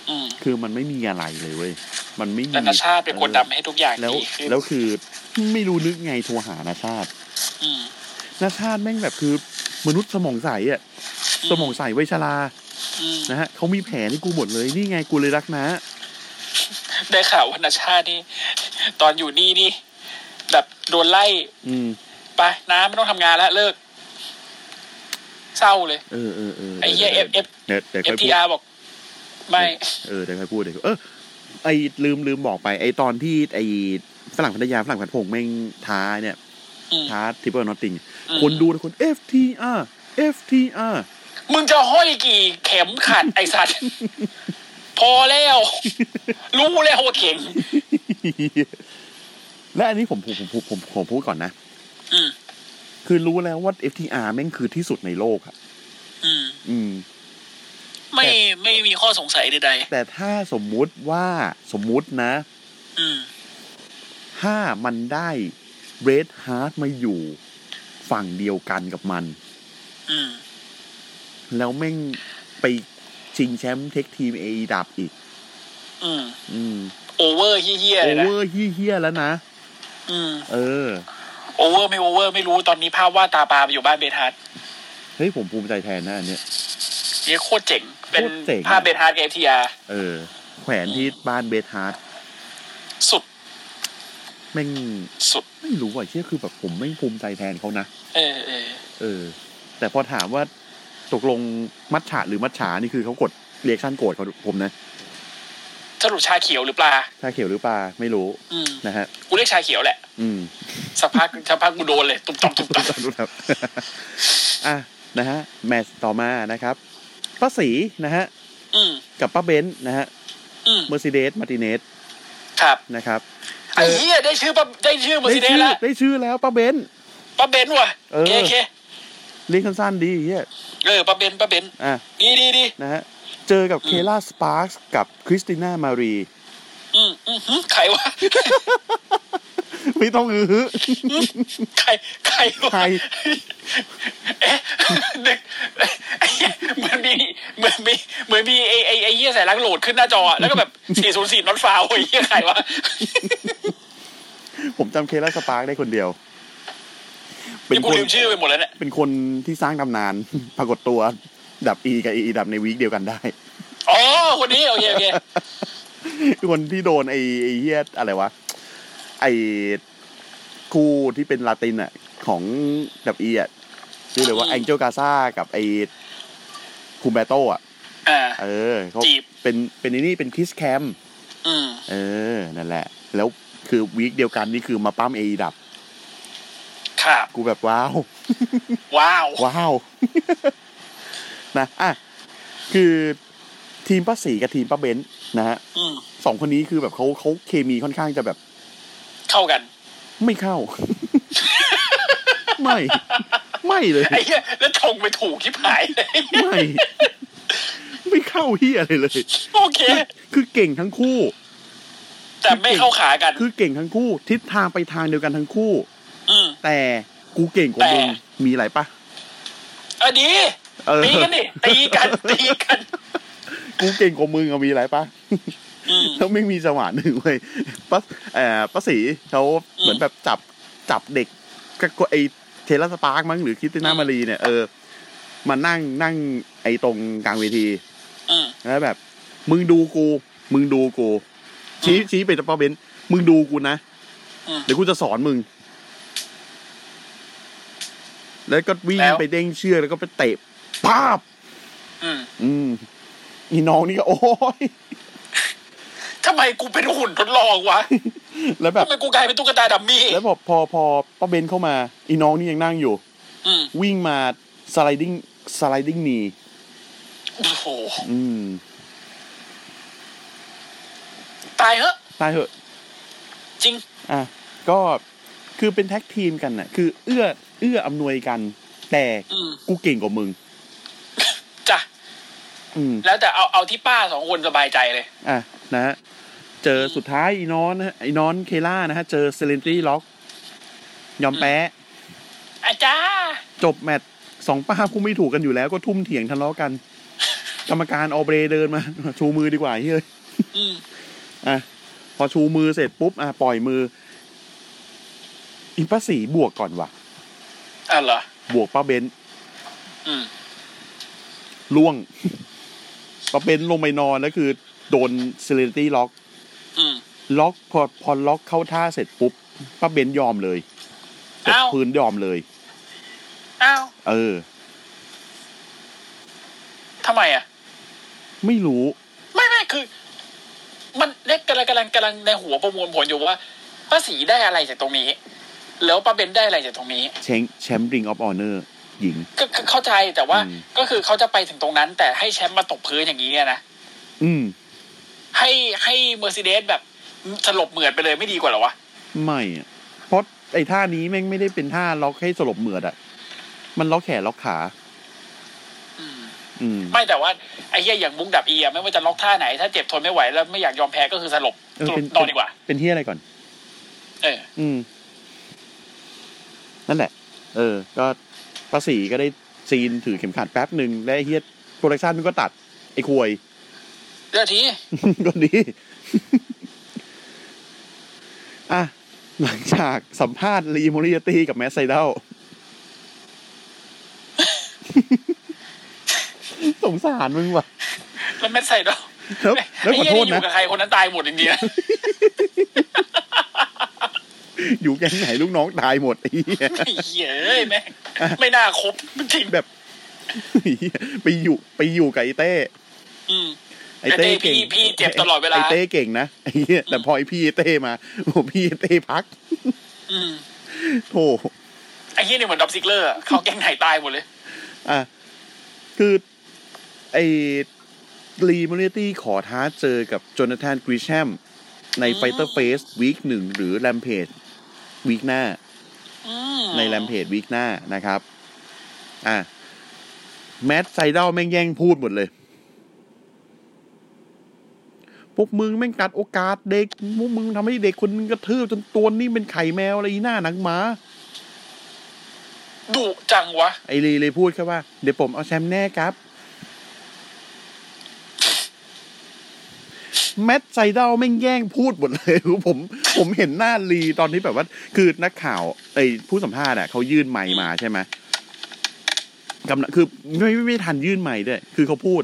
[SPEAKER 2] อืม
[SPEAKER 1] คือมันไม่มีอะไรเลยเว้ย มันไม่มี
[SPEAKER 2] แต่นาชาติเป็นคน
[SPEAKER 1] ออ
[SPEAKER 2] ทำให้ทุกอย่าง
[SPEAKER 1] แล้ว
[SPEAKER 2] ดีขึ้น
[SPEAKER 1] แล้วคือไม่รู้นึกไงโทรหานาชาติ
[SPEAKER 2] อืม
[SPEAKER 1] นาชาติแม่งแบบคือมนุษย์สมองใสอ่ะ
[SPEAKER 2] อืม
[SPEAKER 1] สมองใสไวยชรา
[SPEAKER 2] อืม
[SPEAKER 1] นะฮะเขามีแผลให้กูหมดเลยนี่ไงกูเลยรักนะ
[SPEAKER 2] ได้ข่าวว่านาชาตินี่ ตอนอยู่นี่นี่ แบบโดนไล่
[SPEAKER 1] อืม
[SPEAKER 2] ไปน้าไม่ต้องทำงานแล้วเลิก เศร้าเลย
[SPEAKER 1] เออเออเออ
[SPEAKER 2] ไอ้เหี้ย F F
[SPEAKER 1] ดี๋ยวเดี๋ยวค่อยพูด
[SPEAKER 2] FTR บอก ไม่
[SPEAKER 1] เออเดี๋ยวค่อยพูดเดี๋ยวเออไอ้ลืมลืมบอกไป ไอ้ตอนที่ไอ้ฝรั่งพันธยาฝรั่งพันธพงษ์แม่งท้าเนี่ย
[SPEAKER 2] อืม
[SPEAKER 1] ท้าทิปเปิลนอตติง
[SPEAKER 2] อืม
[SPEAKER 1] คนดูนะคน FTR FTR
[SPEAKER 2] มึงจะห้อยกี่เข็มขัดไอสัตว์ พอแล้ว รู้แล้วว่าเก่ง
[SPEAKER 1] และอันนี้ผมผมผมผมผมผมพูดก่อนนะ
[SPEAKER 2] อืม
[SPEAKER 1] คือรู้แล้วว่า FTR แม่งคือที่สุดในโลกอะ
[SPEAKER 2] อืม
[SPEAKER 1] อืม
[SPEAKER 2] ไม่ไม่มีข้อสงสัยใด
[SPEAKER 1] แต่ถ้าสมมุติว่าสมมุตินะ
[SPEAKER 2] ๆอืม
[SPEAKER 1] ถ้ามันได้เรดฮาร์ดมาอยู่ฝั่งเดียวกันกับมัน
[SPEAKER 2] อืม
[SPEAKER 1] แล้วแม่งไปชิงแชมป์เทคทีมเอดับอีก
[SPEAKER 2] อืม
[SPEAKER 1] อืม
[SPEAKER 2] โอเวอร์เฮี้ยๆ
[SPEAKER 1] โอ
[SPEAKER 2] เลยนะ
[SPEAKER 1] เวอร์เฮี้ยๆแล้วนะ
[SPEAKER 2] อืม
[SPEAKER 1] เออ
[SPEAKER 2] โอเวอร์ไม่โอเวอร์ไม่รู้ตอนนี้ภาพว่าดตาปลาไปอยู่บ้านเบทาร์ด
[SPEAKER 1] เฮ้ย ผมภูมิใจแทนนะอันเนี้ย
[SPEAKER 2] เนี่ยโคตรเจ๋ง เป็น
[SPEAKER 1] โคตรเจ๋ง
[SPEAKER 2] ภาพเบทาร์ดเอฟทีอา
[SPEAKER 1] เออ แขวนที่บ้านเบสฮาร์ด
[SPEAKER 2] สุด
[SPEAKER 1] แม่ง
[SPEAKER 2] สุด
[SPEAKER 1] ไม่รู้ว่ะเชี่ยคือแบบผมไม่ภูมิใจแทนเขานะ
[SPEAKER 2] เออเออ
[SPEAKER 1] เออ แต่พอถามว่าตกลงมัดฉาหรือมัดฉานี่คือเขากดเรียกชั่นโกรธเขาผมนะ
[SPEAKER 2] สรุปชาเขียวหรือปลา
[SPEAKER 1] ชาเขียวหรือปลาไม่รู้
[SPEAKER 2] อืม
[SPEAKER 1] นะฮะ
[SPEAKER 2] กูเรียกชาเขียวแหละ
[SPEAKER 1] อืม
[SPEAKER 2] สักพักสักพักกูโดนเลย ตุ่มต่อมตุ่มต่อม
[SPEAKER 1] รู้ครับ อ่ะนะฮะ แมตช์ต่อมานะครับป้าสีนะฮะ
[SPEAKER 2] อืม
[SPEAKER 1] กับป้าเบนซ์นะฮะ
[SPEAKER 2] อืม
[SPEAKER 1] เมอร์เซเดสมาติเนส
[SPEAKER 2] ครับ
[SPEAKER 1] นะครับ
[SPEAKER 2] ไอ้เหี้ยได้ชื่อปั๊บได้ชื่อเมอร์
[SPEAKER 1] ได้
[SPEAKER 2] ซิเด
[SPEAKER 1] ชื่อ
[SPEAKER 2] สแล้ว
[SPEAKER 1] ได้ชื่อแล้วป้าเบนซ์
[SPEAKER 2] ป้าเบนว่ะ
[SPEAKER 1] เออ
[SPEAKER 2] เคเค
[SPEAKER 1] เรียกสั้นๆดีเฮีย
[SPEAKER 2] เออป้าเบนป้าเบน
[SPEAKER 1] อ่ะ
[SPEAKER 2] ดีดีดี
[SPEAKER 1] นะฮะ เจอกับเคล่าสปาร์กกับคริสติน่ามารี
[SPEAKER 2] อืมอืมหืมใครวะ
[SPEAKER 1] ไม่ต้องอือฮึ
[SPEAKER 2] ใครใครวะ
[SPEAKER 1] ใคร
[SPEAKER 2] เอ๊ะนึกไอ้เหี้ยเหมือนมีเหมือนมีเหมือนมีไอ้ไอ้ไอ้เหี้ยใส่ลังโหลดขึ้นหน้าจ ออะแล้วก็แบบ 404น็อตฟาวไอ้เหี้ยใครวะ
[SPEAKER 1] ผมจำเคล่าสปาร์กได้คนเดียว เป็
[SPEAKER 2] นี่
[SPEAKER 1] น
[SPEAKER 2] กู
[SPEAKER 1] คน
[SPEAKER 2] ลืมชื่อไปหมดแล้วเนี่ย
[SPEAKER 1] เป็นคนที่สร้างตำนาน ปรากฏตัว ดับอีกับอีดับในวีคเดียวกันได้
[SPEAKER 2] อ๋อคนนี้โอเคโอเค
[SPEAKER 1] คนที่โดนไอ้ไอ้เฮียอะไรวะ ไอ้คู่ที่เป็นลาตินอ่ะ ของดับอีอ่ะชื่อเลยว่าแองเจลกาซากับไอ้คูมเบโตอ่ะ
[SPEAKER 2] อ่า
[SPEAKER 1] เออเขา
[SPEAKER 2] จีบ
[SPEAKER 1] เป็นเป็นไอ้นี่เป็นคริสแคม
[SPEAKER 2] อืม
[SPEAKER 1] เออ นั่นแหละ แล้วคือวีคเดียวกันนี่คือมาปั้มเอดับ
[SPEAKER 2] ครับ
[SPEAKER 1] กูแบบว้าว
[SPEAKER 2] ว้าว
[SPEAKER 1] ว้าว นะอ่ะคือทีมป้าสีกับทีมป้าเบนซ์นะฮะ
[SPEAKER 2] อืม
[SPEAKER 1] สองคนนี้คือแบบเขาเขาเคมีค่อนข้างจะแบบ
[SPEAKER 2] เข้ากัน
[SPEAKER 1] ไม่เข้า ไม่ ไม่เลย
[SPEAKER 2] ไอ้เหี้ยแล้วชงไปถูกที่ผาย เลย
[SPEAKER 1] ไม่ ไม่เข้าเฮียอะไรเลย
[SPEAKER 2] โอเค
[SPEAKER 1] คือเก่งทั้งคู่
[SPEAKER 2] แต่ไม่เข้าขากัน
[SPEAKER 1] คือเก่งทั้งคู่ ทิศทางไปทางเดียวกันทั้งคู่
[SPEAKER 2] อืม
[SPEAKER 1] แต่กูเก่งกว่ามึง
[SPEAKER 2] แต่
[SPEAKER 1] มีอะไรปะ
[SPEAKER 2] อ่ะดี
[SPEAKER 1] เออ
[SPEAKER 2] ตีกันดิตี กันตีกัน
[SPEAKER 1] กูเก่งกว่ามึงอะมีอะไรปะ
[SPEAKER 2] อืม
[SPEAKER 1] แล้วไม่มีจังหวะหนึ่งเว้ยป้าเอ่อป้าสีเขา
[SPEAKER 4] อืม
[SPEAKER 1] เหมือนแบบจับจับเด็กก็ก็ไอเทเลสปาร์กมั้งหรือคริสติน่ามารีเนี่ยเออมานั่งนั่งไอตรงกลางเวที
[SPEAKER 4] อืม
[SPEAKER 1] แล้วแบบ มึงดูกู มึงดูกู ชี้ชี้ไปที่ป้าเบนซ์มึงดูกูนะ
[SPEAKER 4] อืม
[SPEAKER 1] เดี๋ยวกูจะสอนมึง แล้วก็วิ่ง
[SPEAKER 2] แล้ว
[SPEAKER 1] ไปเด้งเชือกแล้วก็ไปเตะภาบ
[SPEAKER 2] อืม
[SPEAKER 1] อืมอีน้องนี่ก็โอ้ย
[SPEAKER 2] ทำไมกูเป็นหุ่นทดลองวะ
[SPEAKER 1] แล้วแบบ
[SPEAKER 2] ทำไมกูกลายเป็นตุ๊กตาดัมมี่
[SPEAKER 1] แล้วพอพอพอป้าเบนซ์เข้ามา อีน้องนี่ยังนั่งอยู่
[SPEAKER 4] อืม
[SPEAKER 1] วิ่งมาสไลดิ้งสไลดิ้งนี
[SPEAKER 2] โอ้โห
[SPEAKER 1] อืม
[SPEAKER 2] ตายเหอะ
[SPEAKER 1] ตายเหอะ
[SPEAKER 2] จริง
[SPEAKER 1] อ่ะก็คือเป็นแท็กทีมกันน่ะ คือเอื้อเอื้ออำนวยกัน แต่
[SPEAKER 2] อืม
[SPEAKER 1] กูเก่งกว่ามึง
[SPEAKER 2] จ้ะ
[SPEAKER 1] อืม
[SPEAKER 2] แล้วแต่เอาเอาที่ป้าสองคนสบายใจเลย
[SPEAKER 1] อ่ะนะฮะเจอสุดท้ายอีนอนนะฮะอีนอนเคล่านะฮะ เจอเซเลนตรีล็อก ยอมแพ้
[SPEAKER 2] อาจ้า
[SPEAKER 1] จบแมตช์สองป้าคู่ไม่ถูกกันอยู่แล้วก็ทุ่มเถียงทะเลาะกัน กรรมการออเบรเดินมา ชูมือดีกว่าเฮ้ย
[SPEAKER 4] อืม
[SPEAKER 1] อ่ะพอชูมือเสร็จปุ๊บ อ่ะ ปล่อยมือ อิมป้าสีบวกก่อนว่ะ
[SPEAKER 2] อ่ะเหรอ
[SPEAKER 1] บวกป้าเบนซ์
[SPEAKER 2] อืม
[SPEAKER 1] ล่วง ป้าเบนซ์ลงไปนอนแล้วคือ โดนเซเลนตรีล็อก
[SPEAKER 4] อืม
[SPEAKER 1] ล็อกพอพอล็อกเข้าท่าเสร็จปุ๊บป้าเบนซ์ยอมเลยตก
[SPEAKER 2] อ้าว
[SPEAKER 1] พื้นยอมเลย
[SPEAKER 2] อ้าว
[SPEAKER 1] เออ
[SPEAKER 2] ทำไมอ่ะ
[SPEAKER 1] ไม่รู้
[SPEAKER 2] ไม่ไม่คือ มันเนี่ยกำลังกำลังกำลังในหัวประมวลผลอยู่ว่าป้าสีได้อะไรจากตรงนี้ แล้วป้าเบนได้อะไรจากตรงนี้
[SPEAKER 1] แชงแชมป์ริงออฟออเนอร์หญิง
[SPEAKER 2] ก็ก็เข้าใจแต่ว่า
[SPEAKER 1] อืม
[SPEAKER 2] ก็คือเขาจะไปถึงตรงนั้น แต่ให้แชมป์มาตกพื้นอย่างนี้อะนะ
[SPEAKER 1] อืม
[SPEAKER 2] ให้ให้เมอร์เซเดสแบบสลบเหมือดไปเลยไม่ดีกว่าเหรอวะ
[SPEAKER 1] ไม่อะเพราะไอ้ท่านี้แม่งไม่ได้เป็นท่าล็อกให้สลบเหมือดอะมันล็อกแขนล็อกขา อืม
[SPEAKER 2] ไม่แต่ว่าไอ้เหี้ยอย่างมุ้งดับเอียไม่ว่าจะล็อกท่าไหน ถ้าเจ็บทนไม่ไหวแล้วไม่อยากยอมแพ้ก็คือสลบ
[SPEAKER 1] เออ
[SPEAKER 2] สล
[SPEAKER 1] เป็น
[SPEAKER 2] บนอนดีกว่า
[SPEAKER 1] เป็นเฮียอะไรก่อน
[SPEAKER 2] เออ
[SPEAKER 1] อืม นั่นแหละ เออ ก็ภาษีก็ได้ซีนถือเข็มขัดแป๊บหนึ่งและไอ้เฮียโปรดักชันมันก็ตัด ไอ้ควย
[SPEAKER 2] เรื่องที
[SPEAKER 1] ก็ดี อ่ะ หลังจากสัมภาษณ์ลีมอริยตี้กับแมสไซ เดล สงสารมึงว่ะ
[SPEAKER 2] แล้วแมทใส่ดอก
[SPEAKER 1] แล้ว
[SPEAKER 2] ไ
[SPEAKER 1] แล้วขอ
[SPEAKER 2] เหี้ย
[SPEAKER 1] โทษ
[SPEAKER 2] นี่อยู่
[SPEAKER 1] นะ
[SPEAKER 2] กับใครคนนั้นตายหมดอินเดี ย
[SPEAKER 1] อยู่แก๊งไหนลูกน้องตายหมดไอ้เหี้ย
[SPEAKER 2] ไอ้เหี้ยเอ้ยแม่งไม่น่าคบจริง
[SPEAKER 1] แบบ ไอ้เหี้ย ไปอยู่ไปอยู่กับไอ้เต้
[SPEAKER 4] อืม
[SPEAKER 1] ไอ้เต้
[SPEAKER 2] แต่
[SPEAKER 1] เก่
[SPEAKER 2] พี่
[SPEAKER 1] ง
[SPEAKER 2] พี่เจ็บตลอดเวลา
[SPEAKER 1] ไอ้เต้เก่งนะไอ้เหี้ยแต่พอไอ้พี่เต้มาโอ้พี่เต้พัก
[SPEAKER 4] อืม
[SPEAKER 1] โธ่
[SPEAKER 2] ไอ้เหี้ยนี่เหมือนดอบซิกเลอร์อะเขาแกงไหนตายหมดเลย
[SPEAKER 1] อ่ะ คือไอ้ลีมอริตี้ขอท้าเจอกับโจนาธานกริชแฮมใน Fighter Face วีคหนึ่งหรือ Rampage วีคหน้า
[SPEAKER 4] อืม
[SPEAKER 1] ใน Rampage วีคหน้านะครับ อ่ะ แมทไซเดลแม่งแย่งพูดหมดเลย พวกมึงแม่งกัดโอกาสเด็ก พวกมึงทำให้เด็กคนนึงกระทืบจนตัวนี่เป็นไข่แมวอะไรอีหน้าหนังหมา
[SPEAKER 2] ดุจังวะ
[SPEAKER 1] ไอรีเลยพูดแค่ว่า เดี๋ยวผมเอาแชมป์แน่ครับ แมตไซเดลแม่งแย่งพูดหมดเลย คือผมผมเห็นหน้าลีตอนที่แบบว่า คือนักข่าวไอผู้สัมภาษณ์อ่ะเขายื่นไมค์มาใช่ไหมกำลังคือไม่ไม่ไม่ทันยื่นไมค์ด้วย คือเขาพูด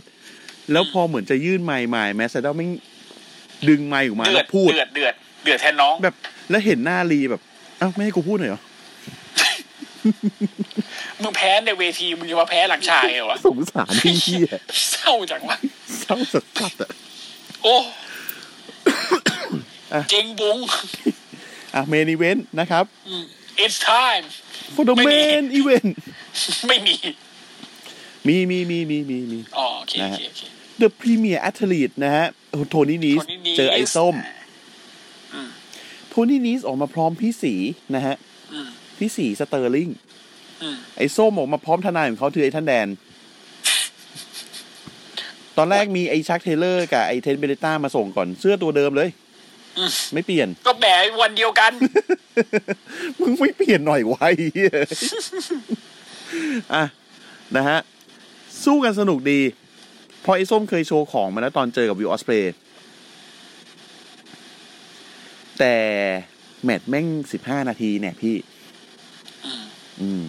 [SPEAKER 1] แล้วพอเหมือนจะยื่นไมค์มาแมตไซเดลแม่งดึงไมค์ออกมา
[SPEAKER 2] เดือ
[SPEAKER 1] แล้
[SPEAKER 2] ด
[SPEAKER 1] วพูด
[SPEAKER 2] เดือดเดือดเดือดแทนน้อง
[SPEAKER 1] แบบ แล้วเห็นหน้าลีแบบอ้าวไม่ให้กูพูดหน่อยเหรอ
[SPEAKER 2] มึงแพ้ในเวที มึงจะมาแพ้หลังฉากเหรอวะ
[SPEAKER 1] สงสารที่เหี้ย
[SPEAKER 2] เศร้าจังวะ
[SPEAKER 1] เศร้าสัสๆอะ
[SPEAKER 2] โอ้
[SPEAKER 1] อ่ะ
[SPEAKER 2] จริงบุง
[SPEAKER 1] อ่ะเมนิเวนนะครับ
[SPEAKER 2] it's time
[SPEAKER 1] for the
[SPEAKER 2] ไม่มี
[SPEAKER 1] main event
[SPEAKER 2] ไม่มี
[SPEAKER 1] มีมีมีมีมีมี
[SPEAKER 2] อ๋อโอเคโอ
[SPEAKER 1] นะฮะ
[SPEAKER 2] เคโอเค
[SPEAKER 1] The Premier Athlete นะฮะโทนี่นีส
[SPEAKER 2] Tony Nese
[SPEAKER 1] เจอไอ้ส้ม
[SPEAKER 2] อืม
[SPEAKER 1] โทนี่นีสออกมาพร้อมพี่สีนะฮะ
[SPEAKER 2] อืม
[SPEAKER 1] พี่สีสเตอร์ลิง
[SPEAKER 2] อืม
[SPEAKER 1] ไอ้ส้มออกมาพร้อมทนายของเขาคือไอ้ท่านแดน ตอนแรกมีไอ้ชักเทเลอร์กับไอ้เทนเบเลต้ามาส่งก่อนเสื้อตัวเดิมเลย ไม่เปลี่ยน
[SPEAKER 2] ก็แหมวันเดียวกัน
[SPEAKER 1] มึงไม่เปลี่ยนหน่อยวะไอ้เหี้ย อ่ะ นะฮะ สู้กันสนุกดีเพอไอ้ส้มเคยโชว์ของมาแล้วตอนเจอกับวิวออสเพลแต่ แมตช์แม่งสิบห้านาทีเนี่ยพี่
[SPEAKER 4] อืม
[SPEAKER 1] อืม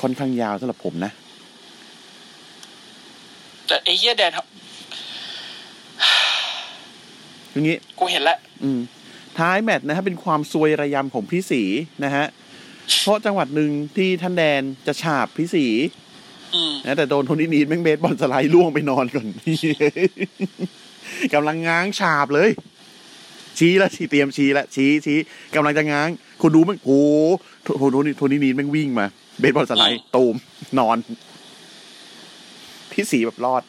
[SPEAKER 1] ค่อนข้างยาวสำหรับผมนะ
[SPEAKER 2] แต่ไอ้เหี้ยแดน
[SPEAKER 1] ทีนี้
[SPEAKER 2] กูเห็นแล้ว
[SPEAKER 1] อืมท้ายแมตช์นะฮะเป็นความซวยระยำของพี่สีนะฮะ เพราะจังหวัดหนึ่งที่ท่านแดนจะฉาบพี่สี
[SPEAKER 4] อืม
[SPEAKER 1] นะแต่โดนโทนี่นีดแม่งเบสบอลสไลด์ล่วงไปนอนก่อน กำลังง้างฉาบเลย ชี้แล้วชี้เตรียมชี้แล้วชี้ชี้กำลังจะง้าง คุณดูแมันโอ้โทโทโทนี่โทนี่นีดแม่งวิ่งมา เบสบอลสไลด์ตูมนอน พี่สีแบบรอด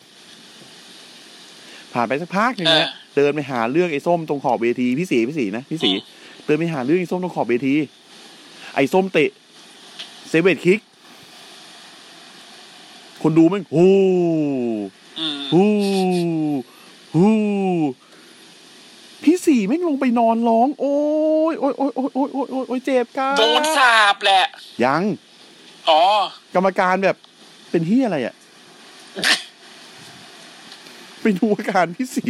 [SPEAKER 1] ผ่านไปสักพักหนึงนะเดินไปหาเรื่องไอ้ส้มตรงขอบเวทีพี่สีพี่สีนะพี่สี เดินไปหาเรื่องไอ้ส้มตรงขอบเวที ไอ้ส้มเตะเซเวตคิก คนดูแมันฮู้
[SPEAKER 4] อืม
[SPEAKER 1] ฮู้ฮู้พี่สี่แม่งลงไปนอนร้อง โอ้ยโอ้ยโอ้ยโอ้ยโอ้ยโอ้ยโอ้ยโอ้ยเจ็บกัน
[SPEAKER 2] โดนสาบแหละ
[SPEAKER 1] ยัง
[SPEAKER 2] อ๋อก
[SPEAKER 1] รรมการแบบ เป็นที่อะไรอ่ะ เป็นหัวการพี่สี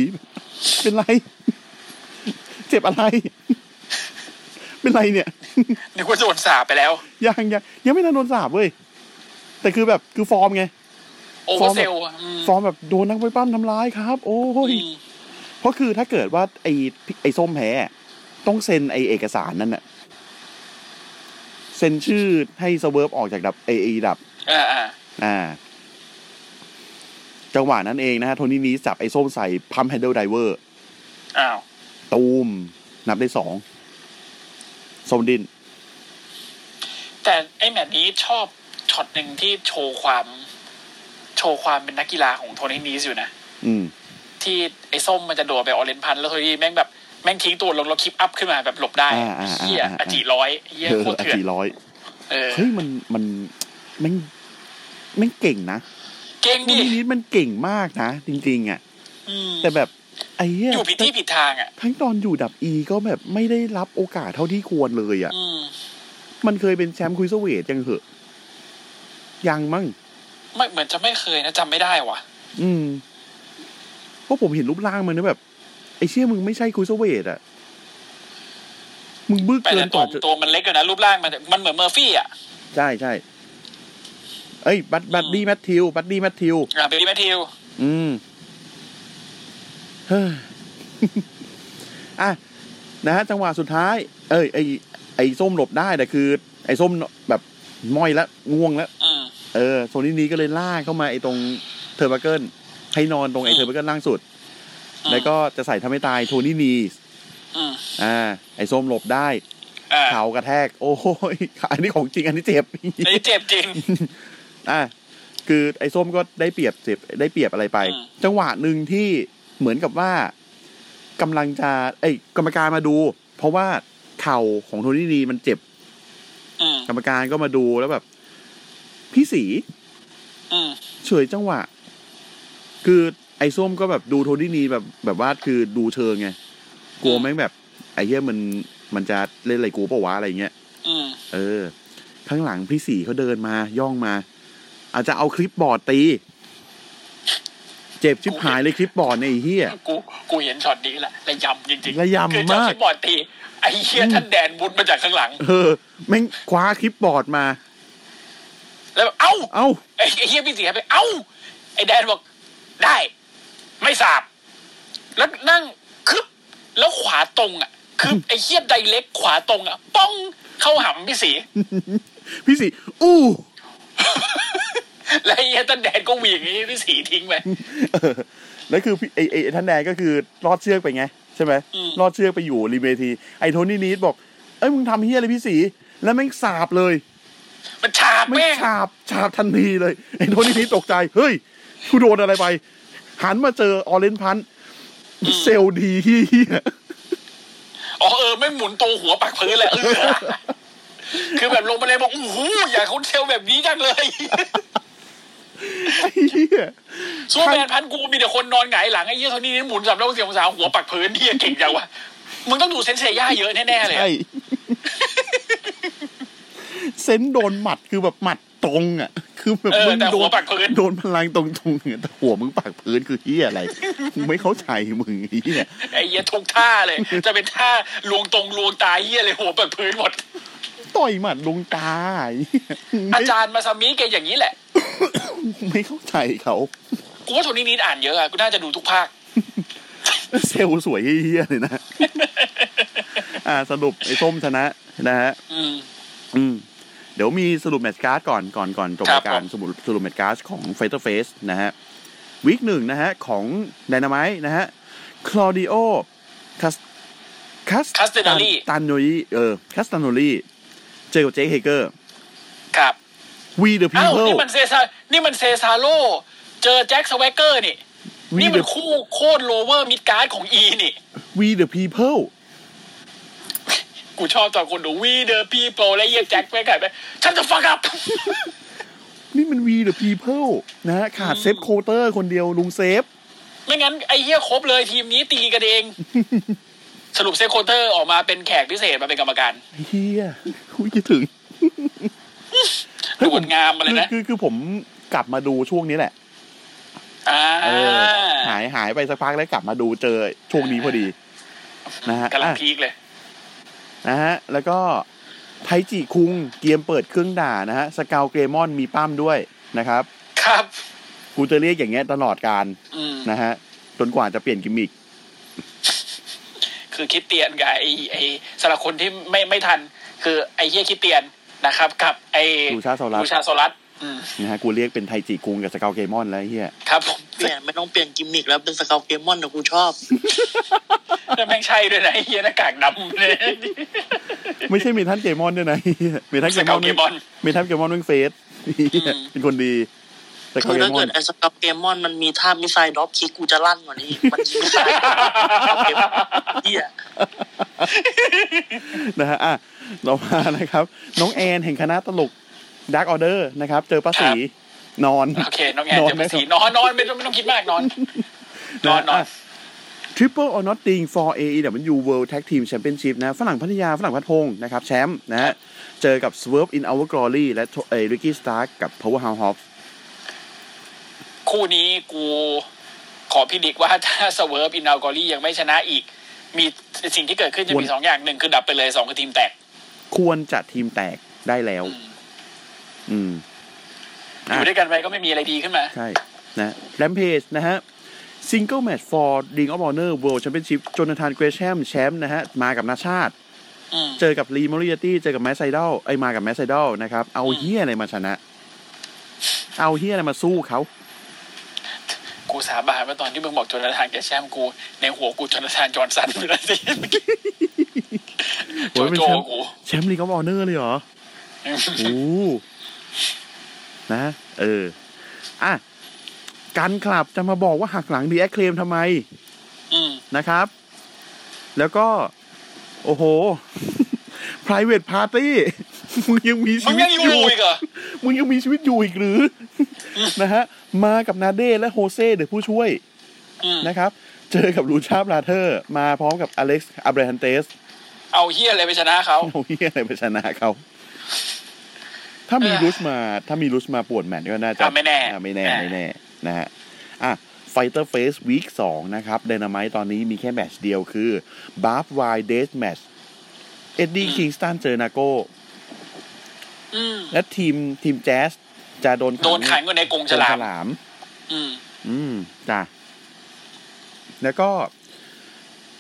[SPEAKER 1] เป็นไร เจ็บอะไร เป็นไรเนี่ย
[SPEAKER 2] นึกว่าโดนสาบไปแล้ว
[SPEAKER 1] ยังยังยังไม่ทันโดนสาบเว้ย แต่คือแบบคือฟอร์มไง
[SPEAKER 2] โอเวอร์เซลอะอืม
[SPEAKER 1] ฟอร์มแบบโดนนักมวยปั้มทำร้ายครับ โอ้ย
[SPEAKER 4] อืม
[SPEAKER 1] เพราะคือถ้าเกิดว่าไอ้พี่ไอ้ส้มแพ้อะต้องเซ็นไอ้เอกสารนั่นอะเซ็นชื่อให้สเวิร์ฟออกจากดับไอ้ไอ้ดับ
[SPEAKER 2] อ่าอ่า
[SPEAKER 1] อ่า จังหวะนั้นเองนะฮะ โทนี่นี้จับไอ้ส้มใส่พัมแฮนเดิลไดเวอร์
[SPEAKER 2] อ้าว
[SPEAKER 1] ตูม นับได้สองส้มดิน
[SPEAKER 2] แต่ไอ้แมตช์นี้ชอบช็อตหนึ่งที่โชว์ความ โชว์ความเป็นนักกีฬาของโทนี่นีสอยู่นะ
[SPEAKER 1] อืม
[SPEAKER 2] ที่ไอ้ส้มมันจะโดดไปออเรนพันแล้วโทนี่แม่งแบบแม่งทิ้งตัวลงแล้วคลิปอัพขึ้นมาแบบหลบได้
[SPEAKER 1] อ่าอ่าอ่า
[SPEAKER 2] เฮีย
[SPEAKER 1] อ่า
[SPEAKER 2] อจิร้อยเฮีย
[SPEAKER 1] เออ
[SPEAKER 2] โคตร
[SPEAKER 1] อา
[SPEAKER 2] เถื่อน
[SPEAKER 1] จีร้อย
[SPEAKER 2] เออ
[SPEAKER 1] เฮ้ยมันมันแม่งแม่งเก่งนะ
[SPEAKER 2] เก่ง
[SPEAKER 1] โท
[SPEAKER 2] ดิ
[SPEAKER 1] นี่นี้มันเก่งมากนะ จริง ๆ อ่ะ
[SPEAKER 4] อืม
[SPEAKER 1] แต่แบบไอ้เหี้ย
[SPEAKER 2] อยู่ผิดที่ผิดทางอ่ะ
[SPEAKER 1] ทั้งตอนอยู่ดับอีก็แบบไม่ได้รับโอกาสเท่าที่ควรเลยอะ่ะ
[SPEAKER 4] อืม
[SPEAKER 1] มันเคยเป็นแชมป์คุยสเวทยังเหอะยังมั้ง
[SPEAKER 2] ไม่เหมือนจะไม่เคยนะจำไม่ได้ว่ะ
[SPEAKER 1] อืม เพราะผมเห็นรูปร่างมันนะแบบ ไอ้เชี่ยมึงไม่ใช่คุยสเวทอะ่ะ มึงบึ้ก
[SPEAKER 2] แต่
[SPEAKER 1] เกินก
[SPEAKER 2] แต่ตัว
[SPEAKER 1] ว่าจะ
[SPEAKER 2] ตัวมันเล็กอยู่นะรูปร่างมันมันเหมือนเมอร์ฟี่อ่ะ
[SPEAKER 1] ใช่ใช่ เอ้ย บัตบัตดี้แมทธิว บัตดี้แมทธิว
[SPEAKER 2] อ่าเบลลี่แมทธิว
[SPEAKER 1] อืม เฮ้ย อ่ะ นะฮะ จังหวะสุดท้าย เอ้ย ไอไอส้มหลบได้แต่คือ ไอส้มแบบม้อยแล้วง่วงแล้ว
[SPEAKER 4] อืม
[SPEAKER 1] เออโซนี่นี้ก็เลยล่ากเข้ามาไอตรงเทอร์บัเกิลให้นอนตรงไอเทอร์บัเกิลล่างสุด แล้วก็จะใส่ทำให้ตายโทนี่นี
[SPEAKER 4] อืม
[SPEAKER 1] อ่า ไอส้มหลบได้
[SPEAKER 2] อ่า
[SPEAKER 1] เข่ากระแทก โอ้ยอันนี้ของจริงอันนี้เจ็บ
[SPEAKER 2] ไอ้เจ็บจริง
[SPEAKER 1] อ่ะคือไอ้ส้มก็ได้เปรียบเสียได้เปรียบอะไรไป จังหวะหนึ่งที่เหมือนกับว่ากำลังจะเอ้ยกรรมการมาดู เพราะว่าเข่าของโทนี่นีมันเจ็บ
[SPEAKER 4] อืม
[SPEAKER 1] กรรมการก็มาดูแล้วแบบ พี่สี
[SPEAKER 4] อืม
[SPEAKER 1] เฉวยจังหวะ คือไอ้ส้มก็แบบดูโทนี่นีแบบแบบว่าคือดูเชิงไงกลัวแม่งแบบ ไอ้เหี้ยมันมันจะเล่นอะไรกูเปล่าวะอะไรเงี้ย
[SPEAKER 4] อืม
[SPEAKER 1] เออ ข้างหลังพี่สี่เขาเดินมาย่องมา อาจจะเอาคลิปบอร์ดตี เจ็บชิบหายเลยคลิปบอร์ดในยไอ้เฮีย
[SPEAKER 2] กูกูเห็นช็อตนี้แหละระยำจริง
[SPEAKER 1] ระยำ
[SPEAKER 2] คือเจ้
[SPEAKER 1] มาก
[SPEAKER 2] ที่บอลตีไอ้เฮียท่านแดนบุญมาจากข้างหลัง
[SPEAKER 1] เออแม่งคว้าคลิปบอร์ดมา
[SPEAKER 2] แล้วแบบเอ้า
[SPEAKER 1] เอ้า
[SPEAKER 2] ไอ้ไอ้เฮียพี่สิงห์ไปเอ้าไอ้แดนบอกได้ ไม่สาบ แล้วนั่งคึบแล้วขวาตรงอ่ะคึบไอ้เฮียไดเล็กขวาตรงอ่ะป้องเข้าหำพี่สี
[SPEAKER 1] พี่สี่อู้
[SPEAKER 2] แล้วไอ้เฮียท่านแดนก็หวิ่งไอ้เหี้ยพี่สีทิ้งไป
[SPEAKER 1] เออแล้วคือพี่ไอไอไอ้ท่าน แดงก็คือรอดเชือกไปไง ใช่ไหมรอดเชือกไปอยู่ริมเวที ไอโทนี่นีดบอก เอ้ยมึงทำเฮียอะไรพี่สีแล้วแม่งสาบเลย
[SPEAKER 2] มันฉาบ
[SPEAKER 1] ไม่
[SPEAKER 2] แม่ง
[SPEAKER 1] ฉาบฉาบทันทีเลยไอ้โทนี่นี่ตกใจ เฮ้ยกูโดนอะไรไป หันมาเจอออเรนพันเซลลดีเหี้ย
[SPEAKER 2] อ๋อเออไม่หมุนตัวหัวปักพื้นเลยเออคือแบบลงไปเลยบอกอู้หูอยากคุณเซลแบบนี้จังเลย
[SPEAKER 1] ไอ้เหี้ย
[SPEAKER 2] ซูเปอร์แมนพันกูมีแต่คนนอนหงายหลังไอ้เหี้ยเท่านี้นี่หมุนสามร้อยเสียองศาหัวปักพื้นเหี้ยเก่งจังวะมึงต้องดูเซนเซย่าเยอะแน่ๆเลย
[SPEAKER 1] ไอ้เซนโดนหมัดคือแบบหมัดตรงอ่ะ คือแบบ
[SPEAKER 2] เออ
[SPEAKER 1] มึง
[SPEAKER 2] แต่
[SPEAKER 1] โด
[SPEAKER 2] หัวน ปักพื้น
[SPEAKER 1] โดนพลังตรงทุงเนี่ยแต่หัวมึงปากพื้นคือเฮียอะไรกูไม่เข้าใจมึงไอ้เฮีย
[SPEAKER 2] ไอ้เหี้ยทุกท่าเลย จะเป็นท่าลวงตรงลวงตาเหี้ยเลยหัวปักพื้นหมด
[SPEAKER 1] ต่อยหมัดลงตาไอ้เหี้ย
[SPEAKER 2] อาจารย์มาซามิแกอย่างนี้แหละ
[SPEAKER 1] ไม่เข้าใจเขา
[SPEAKER 2] กูว่าโทนี่นิดอ่านเยอะอะกูน่าจะดูทุกภาค
[SPEAKER 1] เซลล์สวยเฮียเลยนะ อ่าสรุปไอ้ส้มชนะนะฮะ
[SPEAKER 2] อืม
[SPEAKER 1] อืมเดี๋ยวมีสรุปแมตช์การ์ดก่อนก่อนก่อนจบ
[SPEAKER 2] ครั
[SPEAKER 1] รา
[SPEAKER 2] บ
[SPEAKER 1] ยการ
[SPEAKER 2] ผม
[SPEAKER 1] สรุปสรุปแมตช์การ์ดของไฟเตอร์เฟสนะฮะวีคหนึ่งนะฮะ ของไดนาม t e นะฮะคลอดิโอคัสคัส
[SPEAKER 2] Castagnoli
[SPEAKER 1] ตันโนลีเออคัสตันโนลีเจอกับเจคเฮเกอร์
[SPEAKER 2] ครับ
[SPEAKER 1] วีเดอะพี
[SPEAKER 2] อ้าว
[SPEAKER 1] เพิล
[SPEAKER 2] นี่มันเซซานี่มันเซซาโล เจอแจ็คสแวกเกอร์นี่
[SPEAKER 1] วี
[SPEAKER 2] นี่
[SPEAKER 1] เด
[SPEAKER 2] มัน
[SPEAKER 1] อะ
[SPEAKER 2] คู่โคตรโลเวอร์มิดการ์ดของอีนี่
[SPEAKER 1] วีเดอะพีเพิล
[SPEAKER 2] กูชอบตอนคนดูวีเดอร์พีโปรและเยียแจ็คแม่งขายไปฉันจะฟังกับ
[SPEAKER 1] นี่มันวีเดอะพีเพิลนะฮะขาดเซฟโคเตอร์คนเดียวลุงเซฟ
[SPEAKER 2] ไม่งั้นไอ้เฮียครบเลยทีมนี้ตีกันเอง สรุปเซฟโคเตอร์ออกมาเป็นแขกพิเศษมาเป็นกรรมการ
[SPEAKER 1] ไอ้เฮีย คุยจะถึง เฮ้ย
[SPEAKER 2] ดู
[SPEAKER 1] ผม
[SPEAKER 2] งามอะไรนะ
[SPEAKER 1] คือคือคือผมกลับมาดูช่วงนี้แหละ
[SPEAKER 2] อ่า
[SPEAKER 1] เออหายหายไปสักพักแล้วกลับมาดูเจอช่วงนี้พอดีนะฮะ
[SPEAKER 2] กำลัง
[SPEAKER 1] อ่ะ
[SPEAKER 2] พีคเลย
[SPEAKER 1] นะฮะ แล้วก็ไทจิคุงเกมเปิดเครื่องด่านะฮะ สกาวเกรมอนมีปั้มด้วยนะครับ
[SPEAKER 2] ครับ
[SPEAKER 1] กูจะเรียกอย่างเงี้ยตลอดการ
[SPEAKER 2] อืม
[SPEAKER 1] นะฮะ จนกว่าจะเปลี่ยนกิมมิค
[SPEAKER 2] คือคริดเตียนกับไอ้ไอ้สำหรับคนที่ไม่ไม่ทัน คือไอ้เฮียคริดเตียนนะครับ กับไอ้
[SPEAKER 1] ดูชาโซลัส
[SPEAKER 2] ลูชาโซลัสอืม
[SPEAKER 1] นะฮะ กูเรียกเป็นไทจิคุงกับสกาวเกรมอนแล้วไอ้เฮีย
[SPEAKER 2] ครับผม
[SPEAKER 4] เปลี่ยนไม่ต้องเปลี่ยนกิมมิกแล้วเป็นสเกลเกมมอนนะกูชอบ
[SPEAKER 2] แต่แม่งใช่ด้วยนะไอ้เฮียหน้ากากดำเลย
[SPEAKER 1] ไม่ใช่เมทันเกมอนด้วยนะ ไอ้เหี้ยเมทันเกมอน
[SPEAKER 2] Scout Gaemon
[SPEAKER 1] เมทันเกมอนเว้งเฟส ไอ้เหี้ย
[SPEAKER 2] อืม
[SPEAKER 1] เป็นคนดีสกา
[SPEAKER 4] คื
[SPEAKER 1] ว
[SPEAKER 4] อ
[SPEAKER 1] เก
[SPEAKER 4] ถ้าม
[SPEAKER 1] อ
[SPEAKER 4] เกิ
[SPEAKER 1] น
[SPEAKER 4] ดไอ้สกอตเกมมอนมันมีท่ามิสไซล์ดรอปคิกกูจะลั่นกว่านี้อีกมันยิงไม่ได้ เฮีย
[SPEAKER 1] นะฮะอ่ะเรามานะครับ น้องแอนแห่งคณะตลกด a r k ออเดอร์นะครับ เจอป้าสีนอน
[SPEAKER 2] โอเค น้องแอนเจะ
[SPEAKER 1] นอนไหม
[SPEAKER 2] มาสีนอนนอนไม่ต้องไม่ต้องคิดมากนอน นอนนอน
[SPEAKER 1] Triple or Nothing for AEW World Tag Team Championship นะ ฝรั่งพัทยา ฝรั่งพัดพงศ์นะครับ แชมป์นะฮะ เจอกับ Swerve in Our Glory และเอริกี้สตาร์กับ Powerhouse Hobbs
[SPEAKER 2] คู่นี้กูขอพิดิกว่าถ้าสเวิร์ฟอินอัลกอรี่ยังไม่ชนะอีก มีสิ่งที่เกิดขึ้นจะมี
[SPEAKER 1] วน
[SPEAKER 2] สองอย่างหนึ่งคือดับไปเลยสองคือทีมแตก
[SPEAKER 1] ควรจะทีมแตกได้แล้ว อืม
[SPEAKER 2] อ
[SPEAKER 1] อ่ะ
[SPEAKER 2] ยู่ด้วยกันไปก็ไม่มีอะไรดีขึ้นมา
[SPEAKER 1] ใช่ นะ Rampage นะฮะ Single Match for Ring of Honor World Championship จนทานเกรแชมแชมป์นะฮะ มากับนาชาติ
[SPEAKER 2] อืม
[SPEAKER 1] เจอกับรีมอริเอตี้เจอกับแมสไซดอลไอยมากับแมสไซดอลนะครับ เอาเฮียอะไรมาชนะ เอาเฮียอะไรมาสู้เขา
[SPEAKER 2] กูสาบานว่าตอนที่มึงบอกจนทานแกแชมป์กู ในหัวกูจนทานจอร์น สันไปแล้วสิ
[SPEAKER 1] โอ้
[SPEAKER 2] โจ
[SPEAKER 1] ยเป็น
[SPEAKER 2] โจ
[SPEAKER 1] แชมป์
[SPEAKER 2] กู
[SPEAKER 1] แชมป์ลีกออฟออเนอร์เลยเหรอ โอ้โหนะ เออ อ่ะ การคลับจะมาบอกว่าหักหลังดีแอคเคลมทำไม
[SPEAKER 2] อืม
[SPEAKER 1] นะครับ แล้วก็ โอ้โห private party มึงยังมี
[SPEAKER 2] มึ
[SPEAKER 1] ชี
[SPEAKER 2] ง
[SPEAKER 1] วิ
[SPEAKER 2] ยั
[SPEAKER 1] ต
[SPEAKER 2] ง
[SPEAKER 1] อยู่
[SPEAKER 2] อยู่อีกเหรอ
[SPEAKER 1] มึงยังมีชีวิตอยู่อีกหรือ นะฮะ มากับนาเด้และโฮเซ่เดอะผู้ช่วย
[SPEAKER 2] อืม
[SPEAKER 1] นะครับ เจอกับลูชาบลาเทอร์ มาพร้อมกับอเล็กซ์อับราฮันเตส
[SPEAKER 2] เอาเฮียอะไรไปชนะเขา
[SPEAKER 1] เอาเฮียอะไรไปชนะเขา ถ้ามี
[SPEAKER 2] เออ
[SPEAKER 1] รุสมา ถ้ามีรุสมาปวดแมตช์ก็น่าจะ
[SPEAKER 2] อ่ะไม่แน่
[SPEAKER 1] อ่ะไม่แน่
[SPEAKER 2] อ่ะ
[SPEAKER 1] ไม่แน่ นะฮะ อ่ะ ไฟเตอร์เฟสวีคสองนะครับ ไดนาม t e ตอนนี้มีแค่แมตช์เดียวคือบาร์ฟไวเดสแมตช์เอ็ดดี้คิงสตันเจอนาโก้
[SPEAKER 2] อืม
[SPEAKER 1] และทีมทีมแจ๊สจะโดน
[SPEAKER 2] โดนขังอยู่ในกรงฉ
[SPEAKER 1] โด
[SPEAKER 2] ลาม
[SPEAKER 1] นฉลาม
[SPEAKER 2] อืม
[SPEAKER 1] อืม จ้ะ แล้วก็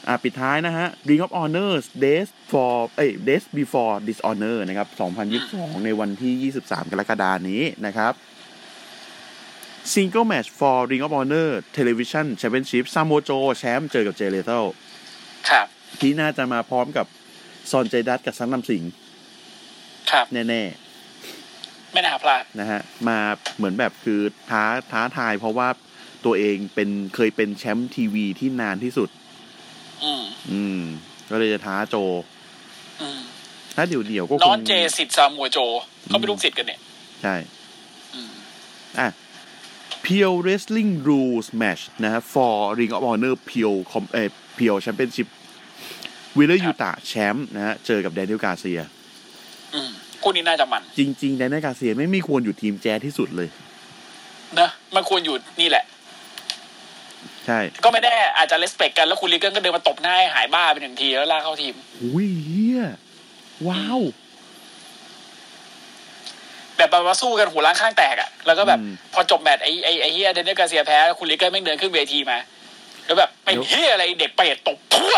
[SPEAKER 1] อ่าปิดท้ายนะฮะ Ring of Honor Days for เอ้ย Days Before Dishonor นะครับ 2022 ในวันที่ 23 กรกฎานี้นะครับ Single Match for Ring of Honor Television Championship ซามโมโจแชมป์เจอกับเจเลเทล
[SPEAKER 2] ครับ
[SPEAKER 1] ที่น่าจะมาพร้อมกับซอนเจดัตกับซังนำสิงห์
[SPEAKER 2] ครับ
[SPEAKER 1] แน่
[SPEAKER 2] ไม่น่าพลาด
[SPEAKER 1] ๆ นะฮะ มาเหมือนแบบคือท้าท้าทายเพราะว่าตัวเองเป็นเคยเป็นแชมป์ทีวีที่นานที่สุด
[SPEAKER 2] อืม
[SPEAKER 1] อืม ก็เลยจะท้าโจ
[SPEAKER 2] อืม
[SPEAKER 1] ถ้าเดี๋ยวเดี๋ยวๆก็ค
[SPEAKER 2] น้อง
[SPEAKER 1] ง
[SPEAKER 2] เจสิทธิ์ซามัวโจ เขาเป็นลูกศิษย์กันเนี่ย
[SPEAKER 1] ใช่
[SPEAKER 2] อืม
[SPEAKER 1] อ่ะ Pure Wrestling Rules Match นะฮะ for Ring of Honor Pure Com เอ่อ Pure Championship วิลเลอร์ยูตาแชมป์นะฮะ เจอกับแดเนียลกาเซีย
[SPEAKER 2] อืม คู่นี้น่าจะมัน
[SPEAKER 1] จริงๆแดนนี่กาเซียไม่มีควรอยู่ทีมแจ๊สที่สุดเลย
[SPEAKER 2] นะมันควรอยู่นี่แหละ
[SPEAKER 1] ใช่
[SPEAKER 2] ก็ไม่แน่อาจจะเลสเปกกันแล้วคุณลิเกิลก็เดินมาตบหน้าให้หายบ้าไปหนึ่งทีแล้วลากเข้าทีม
[SPEAKER 1] อุ้ยเฮียว้าว
[SPEAKER 2] แบบแบบว่าสู้กันหัวล้างข้างแตกอะแล้วก็แบบ
[SPEAKER 1] อืม
[SPEAKER 2] พอจบแมตช์ไอ้ไอ้ไอ้เฮียเดนเนอร์กาเซียแพ้คุณลิเกิลแม่งเดินขึ้นเวทีมา แล้วแบบเป็น
[SPEAKER 1] เดี๋ยว
[SPEAKER 2] เฮียอะไรเด็กเปรตตบทั่ว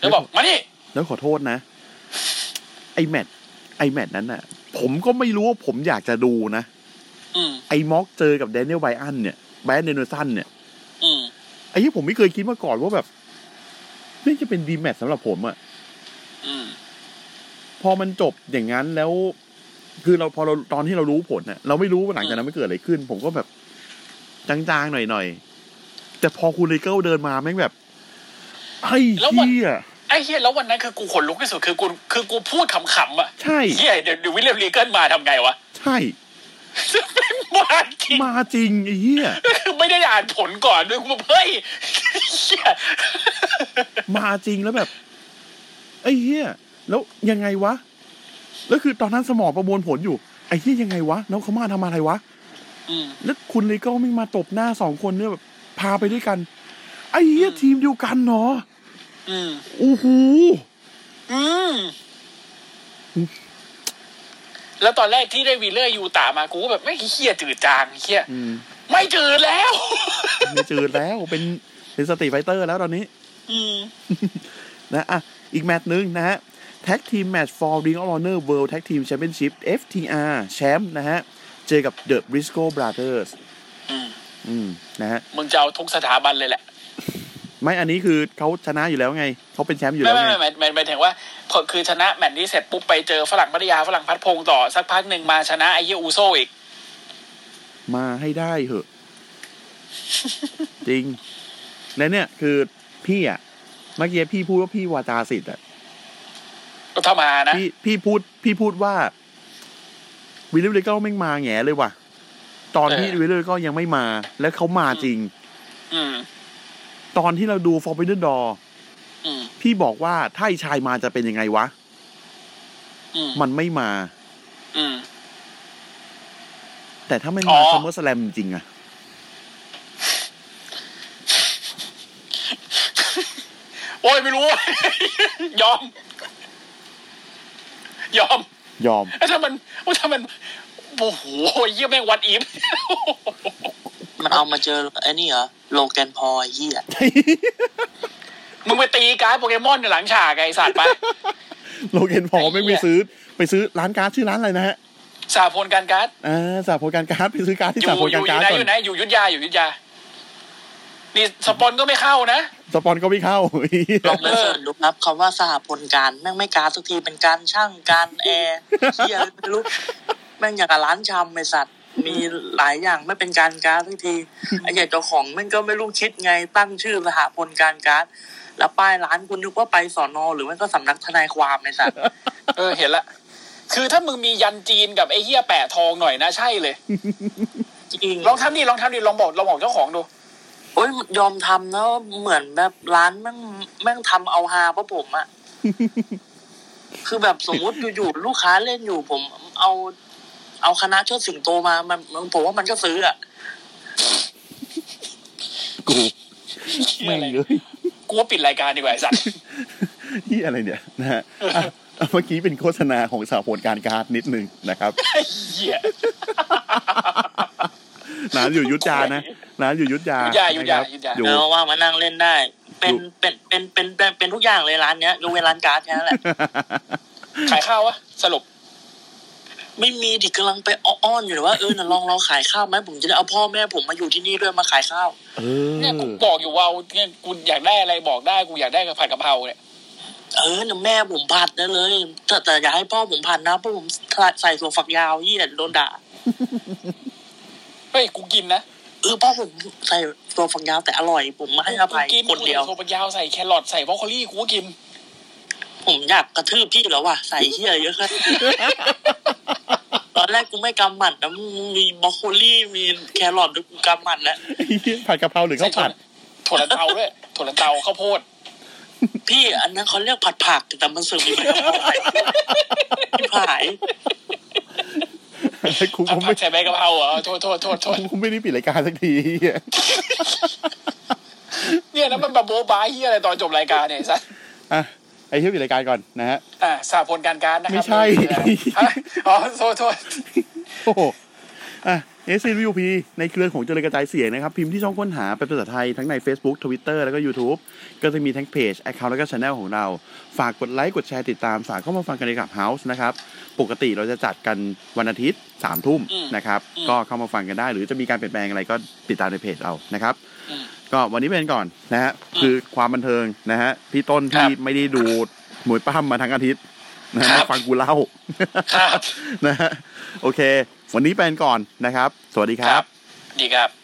[SPEAKER 2] แล้วบอกมานี่
[SPEAKER 1] แล้วขอโทษนะ ไอแมทไอแมทนั้นน่ะ ผมก็ไม่รู้ว่าผมอยากจะดูนะ
[SPEAKER 2] อืม
[SPEAKER 1] ไอม็อกเจอกับแดเนียลไบรอันเนี่ยไบรอันเดนเนอร์สันเนี่ย
[SPEAKER 2] อืม
[SPEAKER 1] ไอ้ที่ผมไม่เคยคิดมาก่อนว่าแบบนี่จะเป็นดีแมทสำหรับผมอะ
[SPEAKER 2] อืม
[SPEAKER 1] พอมันจบอย่างนั้นแล้ว คือเราพอเราตอนที่เรารู้ผลน่ะเราไม่รู้ว่าหลังจากนั้นไม่เกิดอะไรขึ้น ผมก็แบบจางๆหน่อยๆแต่พอคุณเลเกิลเดินมาแม่งแบบไอ้
[SPEAKER 2] แล้วมัน
[SPEAKER 1] เหี้ย
[SPEAKER 2] ไอ้เฮียแล้ววันนั้นคือกูขนลุกที่สุดคือกูคือกูพูดขำๆอะ
[SPEAKER 1] ใช่
[SPEAKER 2] เฮียเดี๋ยวเดี๋ยววิลเลียมลิเกิลมาทำไงวะ
[SPEAKER 1] ใช่
[SPEAKER 2] เป็นบ้าจริง
[SPEAKER 1] มาจริงไอ้เหี้ย
[SPEAKER 2] คือ ไม่ได้อ่านผลก่อนด้วยกูแบบเฮ้ย เหี้ย
[SPEAKER 1] มาจริงแล้วแบบ ไอ้เหี้ยแล้วยังไงวะ แล้วคือตอนนั้นสมองประมวลผลอยู่ ไอ้เหี้ยยังไงวะแล้วเขามาทำอะไรวะ
[SPEAKER 2] อืม
[SPEAKER 1] แล้วคุณเลโก้ไม่มาตบหน้าสองคนเนี่ยแบบพาไปด้วยกัน ไอ้เหี้ยทีมเดียวกันเนาะ
[SPEAKER 2] อืม
[SPEAKER 1] โอ้โห
[SPEAKER 2] อืม แล้วตอนแรกที่ได้วีเลอร์ยูตามากูก็แบบไม่เฮียจืดจางเฮียไม่จืดแล้ว
[SPEAKER 1] ไม่จืดแล้วเป็นเป็นสตรีทไฟเตอร์แล้วตอนนี้
[SPEAKER 2] อืม
[SPEAKER 1] นะอ่ะอีกแมตช์หนึ่งนะฮะแท็กทีมแมตช์ for Ring of Honor World Tag Team Championship FTR แชมป์นะฮะ เจอกับ The Briscoe Brothers
[SPEAKER 2] อืม
[SPEAKER 1] อืมนะฮะ
[SPEAKER 2] มึงจะเอาทุกสถาบันเลยแหละ
[SPEAKER 1] ไม่อันนี้คือเขาชนะอยู่แล้วไง เขาเป็นแชมป์อยู่
[SPEAKER 2] ไม่
[SPEAKER 1] แล้ว
[SPEAKER 2] ไม่
[SPEAKER 1] ไง
[SPEAKER 2] ไม่ไม่ไม่หมายถึงว่าพอคือชนะแมตช์นี้เสร็จปุ๊บไปเจอฝรั่งพัทยาฝรั่งพัดพงต่อสักพักหนึ่งมาชนะไอ้เหี้ยอูโซอีก
[SPEAKER 1] มาให้ได้เหอะ จริง และเนี่ยคือพี่อ่ะเมื่อกี้พี่พูดว่าพี่วาจาสิทธิ์อ่ะ
[SPEAKER 2] ก็ถ้ามานะ
[SPEAKER 1] พี่พี่พูดพี่พูดว่าวิลเล l เลก็ไม่งมาแหงเลยว่ะ ตอนที่
[SPEAKER 2] เออ
[SPEAKER 1] วิลเล l ก็ยังไม่มาแล้วเขามาจริง
[SPEAKER 2] อืม
[SPEAKER 1] ตอนที่เราดูฟอร์บิเดนดอ
[SPEAKER 2] อืม
[SPEAKER 1] พี่บอกว่าถ้าไอชายมาจะเป็นยังไงวะ
[SPEAKER 2] อืม
[SPEAKER 1] มันไม่มา
[SPEAKER 2] อืม
[SPEAKER 1] แต่ถ้าไม่
[SPEAKER 2] อ๋
[SPEAKER 1] มา
[SPEAKER 2] อ
[SPEAKER 1] ซัมเมอร์สแลมจริงๆอะ
[SPEAKER 2] โอ้ยไม่รู้ ยอม ยอม
[SPEAKER 1] ยอม
[SPEAKER 2] แล้วถ้ามันว่าถ้ามันโอ้โหเยี่ยแม่งวัดอีฟ
[SPEAKER 4] มันเอามาเจอไอ้นี่เหรอโลแกนพอลไอ้เหี้ย
[SPEAKER 2] มึงไปตีการ์ดโปเกมอนหลังฉากไงไอ้สัตว์ไป
[SPEAKER 1] โลเกนพอลไม่งไปซื้อ ไปซื้อร้านการ์ดชื่อร้านอะไรนะฮะ
[SPEAKER 2] สาโพลการการ์ด
[SPEAKER 1] อ่าสาโพลการการ์ดไปซื้อการ์ดที่
[SPEAKER 2] อ
[SPEAKER 1] สา
[SPEAKER 2] ยู่
[SPEAKER 1] โพล
[SPEAKER 2] อ
[SPEAKER 1] การ
[SPEAKER 2] ยู่อ
[SPEAKER 1] การ์ดก่อ
[SPEAKER 2] ยู่ไหนอยู่
[SPEAKER 1] น
[SPEAKER 2] ไหนอยู่อยุทธยาอยู่อยุทธยา นี่สปอนก็ไม่เข้านะ
[SPEAKER 1] สปอนก็ไม่เข้า เหี้ย
[SPEAKER 4] ลองไปเสิร์ชดูครับคำว่าสหพลการแม่งไม่การสักทีเป็นการช่างการแอร์เหี้ยอะไรไม่รู้แม่งอย่างกับร้านชำไอสัตว์ มีหลายอย่างไม่เป็นการการสักทีไอ้ใหญ่เจ้าของแม่งก็ไม่รู้คิดไงตั้งชื่อสหพลการการแล้วป้ายร้านคุณนึกว่าไปสอนอหรือไม่ก็สำนักทนายความไอสัตว์
[SPEAKER 2] เออเห็นละ คือถ้ามึงมียันจีนกับไอ้เหี้ยแปะทองหน่อยนะใช่เลย
[SPEAKER 4] จริง
[SPEAKER 2] ลองทำดิลองทำดิลองบอกลองบอกเจ้าของดู
[SPEAKER 4] โอ้ยยอมทำนะเหมือนแบบร้านแม่งแม่งทำเอาฮาเพราะผม อะ คือแบบสมมติอยู่ๆลูกค้าเล่นอยู่ผมเอา เอาคณะเชิดสิงโตมามันมันผมว่ามันก็ซื้ออะ
[SPEAKER 1] กู
[SPEAKER 2] เหี้ย
[SPEAKER 1] แม่
[SPEAKER 2] อะ
[SPEAKER 1] ง
[SPEAKER 2] ไร
[SPEAKER 1] เลย
[SPEAKER 2] กูว่าปิดรายการดีกว่าไอ้สัตว์
[SPEAKER 1] ที่อะไรเนี่ยนะฮะอ่ะเมื่อกี้เป็นโฆษณาของสาโพลการการ์ดนิดนึงนะครับ
[SPEAKER 2] ไอ้เหี้ย
[SPEAKER 1] ร้านอยู่ยุทธยานะร้านอยู่ยุทธยา
[SPEAKER 2] ยุธยายุธยา
[SPEAKER 1] นะครับ
[SPEAKER 2] ยุธยา
[SPEAKER 1] อยู่
[SPEAKER 4] เออว่ามานั่งเล่นได้ เป็น
[SPEAKER 1] อยู่
[SPEAKER 4] เป็นเป็นเป็นเป็นเป็นทุกอย่างเลยร้านเนี้ยยกเว้นร้านการ์ดแค่นั้นแหละ
[SPEAKER 2] ขายข้าววะสรุป
[SPEAKER 4] ไม่มีดิกำลังไปอ้อนๆอยู่เลยว่าเออน่ะลองลองขายข้าวไหมผมจะได้เอาพ่อแม่ผมมาอยู่ที่นี่ด้วยมาขายข้าว
[SPEAKER 1] เอ
[SPEAKER 2] เนี่ยกู
[SPEAKER 1] อ
[SPEAKER 2] บอกอยู่ว่าเอาเนี่ยกูอยากได้อะไรบอกได้กูอยากได้กับผัดกะเพราเนี่ย
[SPEAKER 4] เออน่ะแม่ผมผัดนะเลย แต่แต่อย่าให้พ่อผมผัดนะเพ่อผมใส่ถั่วฝักยาวเยี่ยโดนด่า
[SPEAKER 2] เฮ้ยกูกินนะ
[SPEAKER 4] เออพ่อผมใส่ตัวฝักยาวแต่อร่อย ผมไม่ให้อภัย
[SPEAKER 2] กูกิน
[SPEAKER 4] คนเดียว
[SPEAKER 2] กูใส่ถั่วฝักยาวใส่แครอทใส่บรอกโคลี่กูก็กิน
[SPEAKER 4] ผมอยากกระทืบพี่แล้วว่ะใส่เฮียเยอะ ขึ้น ตอนแรกกูไม่กำหมัดนะมึงมีบรอกโคลี่มีแครอทด้วยกูกำหมัดแล้ว
[SPEAKER 1] ไอ้เหี้ยผัดกะเพราหรือข้าวผัด
[SPEAKER 2] ถั่วลันเตาด้วยถั่วลันเตาข้าวโพด
[SPEAKER 4] พี่อันนั้นเขาเรียกผัดผักแต่มันเสริมมีใบกะเพราใส่ด้วยพี่ผาย
[SPEAKER 1] กู
[SPEAKER 2] ผัด
[SPEAKER 1] ไม่
[SPEAKER 2] ผัดใส่ใบกะเพราเหรอโทษโทษโทษโทษ
[SPEAKER 1] กูไม่ได้ปิดรายการสักทีเหี้ย
[SPEAKER 2] เนี่ยนะมันแบบโบ๊ะบ้าเฮียอะไรตอนจบรายการเนี่ยไอ้สัส
[SPEAKER 1] อ่ะไอ้เที่ยปิดรายการก่อนนะฮะ
[SPEAKER 2] อ่าสาผลการการนะครั
[SPEAKER 1] ไม่ใช่
[SPEAKER 2] ฮะอ๋อโทษโทษ
[SPEAKER 1] โอ้โหอ่ะ SCVUP ในเครือของเจริญกระจายเสียงนะครับ พิมพ์ที่ช่องค้นหาเป็นภาษาไทยทั้งใน Facebook Twitter แล้วก็ YouTube ก็จะมีทั้งเพจ Account แล้วก็ Channel ของเรา ฝากกดไลค์ กดแชร์ติดตาม ฝากเข้ามาฟังกันในกับ House นะครับ ปกติเราจะจัดกันวันอาทิตย์3ามทุ่ม
[SPEAKER 2] อืม
[SPEAKER 1] นะครับ
[SPEAKER 2] อืม
[SPEAKER 1] ก็เข้ามาฟังกันได้ หรือจะมีการเปลี่ยนแปลงอะไรก็ติดตามในเพจเรานะครับ
[SPEAKER 2] อืม
[SPEAKER 1] ก็วันนี้เป็นก่อนนะฮะคือความบันเทิงนะฮะพี่ต้น
[SPEAKER 2] ครั
[SPEAKER 1] ที่
[SPEAKER 2] บ
[SPEAKER 1] ไม่ได้ดูหมวยป้ามมาทั้งอาทิตย์นะฮะ
[SPEAKER 2] ครับ
[SPEAKER 1] มาฟังกูเล่า
[SPEAKER 2] ครับ
[SPEAKER 1] นะฮะโอเค วันนี้ไปกันก่อนนะครับ สวัสดีค
[SPEAKER 2] ค
[SPEAKER 1] รั
[SPEAKER 2] รับ บ ดีครับ